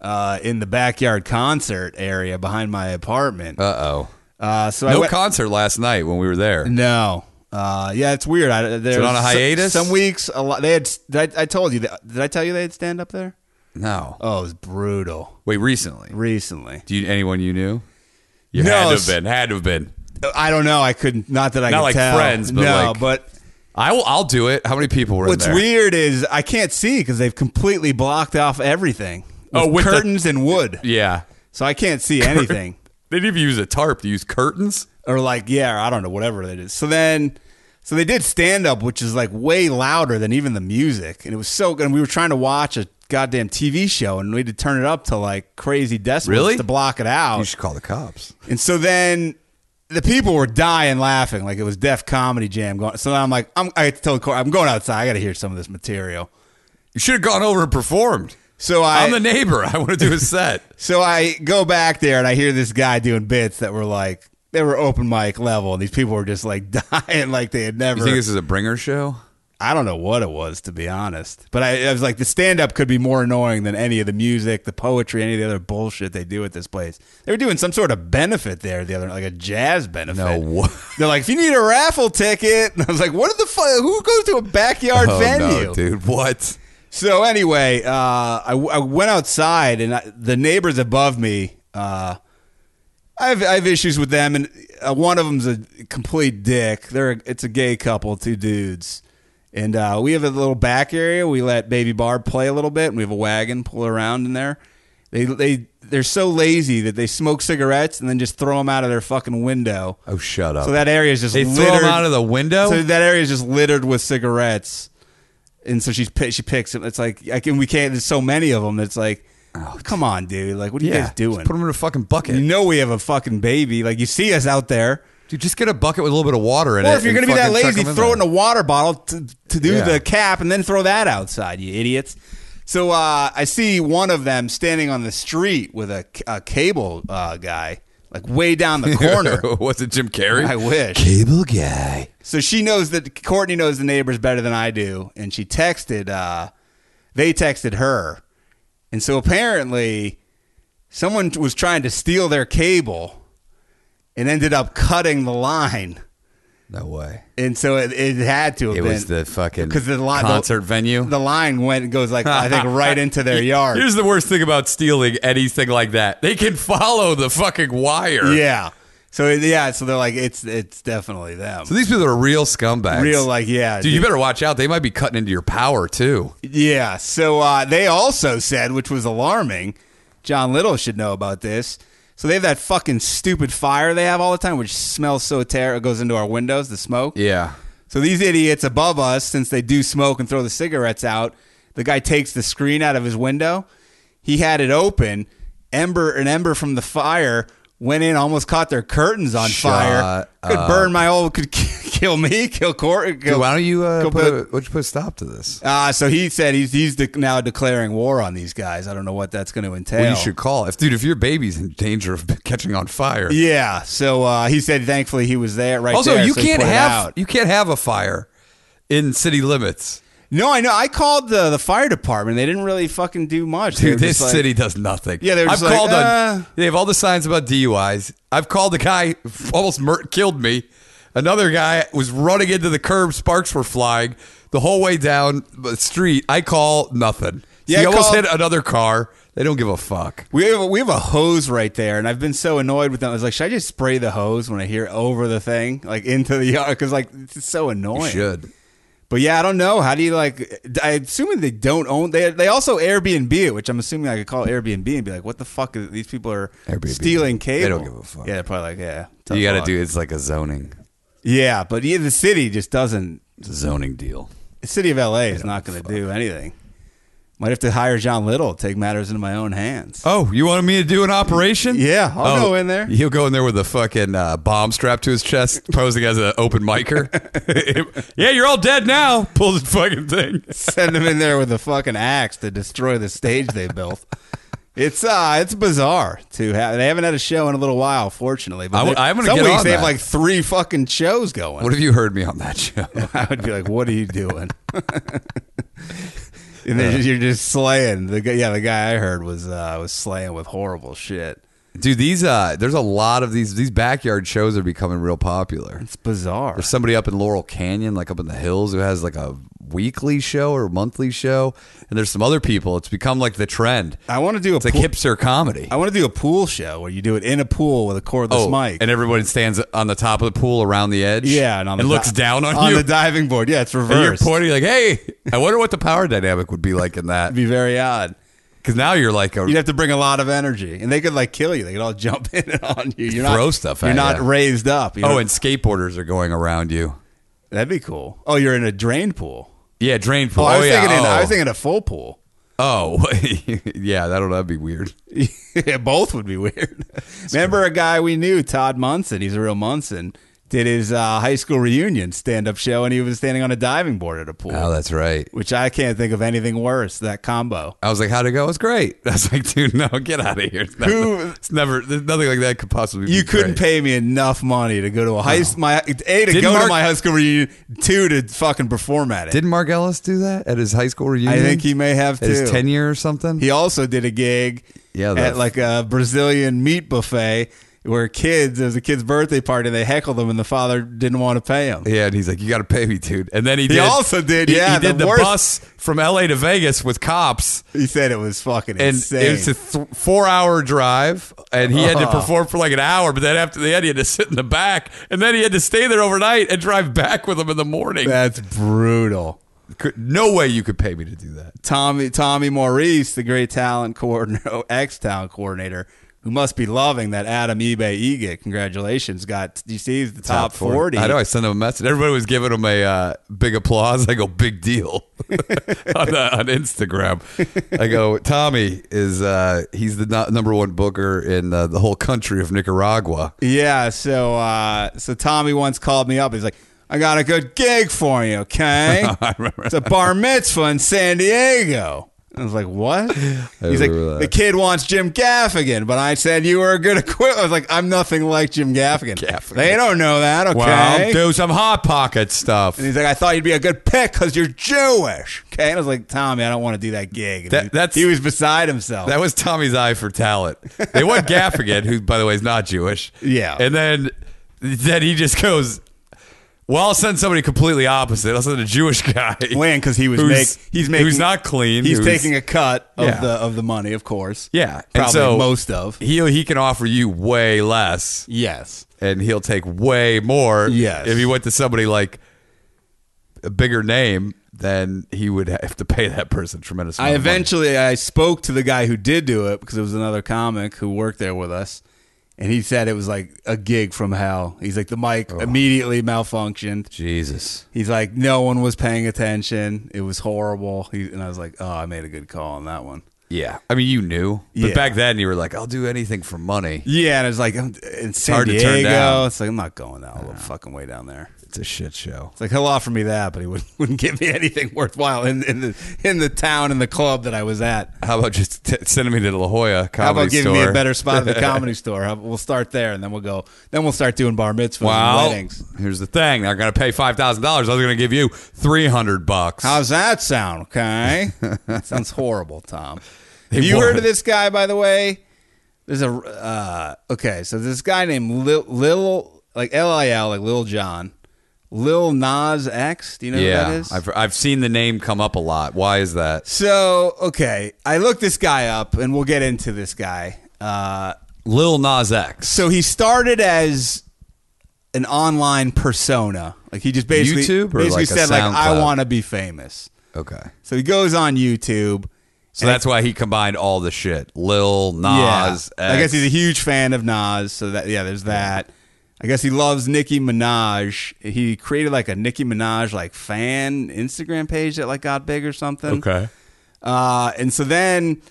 S5: uh, in the backyard concert area behind my apartment.
S2: Uh oh.
S5: Uh, so I
S2: No
S5: went-
S2: concert last night when we were there.
S5: no. Uh, yeah, it's weird. I, there's
S2: on a hiatus?
S5: Some, weeks, a lot. They had. Did I, I told you. That, did I tell you they had stand up there?
S2: No.
S5: Oh, it was brutal.
S2: Wait, recently.
S5: Recently,
S2: Do you anyone you knew? You
S5: No,
S2: had to have
S5: s-
S2: been. Had to have been.
S5: I don't know. I couldn't. Not that I
S2: Not
S5: could
S2: like
S5: tell.
S2: friends, but
S5: no,
S2: like-
S5: but
S2: I will. I'll do it. How many people were in
S5: What's
S2: there?
S5: weird is I can't see because they've completely blocked off everything.
S2: Oh, with the-
S5: curtains and wood,
S2: Yeah.
S5: so I can't see anything.
S2: They didn't even use a tarp. They used curtains.
S5: or like, yeah, I don't know, whatever they did. So then, so they did stand up, which is like way louder than even the music, and it was so good. And we were trying to watch a goddamn TV show, and we had to turn it up to like crazy decibels
S2: Really?
S5: to block it out.
S2: You should call the cops.
S5: And so then the people were dying laughing, like it was deaf comedy jam going. So then I'm like, I'm, I told Corey, I'm going outside. I got to hear some of this material.
S2: You should have gone over and performed.
S5: So I,
S2: I'm the neighbor. I want to do a set.
S5: So I go back there and I hear this guy doing bits that were like they were open mic level, and these people were just like dying like they had never.
S2: You think this is a bringer show?
S5: I don't know what it was to be honest, but I, I was like the stand up could be more annoying than any of the music, the poetry, any of the other bullshit they do at this place. They were doing some sort of benefit there the other, like a jazz benefit.
S2: No wa-
S5: They're like, if you need a raffle ticket, and I was like, what the fuck? Who goes to a backyard venue?
S2: Oh, no, dude. What?
S5: So anyway, uh, I, I went outside, and I, the neighbors above me, uh, I have I have issues with them, and uh, one of them's a complete dick. They're it's a gay couple, two dudes, and uh, we have a little back area. We let Baby Barb play a little bit, and we have a wagon pull around in there. They they they're so lazy that they smoke cigarettes and then just throw them out of their fucking window.
S2: Oh, shut up.
S5: So that area is just
S2: They throw
S5: littered.
S2: them out of the window?
S5: So that area is just littered with cigarettes. and so she's pi- she picks him. It's like I can we can't. There's so many of them. It's like, come on, dude. Like, what are you guys doing?
S2: Oh, Just put them in a fucking bucket.
S5: you know we have a fucking baby. Like you see us out there.
S2: Dude, just get a bucket with a little bit of water in it.
S5: Or if you're
S2: and
S5: gonna be that
S2: fucking chuck
S5: lazy,
S2: 'em in
S5: throw it in
S2: there.
S5: a water bottle to, to do
S2: Yeah.
S5: the cap, and then throw that outside, you idiots. So uh, I see one of them standing on the street with a, c- a cable uh, guy, like way down the corner.
S2: Was it Jim Carrey?
S5: I wish.
S2: Cable guy.
S5: So she knows that Courtney knows the neighbors better than I do, and she texted. Uh, they texted her, and so apparently, someone was trying to steal their cable, and ended up cutting the line,
S2: No way.
S5: and so it, it had to. Have
S2: It
S5: been,
S2: was the fucking
S5: because the li-
S2: concert
S5: the,
S2: venue.
S5: The line went goes like I think right into their yard.
S2: Here's the worst thing about stealing anything like that: they can follow the fucking wire.
S5: yeah. So yeah, so they're like it's it's definitely them.
S2: So these people are real scumbags.
S5: Real like yeah,
S2: Dude, you better watch out. They might be cutting into your power too.
S5: Yeah. So uh, they also said, which was alarming, John Little should know about this. So they have that fucking stupid fire they have all the time, which smells so terrible. It goes into our windows, the smoke.
S2: Yeah.
S5: So these idiots above us, since they do smoke and throw the cigarettes out, the guy takes the screen out of his window. He had it open. Ember, an ember from the fire went in, almost caught their curtains on
S2: Shut
S5: fire. Could burn my old, could kill me, kill Court.
S2: Dude, why don't you uh,
S5: Go
S2: put,
S5: put-
S2: a, why don't you put a stop to this?
S5: Ah, so he said he's he's de- now declaring war on these guys. I don't know what that's going to entail.
S2: Well, you should call. If dude, if your baby's in danger of catching on fire,
S5: Yeah. So uh, he said, thankfully he was there right
S2: also
S5: there,
S2: you
S5: so he
S2: can't
S5: put it
S2: have
S5: out.
S2: you can't have a fire in city limits.
S5: No, I know. I called the the fire department. They didn't really fucking do much. They
S2: Dude,
S5: were
S2: this
S5: just like-
S2: city does nothing.
S5: Yeah, they were
S2: I've
S5: just like,
S2: called
S5: uh.
S2: on. They have all the signs about DUIs. I've called the guy who almost mur- killed me. Another guy was running into the curb. Sparks were flying the whole way down the street. I call nothing.
S5: Yeah,
S2: he
S5: I
S2: almost
S5: called-
S2: hit another car. They don't give a fuck.
S5: We have, we have a hose right there, and I've been so annoyed with them. I was like, should I just spray the hose when I hear it over the thing, like into the yard? Because like it's just so annoying.
S2: You should.
S5: But yeah, I don't know. How do you like? I assuming they don't own. They they also Airbnb it, which I'm assuming I could call Airbnb and be like, "What the fuck? Is, these people are
S2: Airbnb.
S5: stealing cable."
S2: They don't give a fuck.
S5: Yeah, they're probably like, yeah. tough
S2: You got to
S5: luck.
S2: do. It's like a zoning,
S5: Yeah, but yeah, the city just doesn't.
S2: it's a zoning deal.
S5: The city of LA is not going to do anything. Might have to hire John Little, to take matters into my own hands.
S2: Oh, you wanted me to do an operation?
S5: Yeah, I'll
S2: Oh,
S5: go in there.
S2: He'll go in there with a fucking uh, bomb strapped to his chest, posing as an open micer. yeah, you're all dead now. Pulls his fucking thing.
S5: Send him in there with a fucking axe to destroy the stage they built. It's uh, it's bizarre to have. They haven't had a show in a little while, fortunately. But
S2: I w-
S5: they-
S2: I'm gonna
S5: some
S2: get
S5: weeks
S2: on
S5: they have
S2: that.
S5: like three fucking shows going.
S2: What have you heard me on that show?
S5: I would be like, "What are you doing?" and then you're just slaying the guy. Yeah, the guy I heard was uh, was slaying with horrible shit.
S2: Dude, these uh, there's a lot of these these backyard shows are becoming real popular.
S5: It's bizarre.
S2: There's somebody up in Laurel Canyon, like up in the hills, who has like a weekly show or monthly show, and there's some other people. It's become like the trend.
S5: I want to do a
S2: It's like
S5: pool-
S2: hipster comedy. Oh,
S5: I want to do a pool show where you do it in a pool with a cordless mic.
S2: and everyone stands on the top of the pool around the edge.
S5: yeah, and, on the di-
S2: looks down on,
S5: on
S2: you.
S5: the diving board. Yeah, it's
S2: And
S5: reversed.
S2: you're pointing like, hey, I wonder what the power dynamic would be like in that.
S5: It'd be very odd.
S2: Because now you're like a
S5: You'd have to bring a lot of energy, and they could like kill you. They could all jump in on you. You're
S2: Throw
S5: not,
S2: stuff
S5: You're
S2: at
S5: not
S2: ya.
S5: raised up. you
S2: oh,
S5: know?
S2: and skateboarders are going around you.
S5: that'd be cool. Oh, you're in a drain pool.
S2: Yeah, drain pool.
S5: Oh, I was
S2: yeah.
S5: thinking. In, I was
S2: oh.
S5: thinking a full pool.
S2: Oh, yeah. That'll that'd be weird.
S5: yeah, both would be weird. Remember a guy we knew, Todd Munson. He's a real Munson. Did his uh, high school reunion stand-up show, and he was standing on a diving board at a pool.
S2: Oh, that's right.
S5: which I can't think of anything worse. That combo.
S2: I was like, "How'd it go?" It was great. I was like, "Dude, no, get out of here." It's never,
S5: Who-
S2: it's never there's nothing like that could possibly. be
S5: You
S2: great.
S5: couldn't pay me enough money to go to a high s- my a to go
S2: Mark-
S5: to my high school reunion, two to fucking perform at it.
S2: Didn't Mark Ellis do that at his high school reunion?
S5: I think he may have
S2: at his
S5: too.
S2: tenure or something.
S5: He also did a gig
S2: Yeah,
S5: at
S2: that's-
S5: like a Brazilian meat buffet where kids, it was a kid's birthday party, and they heckled him, and the father didn't want to pay him.
S2: Yeah, and he's like, "You got to pay me, dude." And then he,
S5: He
S2: did,
S5: also did,
S2: he-
S5: yeah,
S2: he did
S5: the
S2: the,
S5: worst-
S2: bus from L.A. to Vegas with cops,
S5: He said it was fucking
S2: and
S5: insane.
S2: it was a th- four-hour drive, and he had to
S5: Oh.
S2: perform for like an hour. But then after the end, he had to sit in the back, and then he had to stay there overnight and drive back with him in the morning.
S5: That's brutal.
S2: Could- no way you could pay me to do that.
S5: Tommy Tommy Maurice, the great talent coordinator, ex talent coordinator, who must be loving that Adam eBay Egick. Congratulations, got you see he's the top,
S2: four.
S5: forty.
S2: I know. I sent him a message. Everybody was giving him a uh, big applause. I go, big deal on, uh, on Instagram. I go, Tommy is uh, he's the no- number one booker in uh, the whole country of Nicaragua.
S5: Yeah, so uh, so Tommy once called me up. He's like, "I got a good gig for you, okay? it's a bar mitzvah in San Diego." I was like, "What?" He's like,
S2: remember that.
S5: "The kid wants Jim Gaffigan," but I said you were a good equivalent. I was like, "I'm nothing like Jim Gaffigan."
S2: Gaffigan.
S5: They don't know that, okay?
S2: Well, do some hot pocket stuff.
S5: and he's like, "I thought you'd be a good pick because you're Jewish." Okay, and I was like, "Tommy, I don't want to do that gig." And
S2: That-
S5: he-
S2: that's-
S5: he was beside himself.
S2: That was Tommy's eye for talent. They want Gaffigan, who, by the way, is not Jewish.
S5: Yeah.
S2: And then, then he just goes, "Well, I'll send somebody completely opposite. I'll send a Jewish guy."
S5: Wayne, because he was
S2: who's-
S5: make, he's making
S2: who's not clean.
S5: He's
S2: who's-
S5: taking a cut of
S2: Yeah.
S5: the of the money, of course.
S2: yeah,
S5: probably most of.
S2: he he can offer you way less,
S5: Yes.
S2: and he'll take way more.
S5: Yes.
S2: if he went to somebody like a bigger name, then he would have to pay that person tremendous.
S5: I
S2: amount of money.
S5: eventually I spoke to the guy who did do it because it was another comic who worked there with us, and he said it was like a gig from hell. He's like the mic immediately malfunctioned.
S2: Jesus.
S5: He's like no one was paying attention. It was horrible. He, and I was like, oh, I made a good call on that one.
S2: Yeah, I mean, you knew, but
S5: Yeah.
S2: back then you were like, "I'll do anything for money."
S5: Yeah, and it's like I'm in San
S2: hard to
S5: Diego.
S2: turn down.
S5: It's like I'm not going that little fucking way down there.
S2: It's a shit show.
S5: It's like he'll offer me that, but he wouldn't, wouldn't give me anything worthwhile in, in the in the town and the club that I was at.
S2: How about just t- sending me to La Jolla Comedy
S5: How about giving me
S2: Store?
S5: a better spot at the comedy store? How- We'll start there, and then we'll go. Then we'll start doing bar mitzvahs and
S2: Well,
S5: weddings.
S2: here's the thing: they're going to pay five thousand dollars. I was going to give you three hundred bucks.
S5: How's that sound? Okay, sounds horrible, Tom. Have
S2: It
S5: you heard
S2: was.
S5: of this guy, by the way? There's a uh, okay, so this guy named Lil, Lil like L I L like Lil John, Lil Nas X. Do you know who that
S2: yeah,
S5: is?
S2: I've I've seen the name come up a lot. Why is that?
S5: So okay, I looked this guy up, and we'll get into this guy. Uh,
S2: Lil Nas X.
S5: so he started as an online persona, like he just basically
S2: YouTube or like
S5: basically
S2: a
S5: said like I
S2: SoundCloud?
S5: want to be famous.
S2: Okay,
S5: So he goes on YouTube.
S2: so that's why he combined all the shit. Lil Nas.
S5: yeah,
S2: X.
S5: I guess he's a huge fan of Nas. So that yeah, there's that. I guess he loves Nicki Minaj. He created like a Nicki Minaj like fan Instagram page that like got big or something.
S2: okay.
S5: Uh, and so then,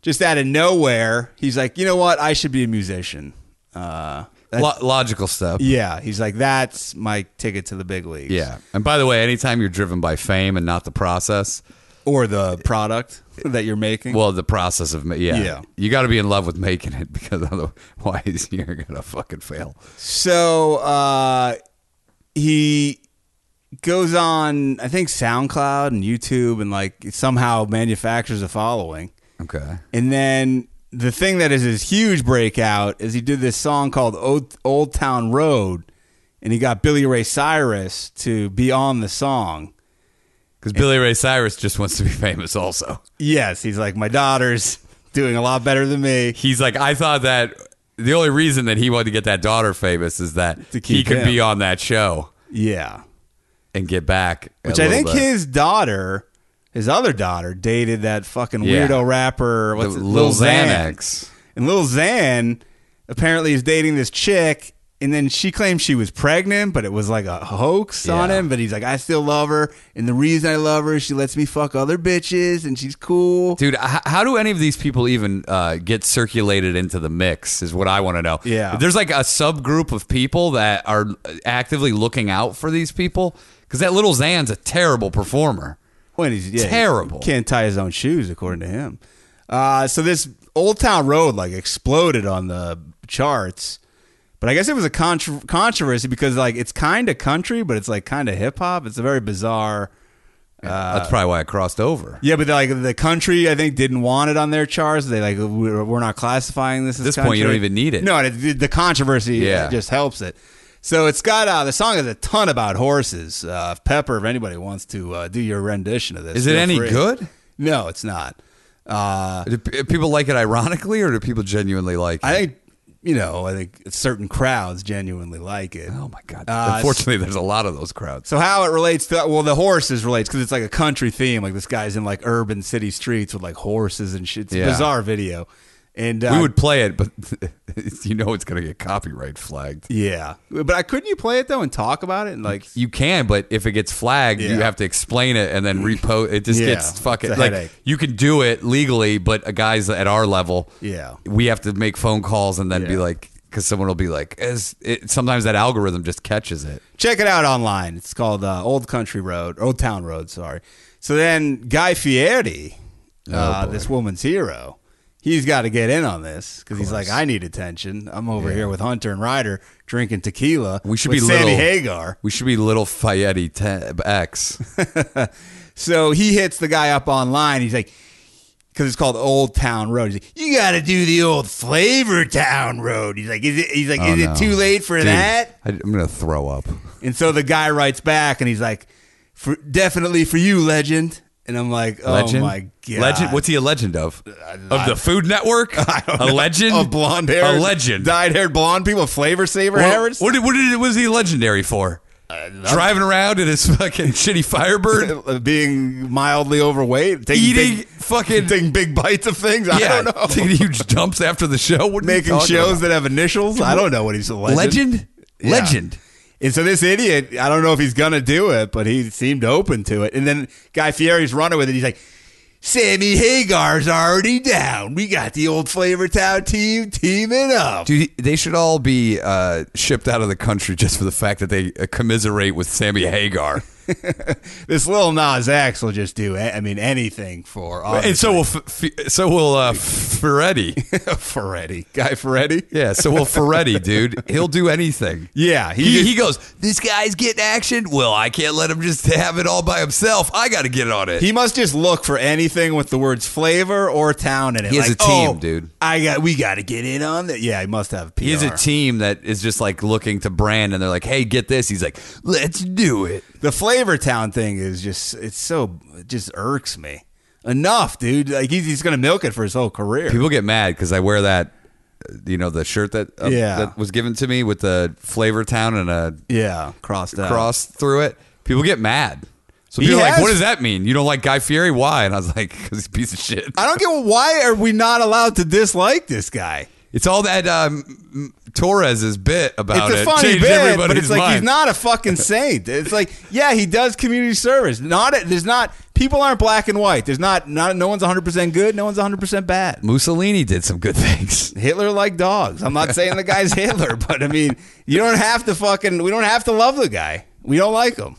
S5: just out of nowhere, he's like, you know what? I should be a musician. Uh, that-
S2: Lo- logical stuff.
S5: yeah, he's like, that's my ticket to the big leagues.
S2: Yeah. And by the way, anytime you're driven by fame and not the process,
S5: Or the product that you're making.
S2: Well, the process of ma- yeah,
S5: Yeah.
S2: you got to be in love with making it because otherwise you're gonna fucking fail.
S5: so uh, he goes on, I think, SoundCloud and YouTube and like somehow manufactures a following.
S2: Okay,
S5: And then the thing that is his huge breakout is he did this song called Old, Old Town Road, and he got Billy Ray Cyrus to be on the song.
S2: because Billy Ray Cyrus just wants to be famous. Also,
S5: Yes, he's like, my daughter's doing a lot better than me.
S2: he's like, I thought that the only reason that he wanted to get that daughter famous is that
S5: To
S2: he
S5: keep
S2: could
S5: him.
S2: be on that show
S5: Yeah.
S2: and get back. a
S5: Which I
S2: little
S5: think
S2: bit.
S5: his daughter, his other daughter, dated that fucking
S2: Yeah.
S5: weirdo rapper,
S2: The
S5: what's it,
S2: Lil
S5: Xan.
S2: Xanax.
S5: And Lil Xan apparently is dating this chick, and then she claims she was pregnant, but it was like a hoax on
S2: Yeah.
S5: him. But he's like, I still love her, and the reason I love her is she lets me fuck other bitches, and she's cool.
S2: Dude, h- how do any of these people even uh, get circulated into the mix? Is what I want to know.
S5: Yeah.
S2: there's like a subgroup of people that are actively looking out for these people because that little Zan's a terrible performer.
S5: When he's yeah, he
S2: Terrible.
S5: can't tie his own shoes, according to him. Uh, so this Old Town Road like exploded on the charts, but I guess it was a contr controversy because like it's kind of country, but it's like kind of hip hop. It's a very bizarre.
S2: That's probably why I crossed over.
S5: Uh, Yeah, but like the country, I think didn't want it on their charts. They like we're, we're not classifying this. At
S2: this point, you don't even need it.
S5: No, and it, the controversy
S2: Yeah.
S5: just helps it. So it's got uh, the song is a ton about horses. Uh, if Pepper, if anybody wants to uh, do your rendition of this,
S2: Is it
S5: feel
S2: any
S5: free.
S2: good?
S5: No, it's not. Uh,
S2: Do p- people like it ironically, or do people genuinely like it?
S5: I think you know. I think certain crowds genuinely like it.
S2: oh my god!
S5: Uh,
S2: Unfortunately, there's a lot of those crowds.
S5: So how it relates to well, the horses relates because it's like a country theme. Like this guy's in like urban city streets with like horses and shit. It's a
S2: Yeah.
S5: bizarre video. And uh,
S2: we would play it, but you know it's going to get copyright flagged.
S5: yeah. But I couldn't you play it though and talk about it and like
S2: You can, but if it gets flagged, you
S5: Yeah.
S2: have to explain it and then repost. It just
S5: Yeah,
S2: gets fucking
S5: it's a
S2: like
S5: headache.
S2: you can do it legally, but a guys at our level,
S5: Yeah.
S2: we have to make phone calls and then be
S5: Yeah.
S2: like, because someone will be like, as it, sometimes that algorithm just catches it.
S5: check it out online. It's called uh, Old Country Road, Old Town Road. Sorry. So then Guy Fieri, uh,
S2: Oh, boy.
S5: this woman's hero, he's got to get in on this because he's like, I need attention. I'm over here with Hunter and Ryder drinking tequila.
S2: We should
S5: with
S2: be
S5: Sammy
S2: little
S5: Hagar.
S2: We should be little Fayette tab X.
S5: So he hits the guy up online. He's like. Because it's called Old Town Road. He's like, you got to do the old Flavor Town Road. He's like, is it? He's like,
S2: Oh,
S5: is
S2: no.
S5: it too late for
S2: Dude,
S5: that?
S2: I, I'm gonna throw up.
S5: And so the guy writes back and he's like, for, definitely for you, legend. And I'm like, oh
S2: Legend,
S5: my God.
S2: legend. What's he a legend of? Of the Food Network, a legend
S5: Of blonde hair.
S2: a legend.
S5: Dyed haired blonde people, flavor saver
S2: Well,
S5: Harrods.
S2: What, did- what, did, what was he legendary for?
S5: Uh,
S2: Driving around in his fucking shitty Firebird,
S5: Being mildly overweight, taking
S2: eating
S5: big,
S2: fucking
S5: taking big bites of things. I
S2: yeah,
S5: don't know.
S2: taking huge dumps after the show, What are you
S5: Making
S2: talking
S5: shows
S2: about?
S5: that have initials. I don't know what he's a legend.
S2: legend,
S5: Yeah.
S2: legend.
S5: And so this idiot, I don't know if he's gonna do it, but he seemed open to it. And then Guy Fieri's running with it. He's like, Sammy Hagar's already down. We got the old Flavor Town team teaming up.
S2: Dude, they should all be uh, shipped out of the country just for the fact that they uh, commiserate with Sammy Hagar.
S5: This little Nas X will just do. a- I mean, anything for.
S2: and so will F- F- so will uh, Ferretti.
S5: Ferretti, Guy Ferretti.
S2: Yeah, so will Ferretti, dude. He'll do anything.
S5: Yeah, he
S2: He,
S5: did-
S2: he goes, This guy's getting action. Well, I can't let him just have it all by himself. I got to get on it.
S5: He must just look for anything with the words flavor or town in it.
S2: He has
S5: Like,
S2: a team,
S5: oh,
S2: dude.
S5: I got. We got to get in on that. Yeah, he must have. PR.
S2: He has a team that is just like looking to brand and they're like, hey, get this. He's like, let's do it.
S5: the flavor town thing is just it's so it just irks me enough dude like he's, he's gonna milk it for his whole career
S2: People get mad because I wear that, uh, you know, the shirt that, uh,
S5: Yeah.
S2: that was given to me with the Flavor Town and a
S5: yeah crossed out
S2: cross through it. People get mad. So
S5: He
S2: people are like,
S5: has-
S2: what does that mean? You don't like Guy Fieri? Why? And I was like, because he's a piece of shit.
S5: i don't get why are we not allowed to dislike this guy
S2: It's all that um, Torres's bit about
S5: it's a
S2: it.
S5: funny
S2: Changed
S5: bit but
S2: everybody's
S5: it's like
S2: mind.
S5: he's not a fucking saint it's like yeah he does community service not there's not people aren't black and white there's not, not no one's 100% good no one's 100% bad
S2: Mussolini did some good things.
S5: Hitler liked dogs. I'm not saying the guy's Hitler, but I mean, you don't have to fucking. We don't have to love the guy. We don't like him.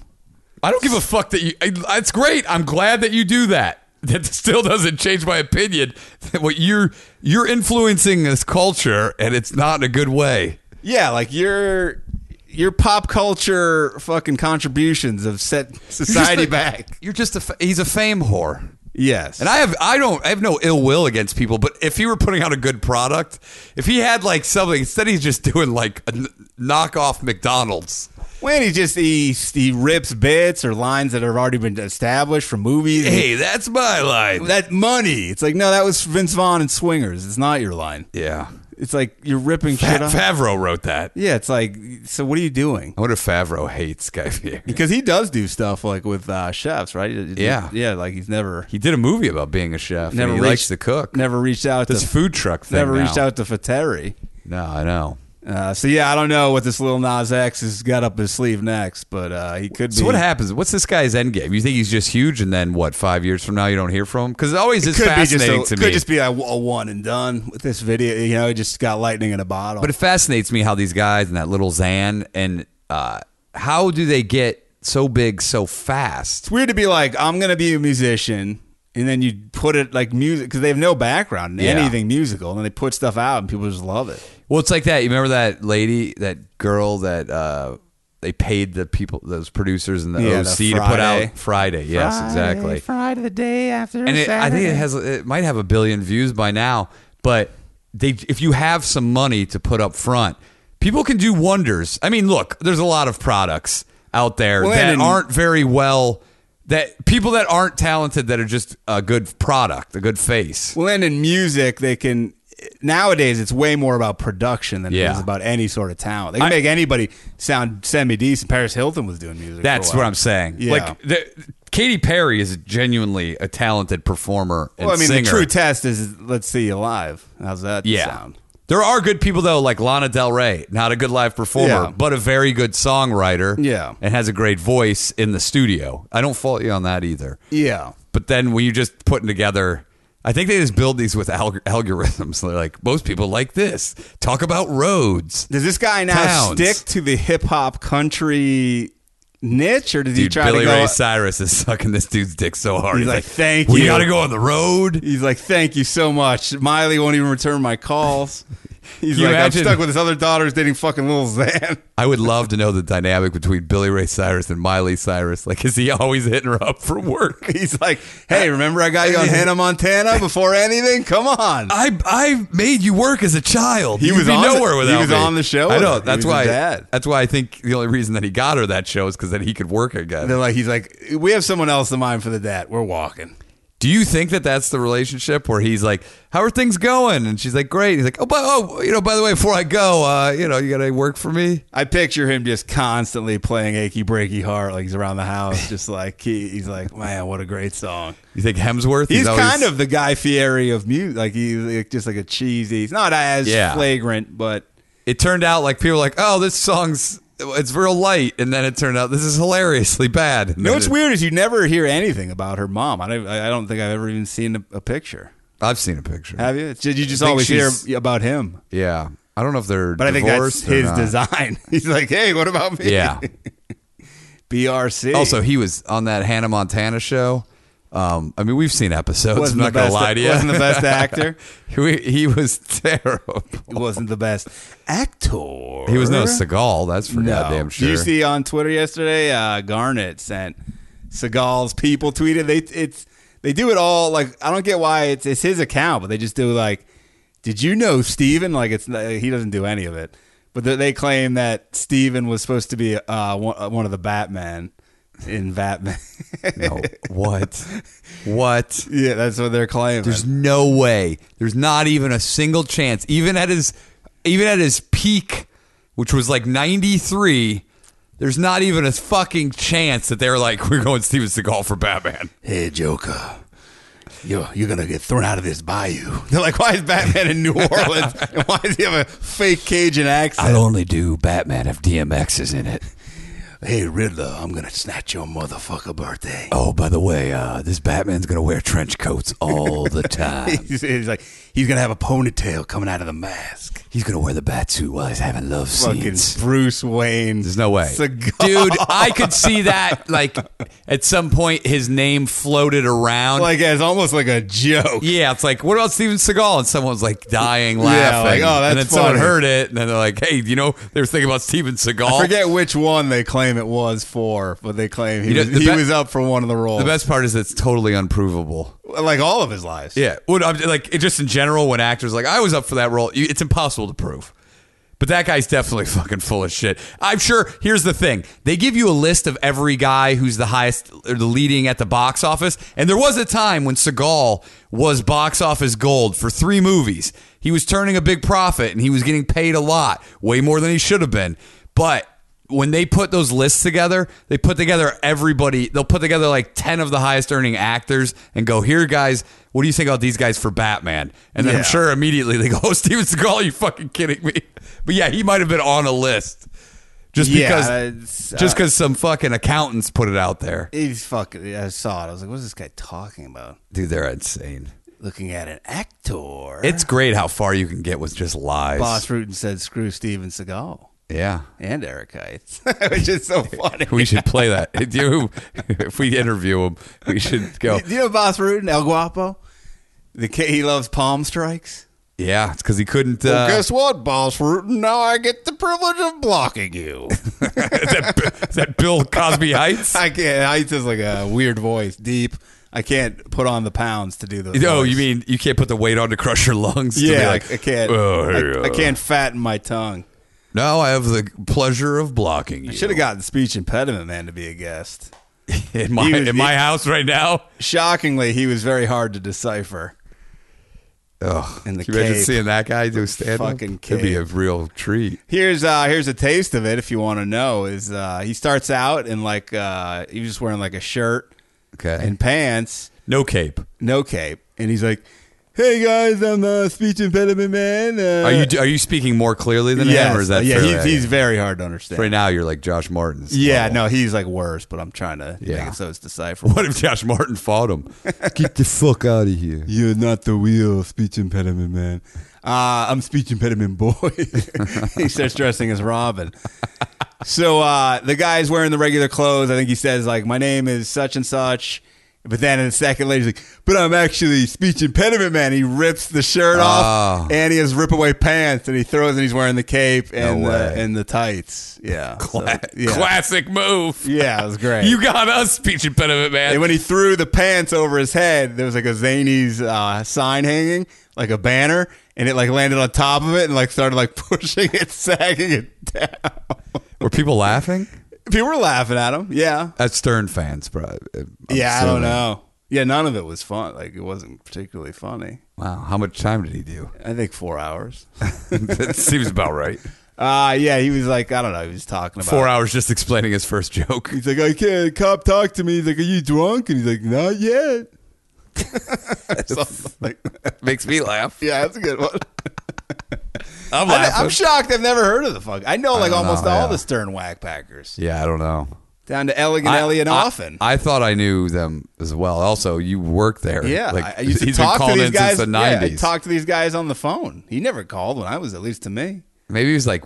S2: I don't give a fuck that you. I, that's great. I'm glad that you do that. That still doesn't change my opinion. That what you're you're influencing this culture, and it's not in a good way.
S5: Yeah, like your your pop culture fucking contributions have set society
S2: You're just a-
S5: back.
S2: You're just a. fa- He's a fame whore.
S5: Yes,
S2: And I have I don't I have no ill will against people, but if he were putting out a good product, if he had like something instead he's just doing like a kn- knockoff McDonald's.
S5: when he just he he rips bits or lines that have already been established from movies.
S2: Hey, that's my line.
S5: That money. It's like no, that was Vince Vaughn and Swingers. It's not your line.
S2: yeah.
S5: It's like you're ripping shit
S2: Fa-
S5: off.
S2: Favreau wrote that.
S5: yeah, it's like so. What are you doing?
S2: I wonder if Favreau hates Guy Fieri.
S5: Because he does do stuff like with uh, chefs, right?
S2: Yeah.
S5: yeah. Like he's never
S2: He did a movie about being a chef.
S5: never
S2: and he
S5: reached,
S2: likes to cook.
S5: Never reached out
S2: this
S5: to
S2: food truck thing.
S5: never reached
S2: now.
S5: out to Fateri.
S2: No, I know.
S5: Uh, so yeah, I don't know what this little Nas X has got up his sleeve next, but uh, he could be.
S2: So what happens? What's this guy's end game? You think he's just huge, and then what? Five years from now, you don't hear from him because it always is
S5: Could be just
S2: fascinating
S5: a,
S2: to
S5: could
S2: me.
S5: just be a, a one and done with this video. You know, he just got lightning in a bottle.
S2: But it fascinates me how these guys and that little Zan and uh, how do they get so big so fast?
S5: it's weird to be like, I'm gonna be a musician, and then you put it like music because they have no background in
S2: Yeah.
S5: anything musical, and then they put stuff out, and people just love it.
S2: Well, it's like that. You remember that lady, that girl that uh, they paid the people, those producers in the
S5: Yeah, the
S2: OC to put
S5: Friday.
S2: out Friday. Yes, exactly.
S5: Friday the day after,
S2: and it, I think it has it might have a billion views by now. But they, if you have some money to put up front, people can do wonders. I mean, look, there's a lot of products out there
S5: Well,
S2: that
S5: and-
S2: aren't very well. That people that aren't talented that are just a good product, a good face.
S5: Well, and in music, they can nowadays it's way more about production than it
S2: Yeah.
S5: is about any sort of talent. They can
S2: I-
S5: make anybody sound semi decent. Paris Hilton was doing music. for a
S2: That's
S5: while.
S2: what I'm saying.
S5: Yeah.
S2: Like the, Katy Perry is genuinely a talented performer and
S5: Well, I mean,
S2: singer.
S5: the true test is let's see you live. How's that
S2: yeah.
S5: sound?
S2: There are good people though, like Lana Del Rey, not a good live performer,
S5: Yeah.
S2: but a very good songwriter.
S5: Yeah.
S2: and has a great voice in the studio. I don't fault you on that either.
S5: Yeah.
S2: But then when you just putting together, I think they just build these with alg- algorithms. They're like, most people like this. Talk about roads.
S5: Does this guy now
S2: Towns.
S5: stick to the hip hop country niche, or does he
S2: Dude,
S5: try
S2: Billy
S5: to go?
S2: Ray Cyrus is sucking this dude's dick so hard.
S5: He's like, "Thank
S2: we
S5: you."
S2: gotta go on the road.
S5: He's like, "Thank you so much." Miley won't even return my calls. He's
S2: You
S5: like,
S2: imagine-
S5: "I'm stuck with his other daughter's dating fucking Lil Xan."
S2: I would love to know the dynamic between Billy Ray Cyrus and Miley Cyrus. Like, is he always hitting her up for work?
S5: He's like, "Hey, remember I got you on Hannah Montana before anything? Come on."
S2: I I made you work as a child.
S5: He
S2: You'd
S5: was
S2: be
S5: on the-
S2: nowhere
S5: he
S2: without
S5: was
S2: me.
S5: on the show
S2: I
S5: with
S2: know.
S5: her. He
S2: That's
S5: was
S2: why.
S5: his dad.
S2: That's why I think the only reason that he got her that show is because then he could work again.
S5: They're like, he's like, "We have someone else in mind for the dad. We're walking."
S2: Do you think that that's the relationship where he's like, "How are things going?" and she's like, "Great." He's like, "Oh, by, oh, you know, by the way, before I go, uh, you know, you got to work for me."
S5: I picture him just constantly playing "Achy Breaky Heart" like he's around the house, just like he, he's like, "Man, what a great song."
S2: You think Hemsworth?
S5: He's,
S2: always-
S5: kind of the Guy Fieri of music. Like he's like, just like a cheesy. He's not as
S2: Yeah.
S5: flagrant, but
S2: It turned out like people were like, "Oh, this song's it's real light," and then it turned out this is hilariously bad.
S5: you know what's weird is you never hear anything about her mom. I don't. I don't think I've ever even seen a, a picture.
S2: I've seen a picture.
S5: Have you? It's just, you just
S2: I think
S5: always hear
S2: she's-
S5: about him.
S2: Yeah, I don't know if they're
S5: But I think that's
S2: divorced or
S5: his
S2: not.
S5: design. He's like, hey, what about me?
S2: Yeah.
S5: BRC.
S2: Also, he was on that Hannah Montana show. Um, I mean, we've seen episodes.
S5: Wasn't
S2: I'm not
S5: the
S2: gonna
S5: best-
S2: lie to you.
S5: wasn't the best actor.
S2: he, he was terrible.
S5: He wasn't the best actor.
S2: He was no Seagal. That's for
S5: No.
S2: goddamn sure.
S5: Did you see on Twitter yesterday? Uh, Garnet sent Seagal's people tweeted. They it's they do it all like I don't get why it's it's his account, but they just do like, did you know Steven? Like it's not- he doesn't do any of it, but they- they claim that Steven was supposed to be uh, one, uh, one of the Batman in Batman.
S2: no. What? What?
S5: yeah, that's what they're claiming.
S2: There's no way. There's not even a single chance. Even at his even at his peak, which was like 93, there's not even a fucking chance that they were like, we're going Steven Seagal for Batman.
S5: hey Joker. You're, you're gonna get thrown out of this bayou. They're like, why is Batman in New Orleans? and why does he have a fake Cajun accent?
S2: only do Batman if DMX is in it.
S5: Hey Riddler, I'm gonna snatch your motherfucker birthday.
S2: Oh, by the way, uh, this Batman's gonna wear trench coats all the time.
S5: He's, he's like, he's gonna have a ponytail coming out of the mask.
S2: he's gonna wear the bat suit while he's having love
S5: Fucking Bruce Wayne.
S2: There's no way.
S5: Seagal.
S2: Dude, I could see that like at some point his name floated around.
S5: like as almost like a joke.
S2: yeah, it's like, what about Steven Seagal? And someone's like dying laughing.
S5: like, oh,
S2: and then
S5: that's
S2: someone
S5: funny.
S2: heard it, and then they're like, hey, you know, they were thinking about Steven Seagal.
S5: I forget which one they claim it was for, but they claim he,
S2: You know,
S5: was,
S2: the
S5: he
S2: be-
S5: was up for one of the roles.
S2: The best part is it's totally unprovable.
S5: like all of his lives.
S2: Yeah. Would I'm- like it just in general when actors are like I was up for that role, you- it's impossible to prove. But that guy's definitely fucking full of shit. I'm sure. Here's the thing: they give you a list of every guy who's the highest or the leading at the box office, and there was a time when Seagal was box office gold for three movies. He was turning a big profit, and he was getting paid a lot, way more than he should have been. But when they put those lists together, they put together everybody. They'll put together like 10 of the highest earning actors and go, here, guys, what do you think about these guys for Batman? And then
S5: Yeah.
S2: I'm sure immediately they go, oh, Steven Seagal, are you fucking kidding me? But yeah, he might have been on a list just
S5: Yeah,
S2: because
S5: it's, uh,
S2: just because some fucking accountants put it out there.
S5: He's fucking. I saw it. I was like, what is this guy talking about?
S2: Dude, they're insane.
S5: Looking at an actor.
S2: It's great how far you can get with just lies.
S5: Boss Rutan said, "Screw Steven Seagal
S2: Yeah.
S5: and Eric Heitz," which is so funny.
S2: We should play that. Do you- if we interview him, we should go.
S5: Do you know Boss Rutan, El Guapo? The kid he loves palm strikes.
S2: Yeah, it's because he couldn't. Uh,
S5: what, Boss Rutan? Now I get the privilege of blocking you.
S2: Is that Bill Cosby Heights?
S5: I can't. Heights is like a weird voice, deep. I can't put on the pounds to do the.
S2: No,
S5: voice.
S2: Oh, you mean you can't put the weight on to crush your lungs? to be
S5: Yeah,
S2: like,
S5: I, I can't.
S2: "Oh,
S5: I-
S2: hey, uh,
S5: I, can't fatten my tongue.
S2: Now I have the pleasure of blocking you.
S5: Should have gotten speech impediment man to be a guest.
S2: in my
S5: he was-
S2: in my house right now.
S5: Shockingly, he was very hard to decipher.
S2: Ugh,
S5: In the
S2: Can you imagine
S5: cave.
S2: seeing that guy do stand up?
S5: Fucking
S2: It'd be a
S5: cave.
S2: real treat.
S5: Here's uh here's a taste of it if you want to know. Is uh he starts out in like uh he was just wearing like a shirt
S2: Okay.
S5: and pants,
S2: no cape.
S5: no cape, and he's like, "Hey guys, I'm a speech impediment man." Uh,
S2: Are you are you speaking more clearly than him, or is that
S5: yeah,
S2: fairly
S5: he's, he's
S2: accurate?
S5: very hard to understand.
S2: right now you're like Josh Martin's.
S5: yeah,
S2: level.
S5: no, he's like worse, but I'm trying to
S2: Yeah.
S5: make it so it's decipherable.
S2: What if Josh Martin fought him? Get the fuck out of here.
S5: You're not the real speech impediment man. Uh, I'm speech impediment boy. he starts dressing as Robin. So uh, the guy's wearing the regular clothes. I think he says like, "My name is such and such," but then in the second later, he's like, "But I'm actually speech impediment man." He rips the shirt
S2: Ah.
S5: off and he has rip away pants, and he throws and he's wearing the cape and
S2: way.
S5: the, and the tights. Yeah, So,
S2: Cla-
S5: yeah.
S2: Classic move.
S5: Yeah, it was great.
S2: You got us, speech impediment man.
S5: And when he threw the pants over his head, there was like a Zany's uh, sign hanging, like a banner, and it like landed on top of it and like started like pushing it, sagging it down.
S2: Were people laughing?
S5: People were laughing at him. Yeah.
S2: That's Stern fans, probably. I'm
S5: yeah, I don't
S2: assuming.
S5: know. Yeah, none of it was fun. Like it wasn't particularly funny.
S2: Wow, how much time did he do?
S5: I think four hours.
S2: that seems about right.
S5: Uh yeah, he was like, I don't know, he was talking about
S2: Four hours just explaining his first joke.
S5: He's like, I can't cop talk to me. He's like, Are you drunk? And he's like, Not yet. Something like that.
S2: Makes me laugh.
S5: Yeah, that's a good one.
S2: I'm
S5: I,
S2: laughing.
S5: am shocked. I've never heard of the fuck. I know like
S2: don't
S5: almost
S2: know,
S5: all
S2: yeah.
S5: the Stern Whack Packers,
S2: yeah, I don't know.
S5: down to Elegant Ellie and Often.
S2: I, thought I knew them as well. Also, you work there.
S5: yeah,
S2: like
S5: I, I used to
S2: he's
S5: talk
S2: been calling
S5: to these
S2: in
S5: guys.
S2: since the
S5: yeah, I
S2: nineties.
S5: talked to these guys on the phone. He never called when I was, at least to me.
S2: Maybe he's like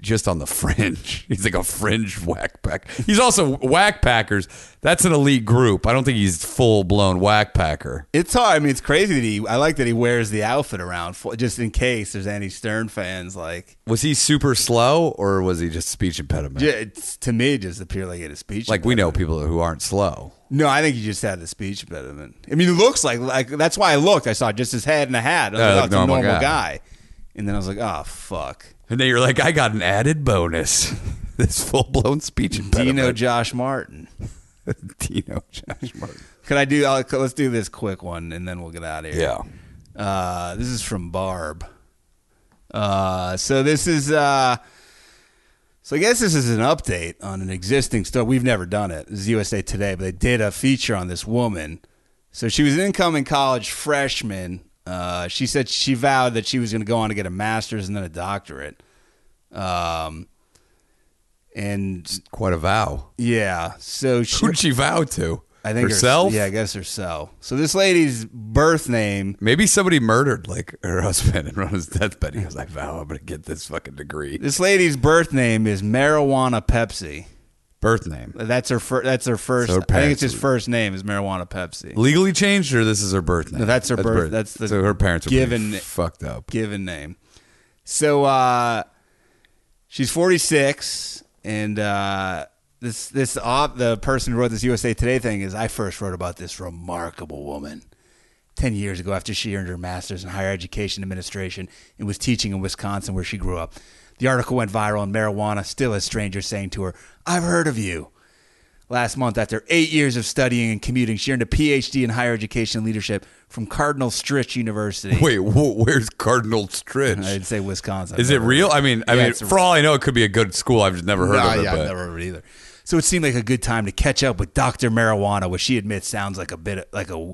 S2: just on the fringe. He's like a fringe whack pack. He's also whack packers. That's an elite group. I don't think he's full blown whack packer.
S5: It's hard. I mean, it's crazy that he. I like that he wears the outfit around for, just in case there's any Stern fans. Like,
S2: Was he super slow or was he just speech impediment?
S5: j- it's, to me, it just appeared like he had a speech.
S2: like we know people who aren't slow.
S5: No, I think he just had the speech impediment. I mean, it looks like like that's why I looked. I saw just his head and a hat. I was
S2: Yeah,
S5: like,
S2: like
S5: oh, it's a
S2: normal
S5: normal
S2: guy.
S5: guy. And then I was like, oh fuck.
S2: And then you're like, I got an added bonus. This full blown speech impediment.
S5: Dino Josh Martin.
S2: Dino Josh Martin.
S5: Can I do? I'll, let's do this quick one, and then we'll get out of here.
S2: Yeah.
S5: Uh, this is from Barb. Uh, so this is. Uh, so I guess this is an update on an existing story. We've never done it. This is USA Today, but they did a feature on this woman. So she was an incoming college freshman. Uh, she said she vowed that she was going to go on to get a master's and then a doctorate. Um, and
S2: Quite a vow.
S5: yeah, so she,
S2: Who'd she vow to?
S5: I think her-
S2: herself?
S5: yeah, I guess herself. So this lady's birth name.
S2: Maybe somebody murdered like her husband and on his deathbed. He goes, I vow I'm gonna get this fucking degree.
S5: This lady's birth name is Marijuana Pepsi.
S2: Birth name.
S5: That's her. Fir- that's her first.
S2: So
S5: I think it's
S2: Pepsi.
S5: his first name is Marijuana Pepsi.
S2: Legally changed or this is her birth name?
S5: No, that's her birth- that's the
S2: so her parents are given
S5: given-
S2: fucked up.
S5: Given name. So uh, she's 46, and uh, this this op, the person who wrote this USA Today thing is I first wrote about this remarkable woman. 10 years ago after she earned her master's in higher education administration and was teaching in Wisconsin where she grew up. The article went viral and marijuana still has strangers saying to her, I've heard of you. Last month, after eight years of studying and commuting, she earned a PhD in higher education leadership from Cardinal Stritch University.
S2: Wait, wh- where's Cardinal Stritch?
S5: I'd say Wisconsin.
S2: Is it real? I mean, I
S5: Yeah,
S2: mean,
S5: it's-
S2: for all I know, it could be a good school. I've just never heard
S5: Nah,
S2: of it.
S5: yeah,
S2: but
S5: I've never heard it either. So it seemed like a good time to catch up with Doctor Marijuana, which she admits sounds like a bit like a,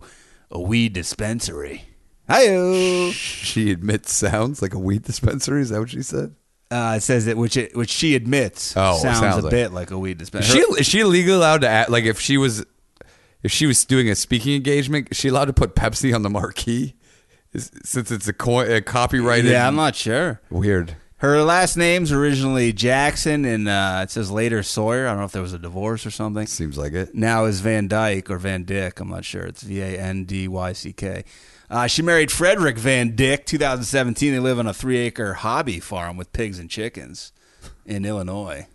S5: a weed dispensary. Hi.
S2: she admits sounds like a weed dispensary. Is that what she said?
S5: Uh, it says that which it, which she admits
S2: Oh, it
S5: sounds,
S2: sounds
S5: a
S2: like-
S5: bit like a weed
S2: Is
S5: dispensary.
S2: she is she legally allowed to act like if she was if she was doing a speaking engagement? Is she allowed to put Pepsi on the marquee? Is, since it's a, co- a copyrighted.
S5: yeah, I'm not sure.
S2: weird.
S5: Her last name's originally Jackson, and uh, it says later Sawyer. I don't know if there was a divorce or something.
S2: Seems like it.
S5: now is Van Dyke or Van Dyck. I'm not sure. It's V A N D Y C K. Uh, she married Frederick Van Dyck, 2017. They live on a three acre hobby farm with pigs and chickens in Illinois.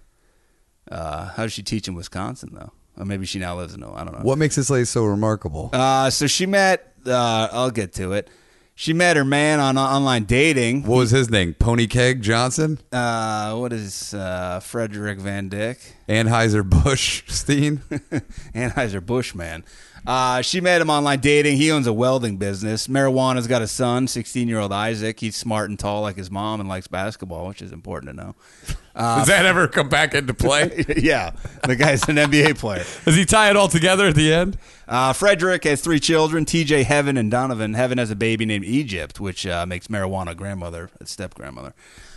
S5: Uh, how does she teach in Wisconsin, though? Or maybe she now lives in Illinois. I don't know.
S2: What makes this lady so remarkable?
S5: Uh, so she met, uh, I'll get to it. She met her man on uh, online dating.
S2: what was his name? Pony Keg Johnson,
S5: Uh, what is uh, Frederick Van Dyck?
S2: Anheuser Busch Steen.
S5: Anheuser Busch man. Uh, she met him online dating. He owns a welding business. Marijuana's got a son, 16 year old Isaac. He's smart and tall like his mom and likes basketball, which is important to know.
S2: Does that ever come back into play?
S5: yeah, the guy's an NBA player.
S2: Does he tie it all together at the end?
S5: Uh, Frederick has three children: TJ, Heaven, and Donovan. Heaven has a baby named Egypt, which uh, makes marijuana grandmother a step grandmother.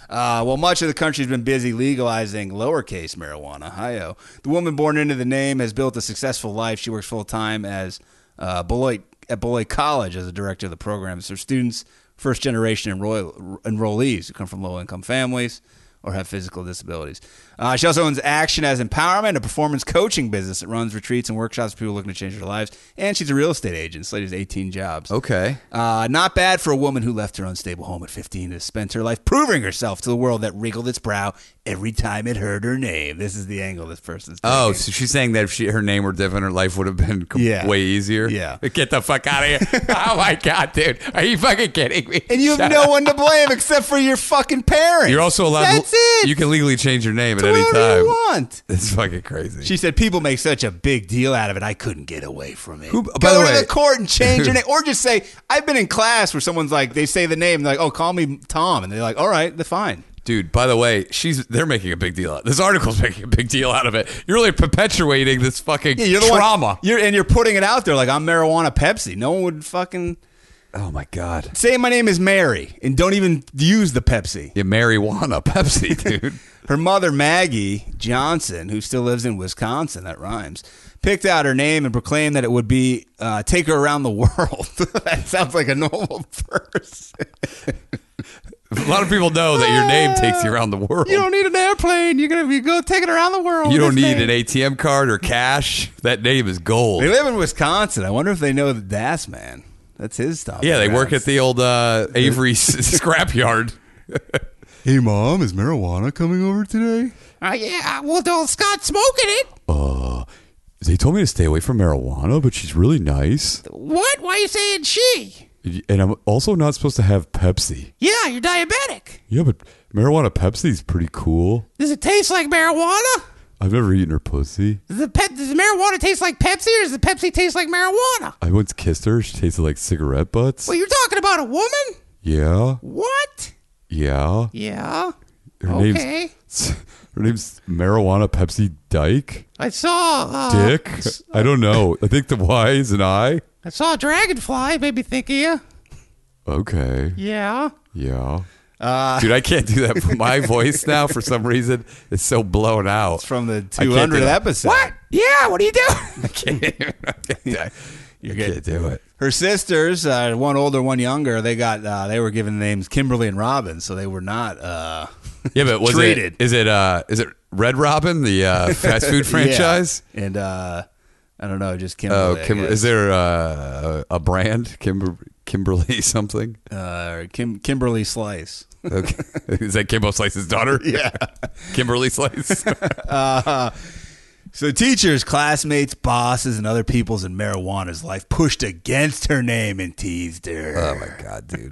S5: Uh, well, much of the country's been busy legalizing lowercase marijuana. Hi-yo. The woman born into the name has built a successful life. She works full time as uh, Beloit at Beloit College as a director of the program. It's her students, first generation enroll- enrollees who come from low income families or have physical disabilities. Uh, she also owns Action as Empowerment, a performance coaching business that runs retreats and workshops for people looking to change their lives. And she's a real estate agent. This lady's 18 jobs.
S2: Okay.
S5: Uh, not bad for a woman who left her unstable home at 15 to spend her life proving herself to the world that wrinkled its brow every time it heard her name. This is the angle this person's taking.
S2: Oh, so she's saying that if she, her name were different, her life would have been com-
S5: Yeah.
S2: way easier.
S5: Yeah.
S2: Get the fuck out of here. oh my god, dude, are you fucking kidding me?
S5: and you have no one to blame except for your fucking parents.
S2: You're also allowed.
S5: That's it.
S2: You can legally change your name at
S5: Do
S2: any
S5: whatever
S2: time.
S5: you want.
S2: It's fucking crazy.
S5: She said people make such a big deal out of it. I couldn't get away from it.
S2: Who-
S5: Go
S2: by the
S5: to
S2: way-
S5: the court and change your name, or just say I've been in class where someone's like they say the name, they're like oh call me Tom, and they're like all right, they're fine.
S2: Dude, by the way, she's they're making a big deal out. This article's making a big deal out of it. You're really perpetuating this fucking
S5: Yeah, you're the
S2: trauma.
S5: One, you're and you're putting it out there like I'm marijuana Pepsi. No one would fucking
S2: oh my god.
S5: say my name is Mary and don't even use the Pepsi.
S2: Yeah, marijuana, Pepsi, dude.
S5: Her mother, Maggie Johnson, who still lives in Wisconsin, that rhymes, picked out her name and proclaimed that it would be uh, take her around the world. that sounds like a normal person.
S2: a lot of people know that your name takes you around the world.
S5: You don't need an airplane. You're gonna be go take it around the world.
S2: You
S5: with
S2: don't
S5: this
S2: need
S5: thing.
S2: an ATM card or cash. That name is gold.
S5: They live in Wisconsin. I wonder if they know the Das Man. That's his stuff.
S2: Yeah, they work at the old uh, Avery s- scrapyard.
S5: Hey, mom, is marijuana coming over today?
S8: Uh,
S2: Oh yeah, well, don't Scott smoking it. Uh, they told me to stay away from marijuana, but she's really nice,
S8: What? Why are you saying she?
S2: and I'm also not supposed to have Pepsi.
S8: Yeah, you're diabetic.
S2: Yeah, but marijuana Pepsi's pretty cool.
S8: Does it taste like marijuana?
S2: I've never eaten her pussy.
S8: Does the pep- does marijuana taste like Pepsi, or does the Pepsi taste like marijuana?
S2: I once kissed her. She tasted like cigarette butts.
S8: Well, you're talking about a woman.
S2: Yeah,
S8: What?
S2: yeah.
S8: Yeah.
S2: Her
S8: Okay.
S2: name's her name's marijuana Pepsi Dyke
S8: I saw. Uh,
S2: Dick. I don't know. I think the Y is an I.
S8: I saw a dragonfly. Made me think of you.
S2: Okay.
S8: Yeah.
S2: Yeah.
S5: Uh,
S2: Dude, I can't do that. My voice now, for some reason, is so blown out.
S5: It's from the
S2: I can't do
S5: 200th
S2: that.
S5: episode.
S8: What? Yeah. What are you doing?
S2: I can't, I can't do it. I can't do it.
S5: Her sisters, uh, one older, one younger, they got uh, they were given the names Kimberly and Robin, so they were not. Uh,
S2: Yeah, but was
S5: Treated.
S2: it? Is it? Uh, is it Red Robin, the uh, fast food franchise?
S5: Yeah. And uh, I don't know, just
S2: Oh,
S5: Kimberly. I
S2: Kim-
S5: guess.
S2: is there uh, a brand Kimber- Kimberly something?
S5: uh, Kim- Kimberly Slice?
S2: Okay. is that Kimbo Slice's daughter?
S5: Yeah.
S2: Kimberly Slice.
S5: So teachers, classmates, bosses, and other peoples in marijuana's life pushed against her name and teased her.
S2: oh my god, dude.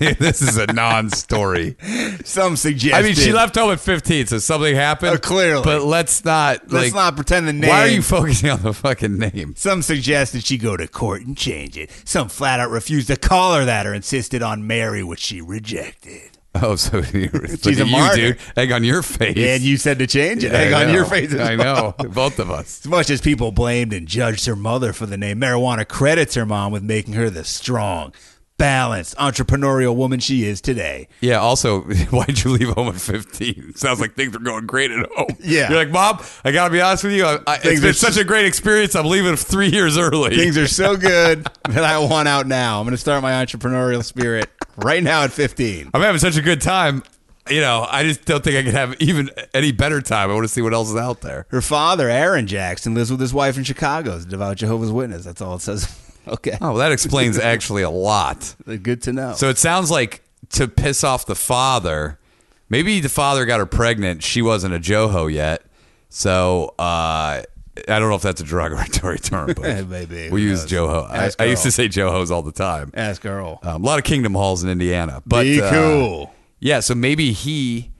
S2: Dude, this is a non-story.
S5: Some suggested.
S2: I mean, she left home at 15, so something happened.
S5: Oh, clearly.
S2: but let's not.
S5: Let's
S2: like,
S5: not pretend the name.
S2: Why are you focusing on the fucking name?
S5: Some suggested she go to court and change it. Some flat out refused to call her that or insisted on Mary, which she rejected.
S2: Oh, so she's
S5: a martyr.
S2: you, dude. Egg on your face.
S5: and you said to change it.
S2: I
S5: Egg on
S2: know.
S5: your face. as
S2: I
S5: well.
S2: know. Both of us.
S5: As much as people blamed and judged her mother for the name, marijuana credits her mom with making her the strong, balanced, entrepreneurial woman she is today.
S2: Yeah. Also, why'd you leave home at 15? Sounds like things are going great at home.
S5: Yeah.
S2: You're like, Mom, I got to be honest with you. I, I,
S5: Things
S2: it's
S5: are
S2: been
S5: s-
S2: such a great experience. I'm leaving three years early.
S5: Things are so good that I want out now. I'm going to start my entrepreneurial spirit right now at 15.
S2: I'm having such a good time. You know, I just don't think I could have even any better time. I want to see what else is out there.
S5: Her father, Aaron Jackson, lives with his wife in Chicago. He's a devout Jehovah's Witness. That's all it says. Okay.
S2: Oh, well, that explains actually a lot.
S5: Good to know.
S2: So it sounds like to piss off the father. Maybe the father got her pregnant. She wasn't a Joho yet. So uh, I don't know if that's a derogatory term, but
S5: Maybe.
S2: we
S5: Who
S2: use
S5: knows?
S2: Joho. I,
S5: Ask
S2: I used
S5: Earl.
S2: to say Johos all the time.
S5: Ask Earl.
S2: Um, a lot of Kingdom Halls in Indiana. But
S5: Be
S2: uh,
S5: cool.
S2: yeah, so maybe he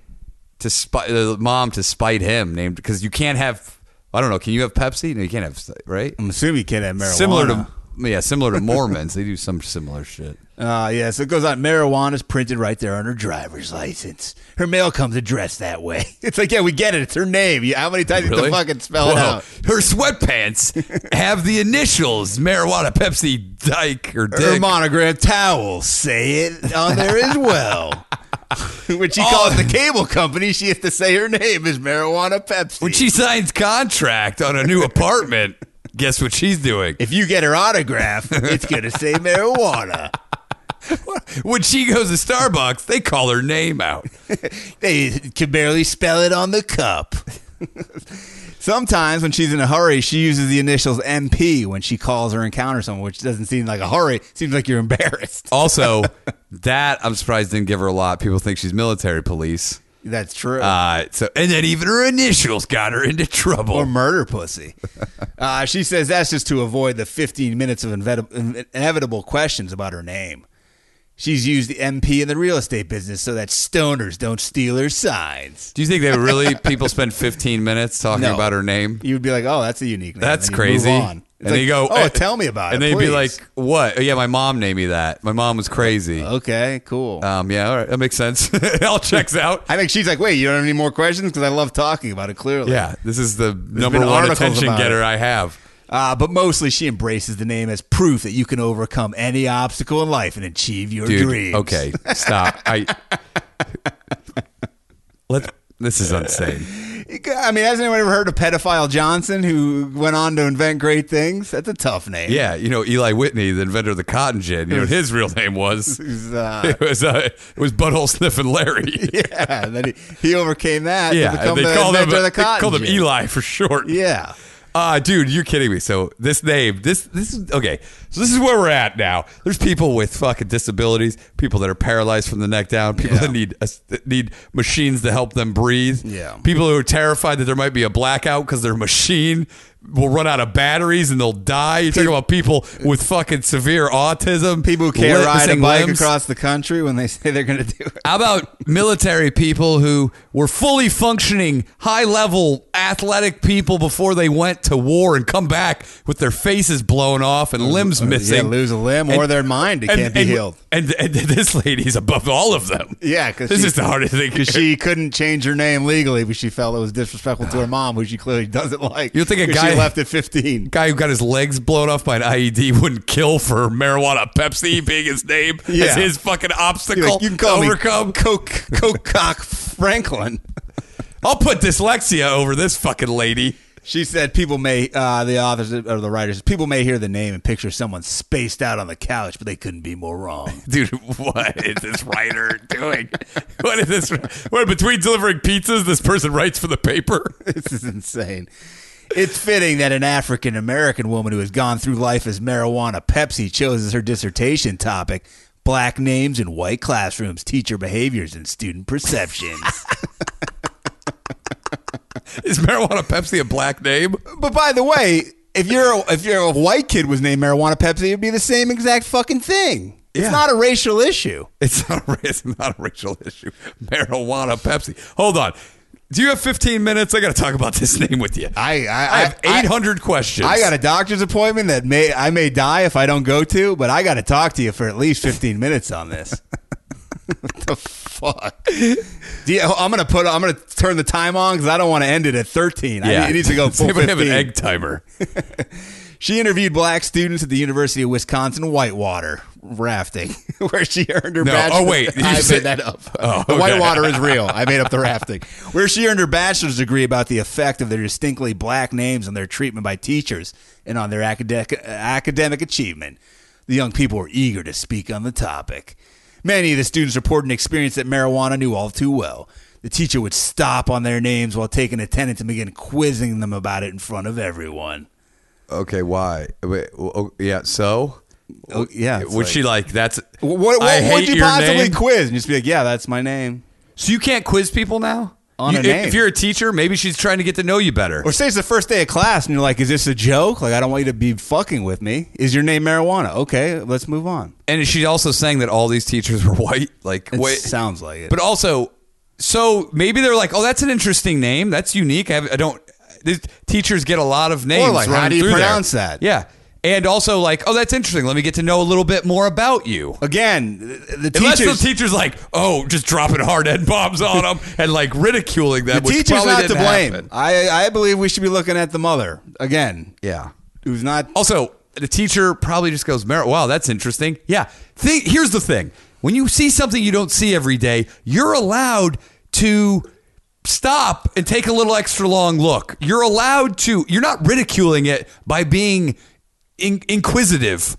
S2: to spite the mom to spite him named because you can't have I don't know. Can you have Pepsi? No, you can't have right.
S5: I'm assuming you can't have marijuana.
S2: Similar to yeah, similar to Mormons, they do some similar shit.
S5: Uh, yeah, so it goes on. Marijuana is printed right there on her driver's license. Her mail comes addressed that way. It's like, yeah, we get it. It's her name. You- How many times do you
S2: Really?
S5: have to fucking spell it
S2: Whoa.
S5: out?
S2: Her sweatpants have the initials marijuana, Pepsi, Dyke, or
S5: Her
S2: Dick.
S5: monogram towel. Say it on there as well. when
S2: Oh.
S5: she calls the cable company, she has to say her name is Marijuana Pepsi.
S2: when she signs contract on a new apartment, guess what she's doing?
S5: if you get her autograph, it's going to say marijuana.
S2: When she goes to Starbucks, they call her name out.
S5: They can barely spell it on the cup. Sometimes when she's in a hurry, she uses the initials MP when she calls or encounters someone, which doesn't seem like a hurry. Seems like you're embarrassed.
S2: Also, that I'm surprised didn't give her a lot. People think she's military police.
S5: That's true.
S2: Uh, so and then even her initials got her into trouble.
S5: or murder pussy. Uh, she says that's just to avoid the 15 minutes of invet- in- inevitable questions about her name. She's used the MP in the real estate business so that stoners don't steal her signs.
S2: Do you think they really people spend 15 minutes talking
S5: No.
S2: about her name?
S5: You would be like, oh, that's a unique name.
S2: That's
S5: and you'd
S2: crazy.
S5: Move on. It's
S2: And
S5: like,
S2: they go, eh,
S5: oh, tell me about
S2: and
S5: it.
S2: And they'd be
S5: please."
S2: like, "What? Oh, yeah, my mom named me that. My mom was crazy."
S5: okay, cool.
S2: Um, yeah, all right, that makes sense. it all checks out.
S5: I think she's like, wait, you don't have any more questions because I love talking about it. Clearly,
S2: Yeah, this is the number
S5: been
S2: one
S5: articles
S2: attention
S5: about
S2: getter
S5: it.
S2: I have.
S5: Uh, but mostly, she embraces the name as proof that you can overcome any obstacle in life and achieve your
S2: Dude,
S5: dreams.
S2: okay, stop. I let this is insane.
S5: I mean, has anyone ever heard of Pedophile Johnson who went on to invent great things? That's a tough name.
S2: Yeah, you know Eli Whitney, the inventor of the cotton gin. You know what his real name was.
S5: He's, uh,
S2: It was uh, it was Butthole Sniffing Larry.
S5: yeah. And then he, he overcame that.
S2: Yeah,
S5: to become
S2: they
S5: the
S2: called him
S5: inventor of
S2: they
S5: the cotton
S2: called him
S5: gin.
S2: Eli for short.
S5: Yeah.
S2: Uh, dude, you're kidding me. So this name, this this is okay. So this is where we're at now. There's people with fucking disabilities, people that are paralyzed from the neck down, people
S5: Yeah.
S2: that need uh, that need machines to help them breathe.
S5: Yeah.
S2: people who are terrified that there might be a blackout because their machine will run out of batteries and they'll die. You're talking about people with fucking severe autism,
S5: People who can't
S2: lim-
S5: ride a
S2: missing
S5: bike
S2: limbs.
S5: across the country when they say they're going to do it.
S2: How about military people who were fully functioning, high level athletic people before they went to war and come back with their faces blown off and limbs missing?
S5: Yeah, lose a limb or their mind. It can't be
S2: and,
S5: healed.
S2: And, and this lady's above all of them.
S5: Yeah, because
S2: This is the hardest thing.
S5: Because she couldn't change her name legally, but she felt it was disrespectful to her mom, who she clearly doesn't like.
S2: You'd think a
S5: 'Cause
S2: guy-
S5: she left at fifteen.
S2: Guy who got his legs blown off by an IED wouldn't kill for marijuana Pepsi being his name as
S5: Yeah.
S2: his fucking
S5: You're
S2: obstacle
S5: like, you can call
S2: to
S5: me
S2: overcome.
S5: Coke, Coke Cock Franklin.
S2: I'll put dyslexia over this fucking lady.
S5: She said people may, uh, the authors or the writers, people may hear the name and picture someone spaced out on the couch, but they couldn't be more wrong.
S2: dude, what is this writer doing? What is this? What between delivering pizzas, this person writes for the paper?
S5: this is insane. It's fitting that an African American woman who has gone through life as marijuana Pepsi chose as her dissertation topic black names in white classrooms, teacher behaviors, and student perceptions.
S2: Is marijuana Pepsi a black name?
S5: but by the way, if you're a, if you're a white kid was named marijuana Pepsi, it'd be the same exact fucking thing.
S2: Yeah.
S5: It's not a racial issue.
S2: It's not. A, it's not a racial issue. Marijuana Pepsi. Hold on. Do you have 15 minutes? I got to talk about this name with you.
S5: I- I-
S2: I have
S5: I-
S2: 800 questions.
S5: I got a doctor's appointment that may I may die if I don't go to, but I got to talk to you for at least 15 minutes on this. what the fuck? Do you- I'm gonna put I'm gonna turn the time on because I don't want to end it at 13. I, it needs to go
S2: Does
S5: full
S2: anybody have
S5: 15.
S2: an egg timer?
S5: She interviewed black students at the University of Wisconsin Whitewater rafting, where she earned her
S2: No,
S5: bachelor's.
S2: oh, wait, you
S5: I
S2: said-
S5: made that up.
S2: Oh,
S5: The
S2: okay.
S5: Whitewater is real. I made up the rafting, where she earned her bachelor's degree about the effect of their distinctly black names on their treatment by teachers and on their academic academic achievement. The young people were eager to speak on the topic. Many of the students reported an experience that marijuana knew all too well. The teacher would stop on their names while taking attendance and begin quizzing them about it in front of everyone.
S2: Okay, why? Wait, oh, yeah. So,
S5: Oh, yeah. it's
S2: was she like that's?
S5: What, what,
S2: I
S5: what would
S2: hate
S5: you
S2: your
S5: possibly
S2: name?
S5: quiz? And just be like, yeah, that's my name.
S2: So you can't quiz people now
S5: On
S2: You-
S5: a
S2: if-
S5: name.
S2: If you're a teacher, maybe she's trying to get to know you better.
S5: Or say it's the first day of class and you're like, is this a joke? Like, I don't want you to be fucking with me. Is your name marijuana? Okay, let's move on.
S2: And she's also saying that all these teachers were white. Like,
S5: It
S2: wait,
S5: sounds like it.
S2: but also, so maybe they're like, "Oh, that's an interesting name. That's unique. I, have, I don't." These teachers get a lot of names.
S5: like, how
S2: running
S5: do you
S2: through there.
S5: pronounce that?
S2: Yeah, And also, like, oh, that's interesting. Let me get to know a little bit more about you.
S5: Again, the- the
S2: Unless
S5: teachers.
S2: the teacher's like, oh, just dropping hard end bombs on them and like ridiculing them.
S5: the
S2: which
S5: teacher's
S2: probably
S5: not to
S2: didn't
S5: blame.
S2: happen.
S5: I, I believe we should be looking at the mother again,
S2: Yeah.
S5: who's not.
S2: Also, the teacher probably just goes, "Mer- wow, that's interesting. Yeah. Thi- here's the thing when you see something you don't see every day, you're allowed to stop and take a little extra long look. You're allowed to, you're not ridiculing it by being in- inquisitive.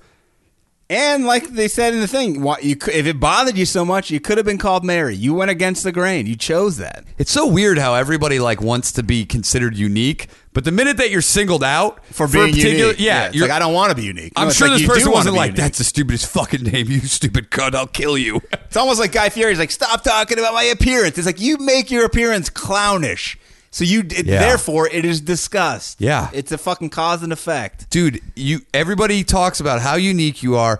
S5: And like they said in the thing, why, you, cou- if it bothered you so much, you could have been called Mary. You went against the grain. You chose that.
S2: It's so weird how everybody like wants to be considered unique, but the minute that you're singled out
S5: For
S2: a
S5: being
S2: particular-
S5: unique.
S2: yeah,
S5: it's
S2: you're,
S5: like, I don't want to be unique.
S2: I'm
S5: No, it's
S2: sure
S5: like,
S2: this
S5: you do
S2: person
S5: wanna
S2: wasn't
S5: be
S2: like,
S5: unique.
S2: "That's the stupidest fucking name, you stupid cunt! I'll kill you."
S5: It's almost like Guy Fieri's like, stop talking about my appearance. It's like you make your appearance clownish, so you it,
S2: Yeah.
S5: therefore it is discussed.
S2: Yeah.
S5: it's a fucking cause and effect.
S2: dude you everybody talks about how unique you are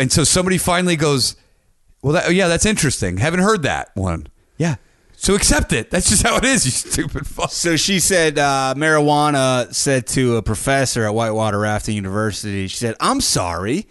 S2: and so somebody finally goes well that, yeah that's interesting haven't heard that one yeah so accept it that's just how it is you stupid fuck
S5: So she said, uh, marijuana said to a professor at Whitewater Rafting University, she said, I'm sorry.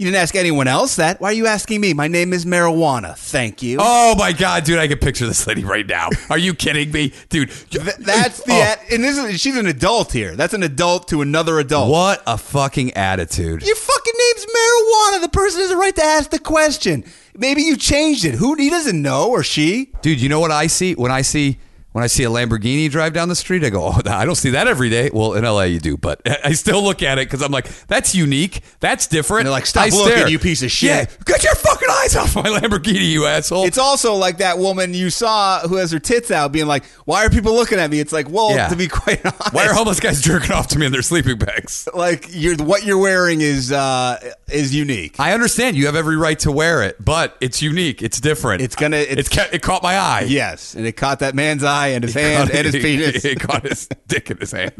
S5: You didn't ask anyone else that. Why are you asking me? My name is marijuana. Thank you.
S2: oh my god dude i can picture this lady right now are you kidding me dude
S5: Th- that's the,
S2: Oh,
S5: and this is, she's an adult here. That's an adult to another adult.
S2: what a fucking attitude
S5: Your fucking name's marijuana. The person has a right to ask the question. Maybe you changed it. Who he doesn't know or she.
S2: dude you know what i see when i see when i see a lamborghini drive down the street i go oh i don't see that every day well in la you do but i still look at it because i'm like that's unique that's different
S5: And they're like, "Stop
S2: I
S5: looking,
S2: stare."
S5: you piece of shit.
S2: yeah get your fucking eyes off my lamborghini you asshole
S5: It's also like that woman you saw who has her tits out being like, Why are people looking at me? It's like, well,
S2: Yeah.
S5: to be quite honest.
S2: why are homeless guys jerking off to me in their sleeping bags
S5: like you're what you're wearing is uh is unique.
S2: i understand you have every right to wear it but it's unique it's different
S5: It's gonna-
S2: it's,
S5: it's-
S2: ca- it caught my eye
S5: Yes, and it caught that man's eye and his hand and his penis.
S2: it caught his dick in his hand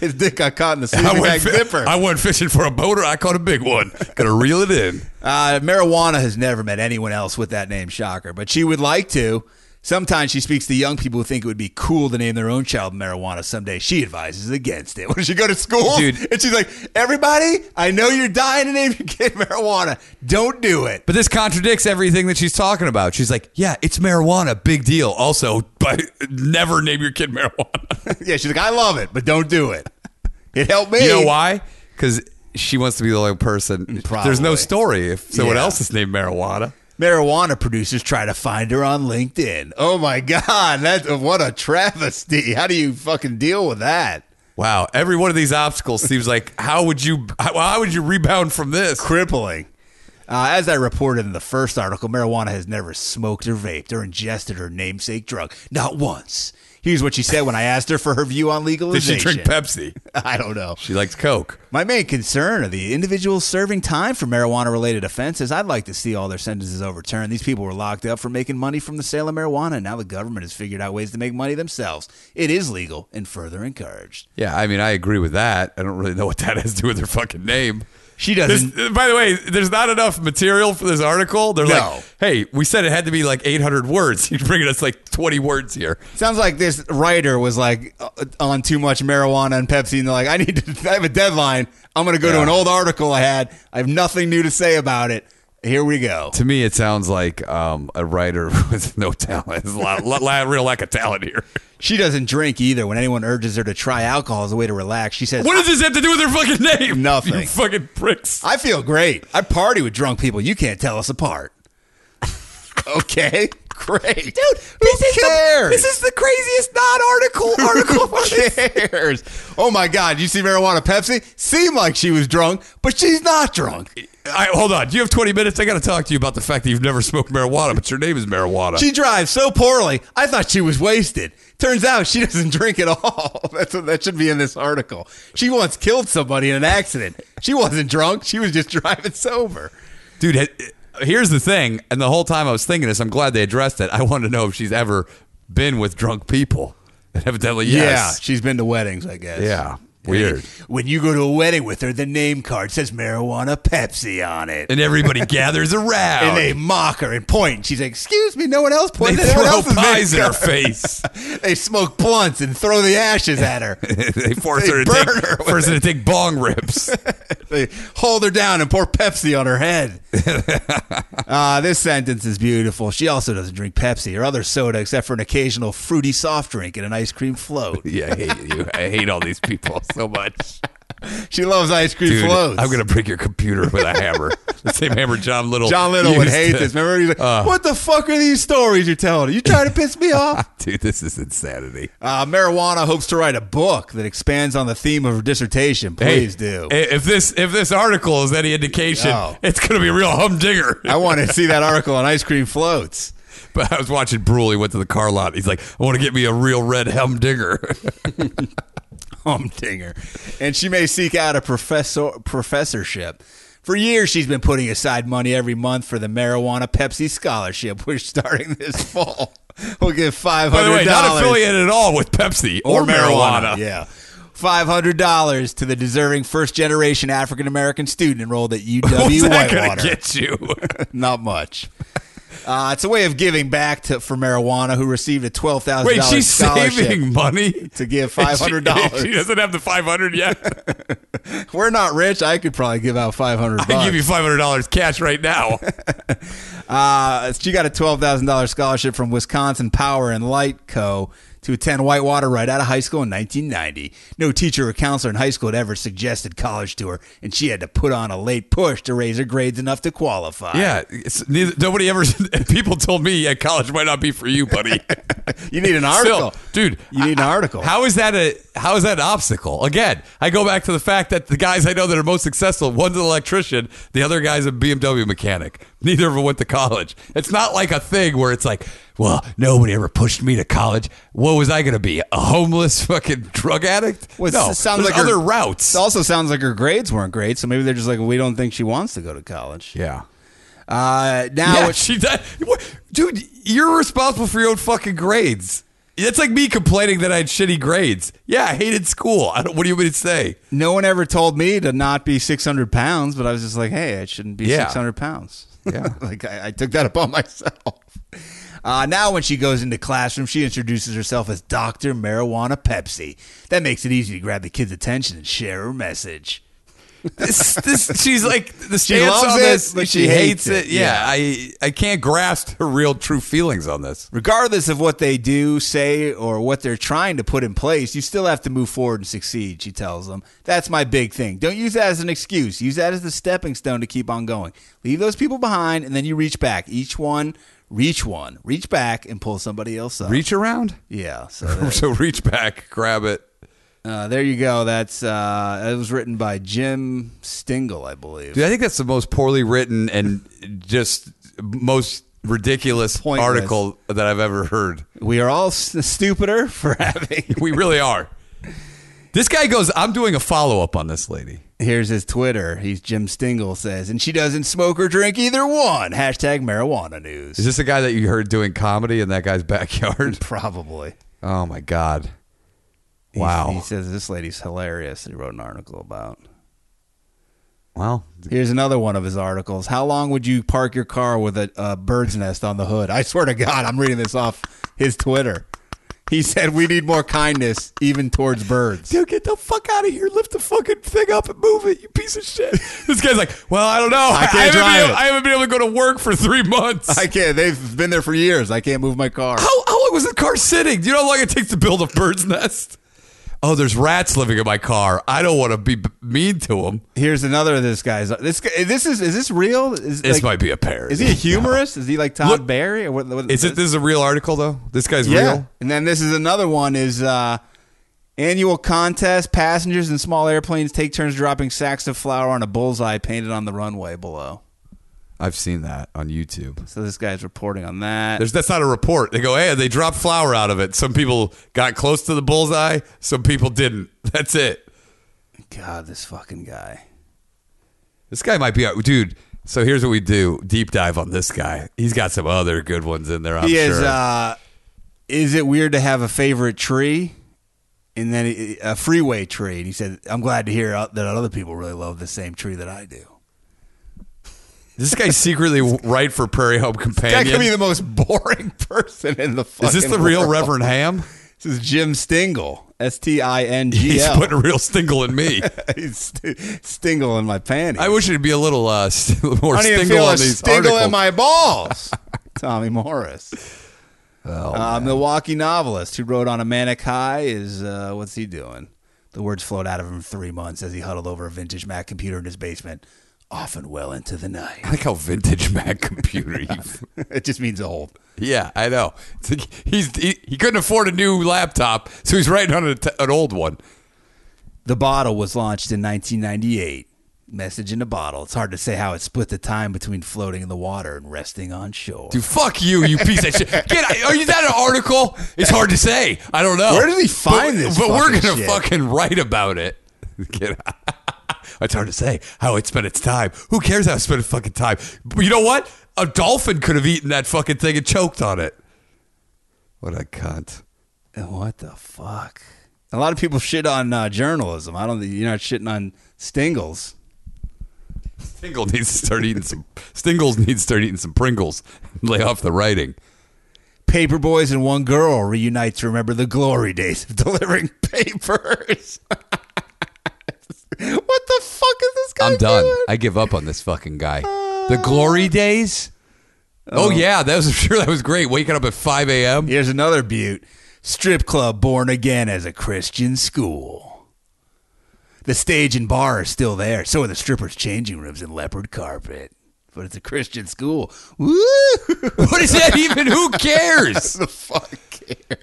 S5: his dick got caught in the
S2: I
S5: sleeping
S2: went,
S5: bag
S2: fi-
S5: zipper.
S2: I went fishing for a boater. I caught a big one. Gonna reel it in.
S5: Uh, marijuana has never met anyone else with that name, shocker. But she would like to. Sometimes she speaks to young people who think it would be cool to name their own child marijuana someday. She advises against it. When she go to school,
S2: Dude.
S5: and she's like, "Everybody, I know you're dying to name your kid marijuana. Don't do it."
S2: But this contradicts everything that she's talking about. She's like, yeah, it's marijuana, big deal. Also, but never name your kid marijuana.
S5: yeah, she's like, "I love it, but don't do it." It helped me.
S2: you know why? Because she wants to be the only person. There's no
S5: Probably.
S2: story if someone
S5: Yeah.
S2: else is named marijuana.
S5: Marijuana producers try to find her on LinkedIn. Oh my god, that what a travesty! How do you fucking deal with that?
S2: Wow, every one of these obstacles seems like how would you how, how would you rebound from this?
S5: crippling. Uh, as I reported in the first article, marijuana has never smoked or vaped or ingested her namesake drug, not once. Here's what she said when I asked her for her view on
S2: Did
S5: legalization.
S2: she drink Pepsi?
S5: I don't know.
S2: She likes Coke.
S5: My main concern are the individuals serving time for marijuana related offenses. I'd like to see all their sentences overturned. These people were locked up for making money from the sale of marijuana, and now the government has figured out ways to make money themselves. It is legal and further encouraged.
S2: Yeah, I mean, I agree with that. I don't really know what that has to do with her fucking name.
S5: She
S2: This, uh,
S5: doesn't.
S2: by the way, there's not enough material for this article. They're
S5: No.
S2: like, hey, we said it had to be like 800 words. You're bringing us like 20 words here.
S5: Sounds like this writer was like uh, on too much marijuana and Pepsi, and they're like, I need to, I have a deadline. I'm going to go to
S2: Yeah.
S5: an old article I had. I have nothing new to say about it. Here we go.
S2: To me, it sounds like um, a writer with no talent. There's a lot, lot, lot- real lack of talent here.
S5: She doesn't drink either. When anyone urges her to try alcohol as a way to relax, she says,
S2: What does this have to do with her fucking name?
S5: Nothing.
S2: You fucking pricks.
S5: I feel great. I party with drunk people. You can't tell us apart. okay, great, dude. This is cares?
S2: This is the craziest non-article article.
S5: Who cares? Oh my God! You see marijuana Pepsi? Seemed like she was drunk, but she's not drunk.
S2: I, hold on. Do you have 20 minutes? I got to talk to you about the fact that you've never smoked marijuana, but your name is marijuana.
S5: She drives so poorly. I thought she was wasted. Turns out she doesn't drink at all. That's what that should be in this article. She once killed somebody in an accident. She wasn't drunk. She was just driving sober.
S2: dude it- here's the thing and the whole time i was thinking this i'm glad they addressed it i wanted to know if she's ever been with drunk people and evidently yes
S5: Yeah, she's been to weddings, I guess.
S2: yeah Weird.
S5: When you go to a wedding with her, the name card says marijuana Pepsi on it.
S2: And everybody gathers around.
S5: And they mock her and point. She's like, "Excuse me, no one else
S2: They
S5: pointed. at everyone
S2: throw
S5: else's name
S2: pies in her
S5: card."
S2: face.
S5: they smoke blunts and throw the ashes at her.
S2: they force
S5: They
S2: her to
S5: burn
S2: take
S5: her with
S2: force her to take bong rips.
S5: they hold her down and pour Pepsi on her head. uh, this sentence is beautiful. She also doesn't drink Pepsi or other soda except for an occasional fruity soft drink and an ice cream float.
S2: yeah, I hate you. I hate all these people so much.
S5: She loves ice cream
S2: Dude,
S5: floats.
S2: I'm gonna break your computer with a hammer. the same hammer John Little.
S5: John Little would
S2: used
S5: hate
S2: to-
S5: this. Remember, he's like,
S2: Uh.
S5: "What the fuck are these stories you're telling? Are you trying to piss me off?"
S2: Dude, this is insanity.
S5: Uh, marijuana hopes to write a book that expands on the theme of her dissertation. Please do.
S2: i- If this if this article is any indication,
S5: Oh.
S2: it's gonna be a real humdinger.
S5: I want to see that article on ice cream floats.
S2: But I was watching Brule. He went to the car lot. He's like, I want to get me a real red humdinger.
S5: Humdinger. Oh, And she may seek out a professor professorship. For years, she's been putting aside money every month for the marijuana Pepsi scholarship. We're starting this fall. We'll give five
S2: By the way,
S5: hundred
S2: not
S5: dollars
S2: affiliated at all with Pepsi or, marijuana.
S5: Yeah. $500 to the deserving first generation African American student enrolled at UW
S2: What's that going to
S5: Whitewater.
S2: get you?
S5: Not much. Uh, it's a way of giving back to, for marijuana, who received a twelve thousand
S2: Wait,
S5: dollars
S2: she's
S5: scholarship
S2: saving money.
S5: to give
S2: And she-
S5: five hundred dollars.
S2: She doesn't have the five hundred yet.
S5: We're not rich. I could probably give out five hundred
S2: I give you
S5: dollars.
S2: five hundred dollars cash right now.
S5: Uh, she got a twelve thousand dollars scholarship from Wisconsin Power and Light Co. to attend Whitewater right out of high school in 1990. No teacher or counselor in high school had ever suggested college to her, and she had to put on a late push to raise her grades enough to qualify.
S2: yeah, it's, neither, nobody ever. People told me yeah, college might not be for you, buddy.
S5: you need an
S2: Still,
S5: article,
S2: dude.
S5: You need an
S2: I- I-
S5: article.
S2: How is that a how is that an obstacle? Again, I go back to the fact that the guys I know that are most successful, one's an electrician, the other guy's a BMW mechanic. Neither of them went to college. It's not like a thing where it's like, well, nobody ever pushed me to college. What was I going to be? A homeless fucking drug addict?
S5: Well, it
S2: no,
S5: s- sounds
S2: there's
S5: like her-
S2: other routes.
S5: It also sounds like her grades weren't great, so maybe they're just like, we don't think she wants to go to college.
S2: yeah.
S5: Uh, now,
S2: Yeah, she did. What- Dude, you're responsible for your own fucking grades. That's like me complaining that I had shitty grades. Yeah, I hated school. I don't, what do you want me to say?
S5: no one ever told me to not be 600 pounds, but I was just like, hey, I shouldn't be
S2: Yeah.
S5: 600 pounds.
S2: Yeah.
S5: like, I, I took that upon myself. Uh, now, when she goes into classroom, she introduces herself as Dr. Marijuana Pepsi. That makes it easy to grab the kids' attention and share her message.
S2: this, this she's like the stance
S5: loves
S2: on
S5: it,
S2: this,
S5: but
S2: she,
S5: she
S2: hates
S5: hates
S2: it.
S5: it.
S2: Yeah, I I can't grasp her real true feelings on this.
S5: regardless of what they do, say, or what they're trying to put in place, you still have to move forward and succeed, she tells them. That's my big thing. Don't use that as an excuse. Use that as the stepping stone to keep on going. Leave those people behind, and then you reach back. Each one, reach one, reach back, and pull somebody else up.
S2: Reach around,
S5: Yeah. So, there-
S2: so reach back, grab it.
S5: uh, there you go. That's uh, It was written by Jim Stingle, I believe.
S2: Dude, I think that's the most poorly written and just most ridiculous
S5: Pointless.
S2: article that I've ever heard.
S5: We are all s- stupider for having.
S2: We really are. This guy goes, I'm doing a follow up on this lady.
S5: Here's his Twitter. He's Jim Stingle says, and she doesn't smoke or drink either one. Hashtag marijuana
S2: Is
S5: news.
S2: this a guy that you heard doing comedy in that guy's backyard?
S5: Probably.
S2: Oh my god.
S5: He's-
S2: Wow.
S5: He says this lady's hilarious. He wrote an article about.
S2: Well,
S5: Here's another one of his articles. How long would you park your car with a, a bird's nest on the hood? I swear to God, I'm reading this off his Twitter. He said we need more kindness even towards birds.
S2: dude, get the fuck out of here. Lift the fucking thing up and move it, you piece of shit. This guy's like, well, I don't know. I
S5: can't
S2: haven't
S5: drive
S2: been,
S5: it."
S2: I haven't been able to go to work for three months.
S5: I can't. They've been there for years. I can't move my car.
S2: how, how long was the car sitting? Do you know how long it takes to build a bird's nest? Oh, there's rats living in my car. I don't want to be b- mean to them.
S5: Here's another of this guy's. This guy- this is is this real? Is,
S2: This
S5: like-
S2: might be a parody.
S5: Is he a humorist? Is he like Todd
S2: Look-
S5: Barry? Or what, what,
S2: Is it? This is a real article though. This guy's
S5: Yeah.
S2: real.
S5: And then this is another one is uh, annual contest. Passengers in small airplanes take turns dropping sacks of flour on a bullseye painted on the runway below.
S2: I've seen that on YouTube.
S5: So this guy's reporting on that.
S2: There's that's not a report. They go, hey, they dropped flour out of it. Some people got close to the bullseye. Some people didn't. That's it.
S5: God, this fucking guy.
S2: This guy might be our dude. So here's what we do: deep dive on this guy. He's got some other good ones in there. I'm
S5: he uh,
S2: sure.
S5: is. Uh, is it weird to have a favorite tree? and then he- a freeway tree. And he said, "I'm glad to hear out- that other people really love the same tree that I do."
S2: This guy secretly right for Prairie Home
S5: That could be
S2: Companion.
S5: the most boring person in the.
S2: Is this
S5: fucking
S2: the real
S5: world.
S2: Reverend Ham?
S5: This is Jim Stingle. S T I N G
S2: He's
S5: L.
S2: putting a real stingle in me.
S5: He's st- Stingle in my panties.
S2: I wish it'd be a little uh, st- more
S5: I don't even
S2: stingle
S5: feel
S2: on
S5: a
S2: these
S5: stingle
S2: articles.
S5: in my balls. Tommy Morris. Uh, Milwaukee novelist who wrote on a manic high is uh, what's he doing? The words flowed out of him for three months as he huddled over a vintage Mac computer in his basement, often well into the night.
S2: I like how vintage Mac computer. you-
S5: it just means old.
S2: yeah, I know. It's like he's he, he couldn't afford a new laptop, so he's writing on a t- an old one.
S5: The bottle was launched in 1998. Message in the bottle. It's hard to say how it split the time between floating in the water and resting on shore.
S2: Dude, fuck you, you piece of shit. Get out. Are you that an article? It's hard to say. I don't know.
S5: Where did he find
S2: but,
S5: this
S2: But we're
S5: fucking
S2: gonna
S5: shit?
S2: fucking write about it. Get out. It's hard to say how it spent its time. Who cares how it spent its fucking time? But you know what? A dolphin could have eaten that fucking thing and choked on it. What a cunt.
S5: And Eh, What the fuck? A lot of people shit on uh, journalism. I don't. think You're not shitting on Stingles.
S2: Stingle needs to start eating some Stingles needs to start eating some Pringles. Lay off the writing.
S5: Paper boys and one girl reunite to remember the glory days of delivering papers. what the fuck is this guy
S2: I'm done.
S5: doing?
S2: I give up on this fucking guy. The glory days. Oh, yeah, that was sure that was great. Waking up at 5 a.m.
S5: Here's another butte. Strip club born again as a Christian school. The stage and bar are still there. So are the strippers' changing rooms and leopard carpet. But it's a Christian school. Woo!
S2: What is that even? Who cares?
S5: the fuck?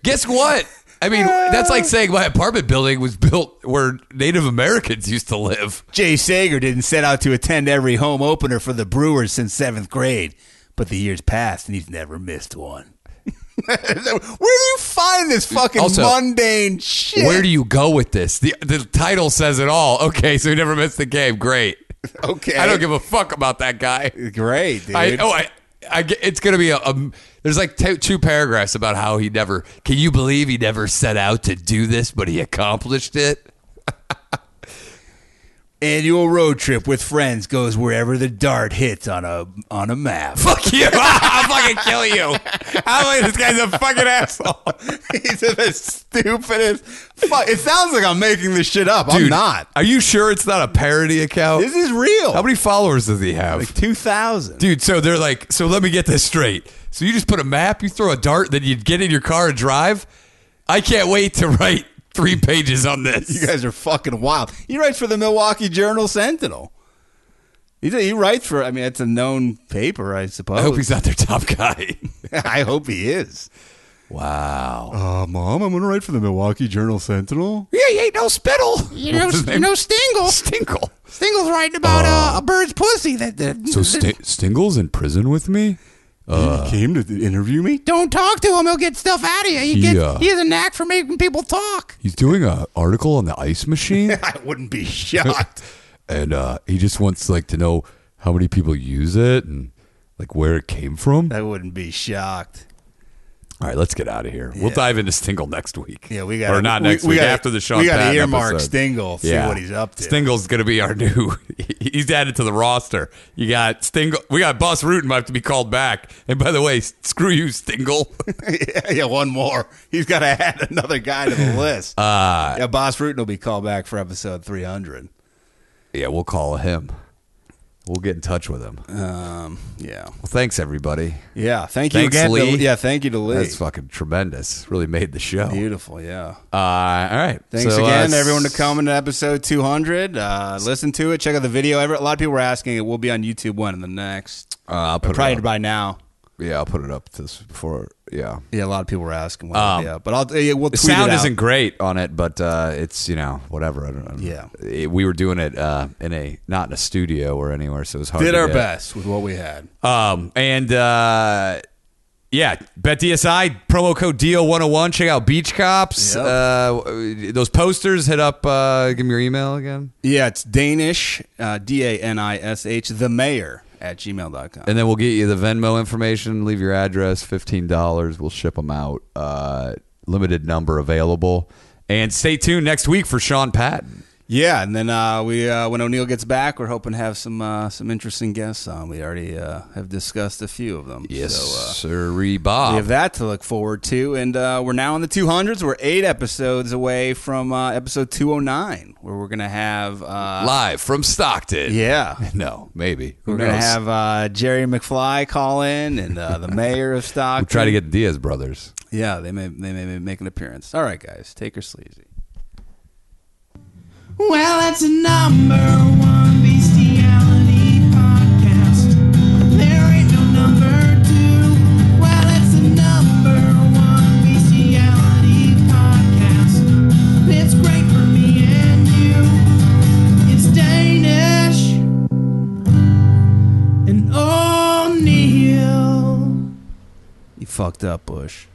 S2: Guess what? I mean, that's like saying my apartment building was built where Native Americans used to live.
S5: Jay Sager didn't set out to attend every home opener for the Brewers since seventh grade, but the years passed and he's never missed one. Where do you find this fucking
S2: Also,
S5: mundane shit?
S2: Where do you go with this? The the title says it all. Okay, so he never missed the game. Great.
S5: Okay.
S2: I don't give a fuck about that guy.
S5: Great, dude.
S2: I, oh, I, I get- it's gonna be a, a- there's like two two paragraphs about how he never. Can you believe he never set out to do this, but he accomplished it?
S5: Annual road trip with friends goes wherever the dart hits on a on a map.
S2: Fuck you! I'll fucking kill you. I like this guy's a fucking asshole.
S5: He's the stupidest. Fuck. It sounds like I'm making this shit up. I'm
S2: Dude,
S5: not.
S2: Are you sure it's not a parody account?
S5: This is real.
S2: how many followers does he have?
S5: Like two thousand.
S2: Dude, so they're like, so let me get this straight. So you just put a map, you throw a dart, then you'd get in your car and drive. I can't wait to write three pages on this.
S5: You guys are fucking wild. He writes for the Milwaukee Journal Sentinel. He, he writes for. I mean, it's a known paper, I suppose.
S2: I hope he's not their top guy.
S5: I hope he is.
S2: Wow.
S5: Uh, Mom, I'm gonna write for the Milwaukee Journal Sentinel.
S2: Yeah, he ain't no spittle.
S8: You know, you know Stingle.
S2: Stingle.
S8: Stingle's writing about uh, a bird's pussy. That, that
S2: So St- Stingle's in prison with me?
S5: he came to interview me.
S8: don't talk to him; he'll get stuff out of you. He, gets,
S2: Yeah.
S8: he has a knack for making people talk.
S2: He's doing an article on the ice machine,
S5: I wouldn't be shocked.
S2: and uh, he just wants like to know how many people use it and like where it came from.
S5: I wouldn't be shocked.
S2: All right, let's get out of here. We'll dive into Stingle next week.
S5: Yeah, we got
S2: or not
S5: we,
S2: next
S5: we
S2: week
S5: gotta-
S2: after the Sean.
S5: We got
S2: Patton
S5: to earmark
S2: episode.
S5: Stingle, see
S2: Yeah.
S5: what he's up to.
S2: Stingle's gonna be our new. he's added to the roster. You got Stingle. We got Boss Rutten might have to be called back. And by the way, screw you, Stingle.
S5: yeah, yeah, one more. He's got to add another guy to
S2: Uh,
S5: the list. yeah, Boss Rutan will be called back for episode 300.
S2: yeah, we'll call him. We'll get in touch with him. Well,
S5: Yeah,
S2: thanks everybody.
S5: yeah. Thank you
S2: Thanks,
S5: again. to-
S2: Lee.
S5: yeah, thank you to Lee.
S2: That's fucking tremendous. Really made the show. Uh,
S5: Beautiful. Yeah.
S2: all right.
S5: Thanks
S2: So, uh,
S5: again, everyone, to coming to episode 200. Uh, listen to it. Check out the video. Every- A lot of people were asking. It will be on YouTube one and the next.
S2: Uh, I'll put
S5: Probably
S2: it up.
S5: by now.
S2: Yeah, I'll put it up this before. Yeah.
S5: Yeah, a lot of people were asking. When
S2: Um,
S5: it'll be up. but I'll. Yeah, we'll
S2: The
S5: tweet
S2: sound
S5: it out.
S2: isn't great on it, but uh, it's you know whatever. I don't, I don't
S5: Yeah.
S2: It- we were doing it uh, in a not in a studio or anywhere, so it was hard.
S5: Did
S2: to
S5: our
S2: get.
S5: best with what we had.
S2: Um, and uh, yeah, bet DSI promo code DO one hundred one. Check out Beach Cops.
S5: Yep.
S2: Uh, those posters. Hit up. Uh, give me your email again,
S5: Yeah, it's Danish, uh, D A N I S H, the mayor at gmail.com.
S2: and then we'll get you the Venmo information. Leave your address. Fifteen dollars. We'll ship them out. Uh, limited number available. And stay tuned next week for Sean Patton.
S8: Yeah, and then uh, we uh, when O'Neill gets back, we're hoping to have some uh, some interesting guests on. We already uh, have discussed a few of them. so, uh,
S2: sir, Bob.
S8: we have that to look forward to, and uh, we're now in the 200s. We're eight episodes away from uh, episode 209, where we're gonna have uh,
S2: Live from Stockton.
S8: yeah,
S2: No, maybe. Who
S8: we're gonna
S2: knows?
S8: have uh, Jerry McFly call in and uh, the mayor of Stockton.
S2: Try to get Diaz brothers.
S8: yeah, they may they may make an appearance. All right, guys, take her sleazy.
S3: Well, it's a number one bestiality podcast. There ain't no number two. Well, it's a number one bestiality podcast. It's great for me and you. It's Danish and O'Neill.
S8: You fucked up, Bush.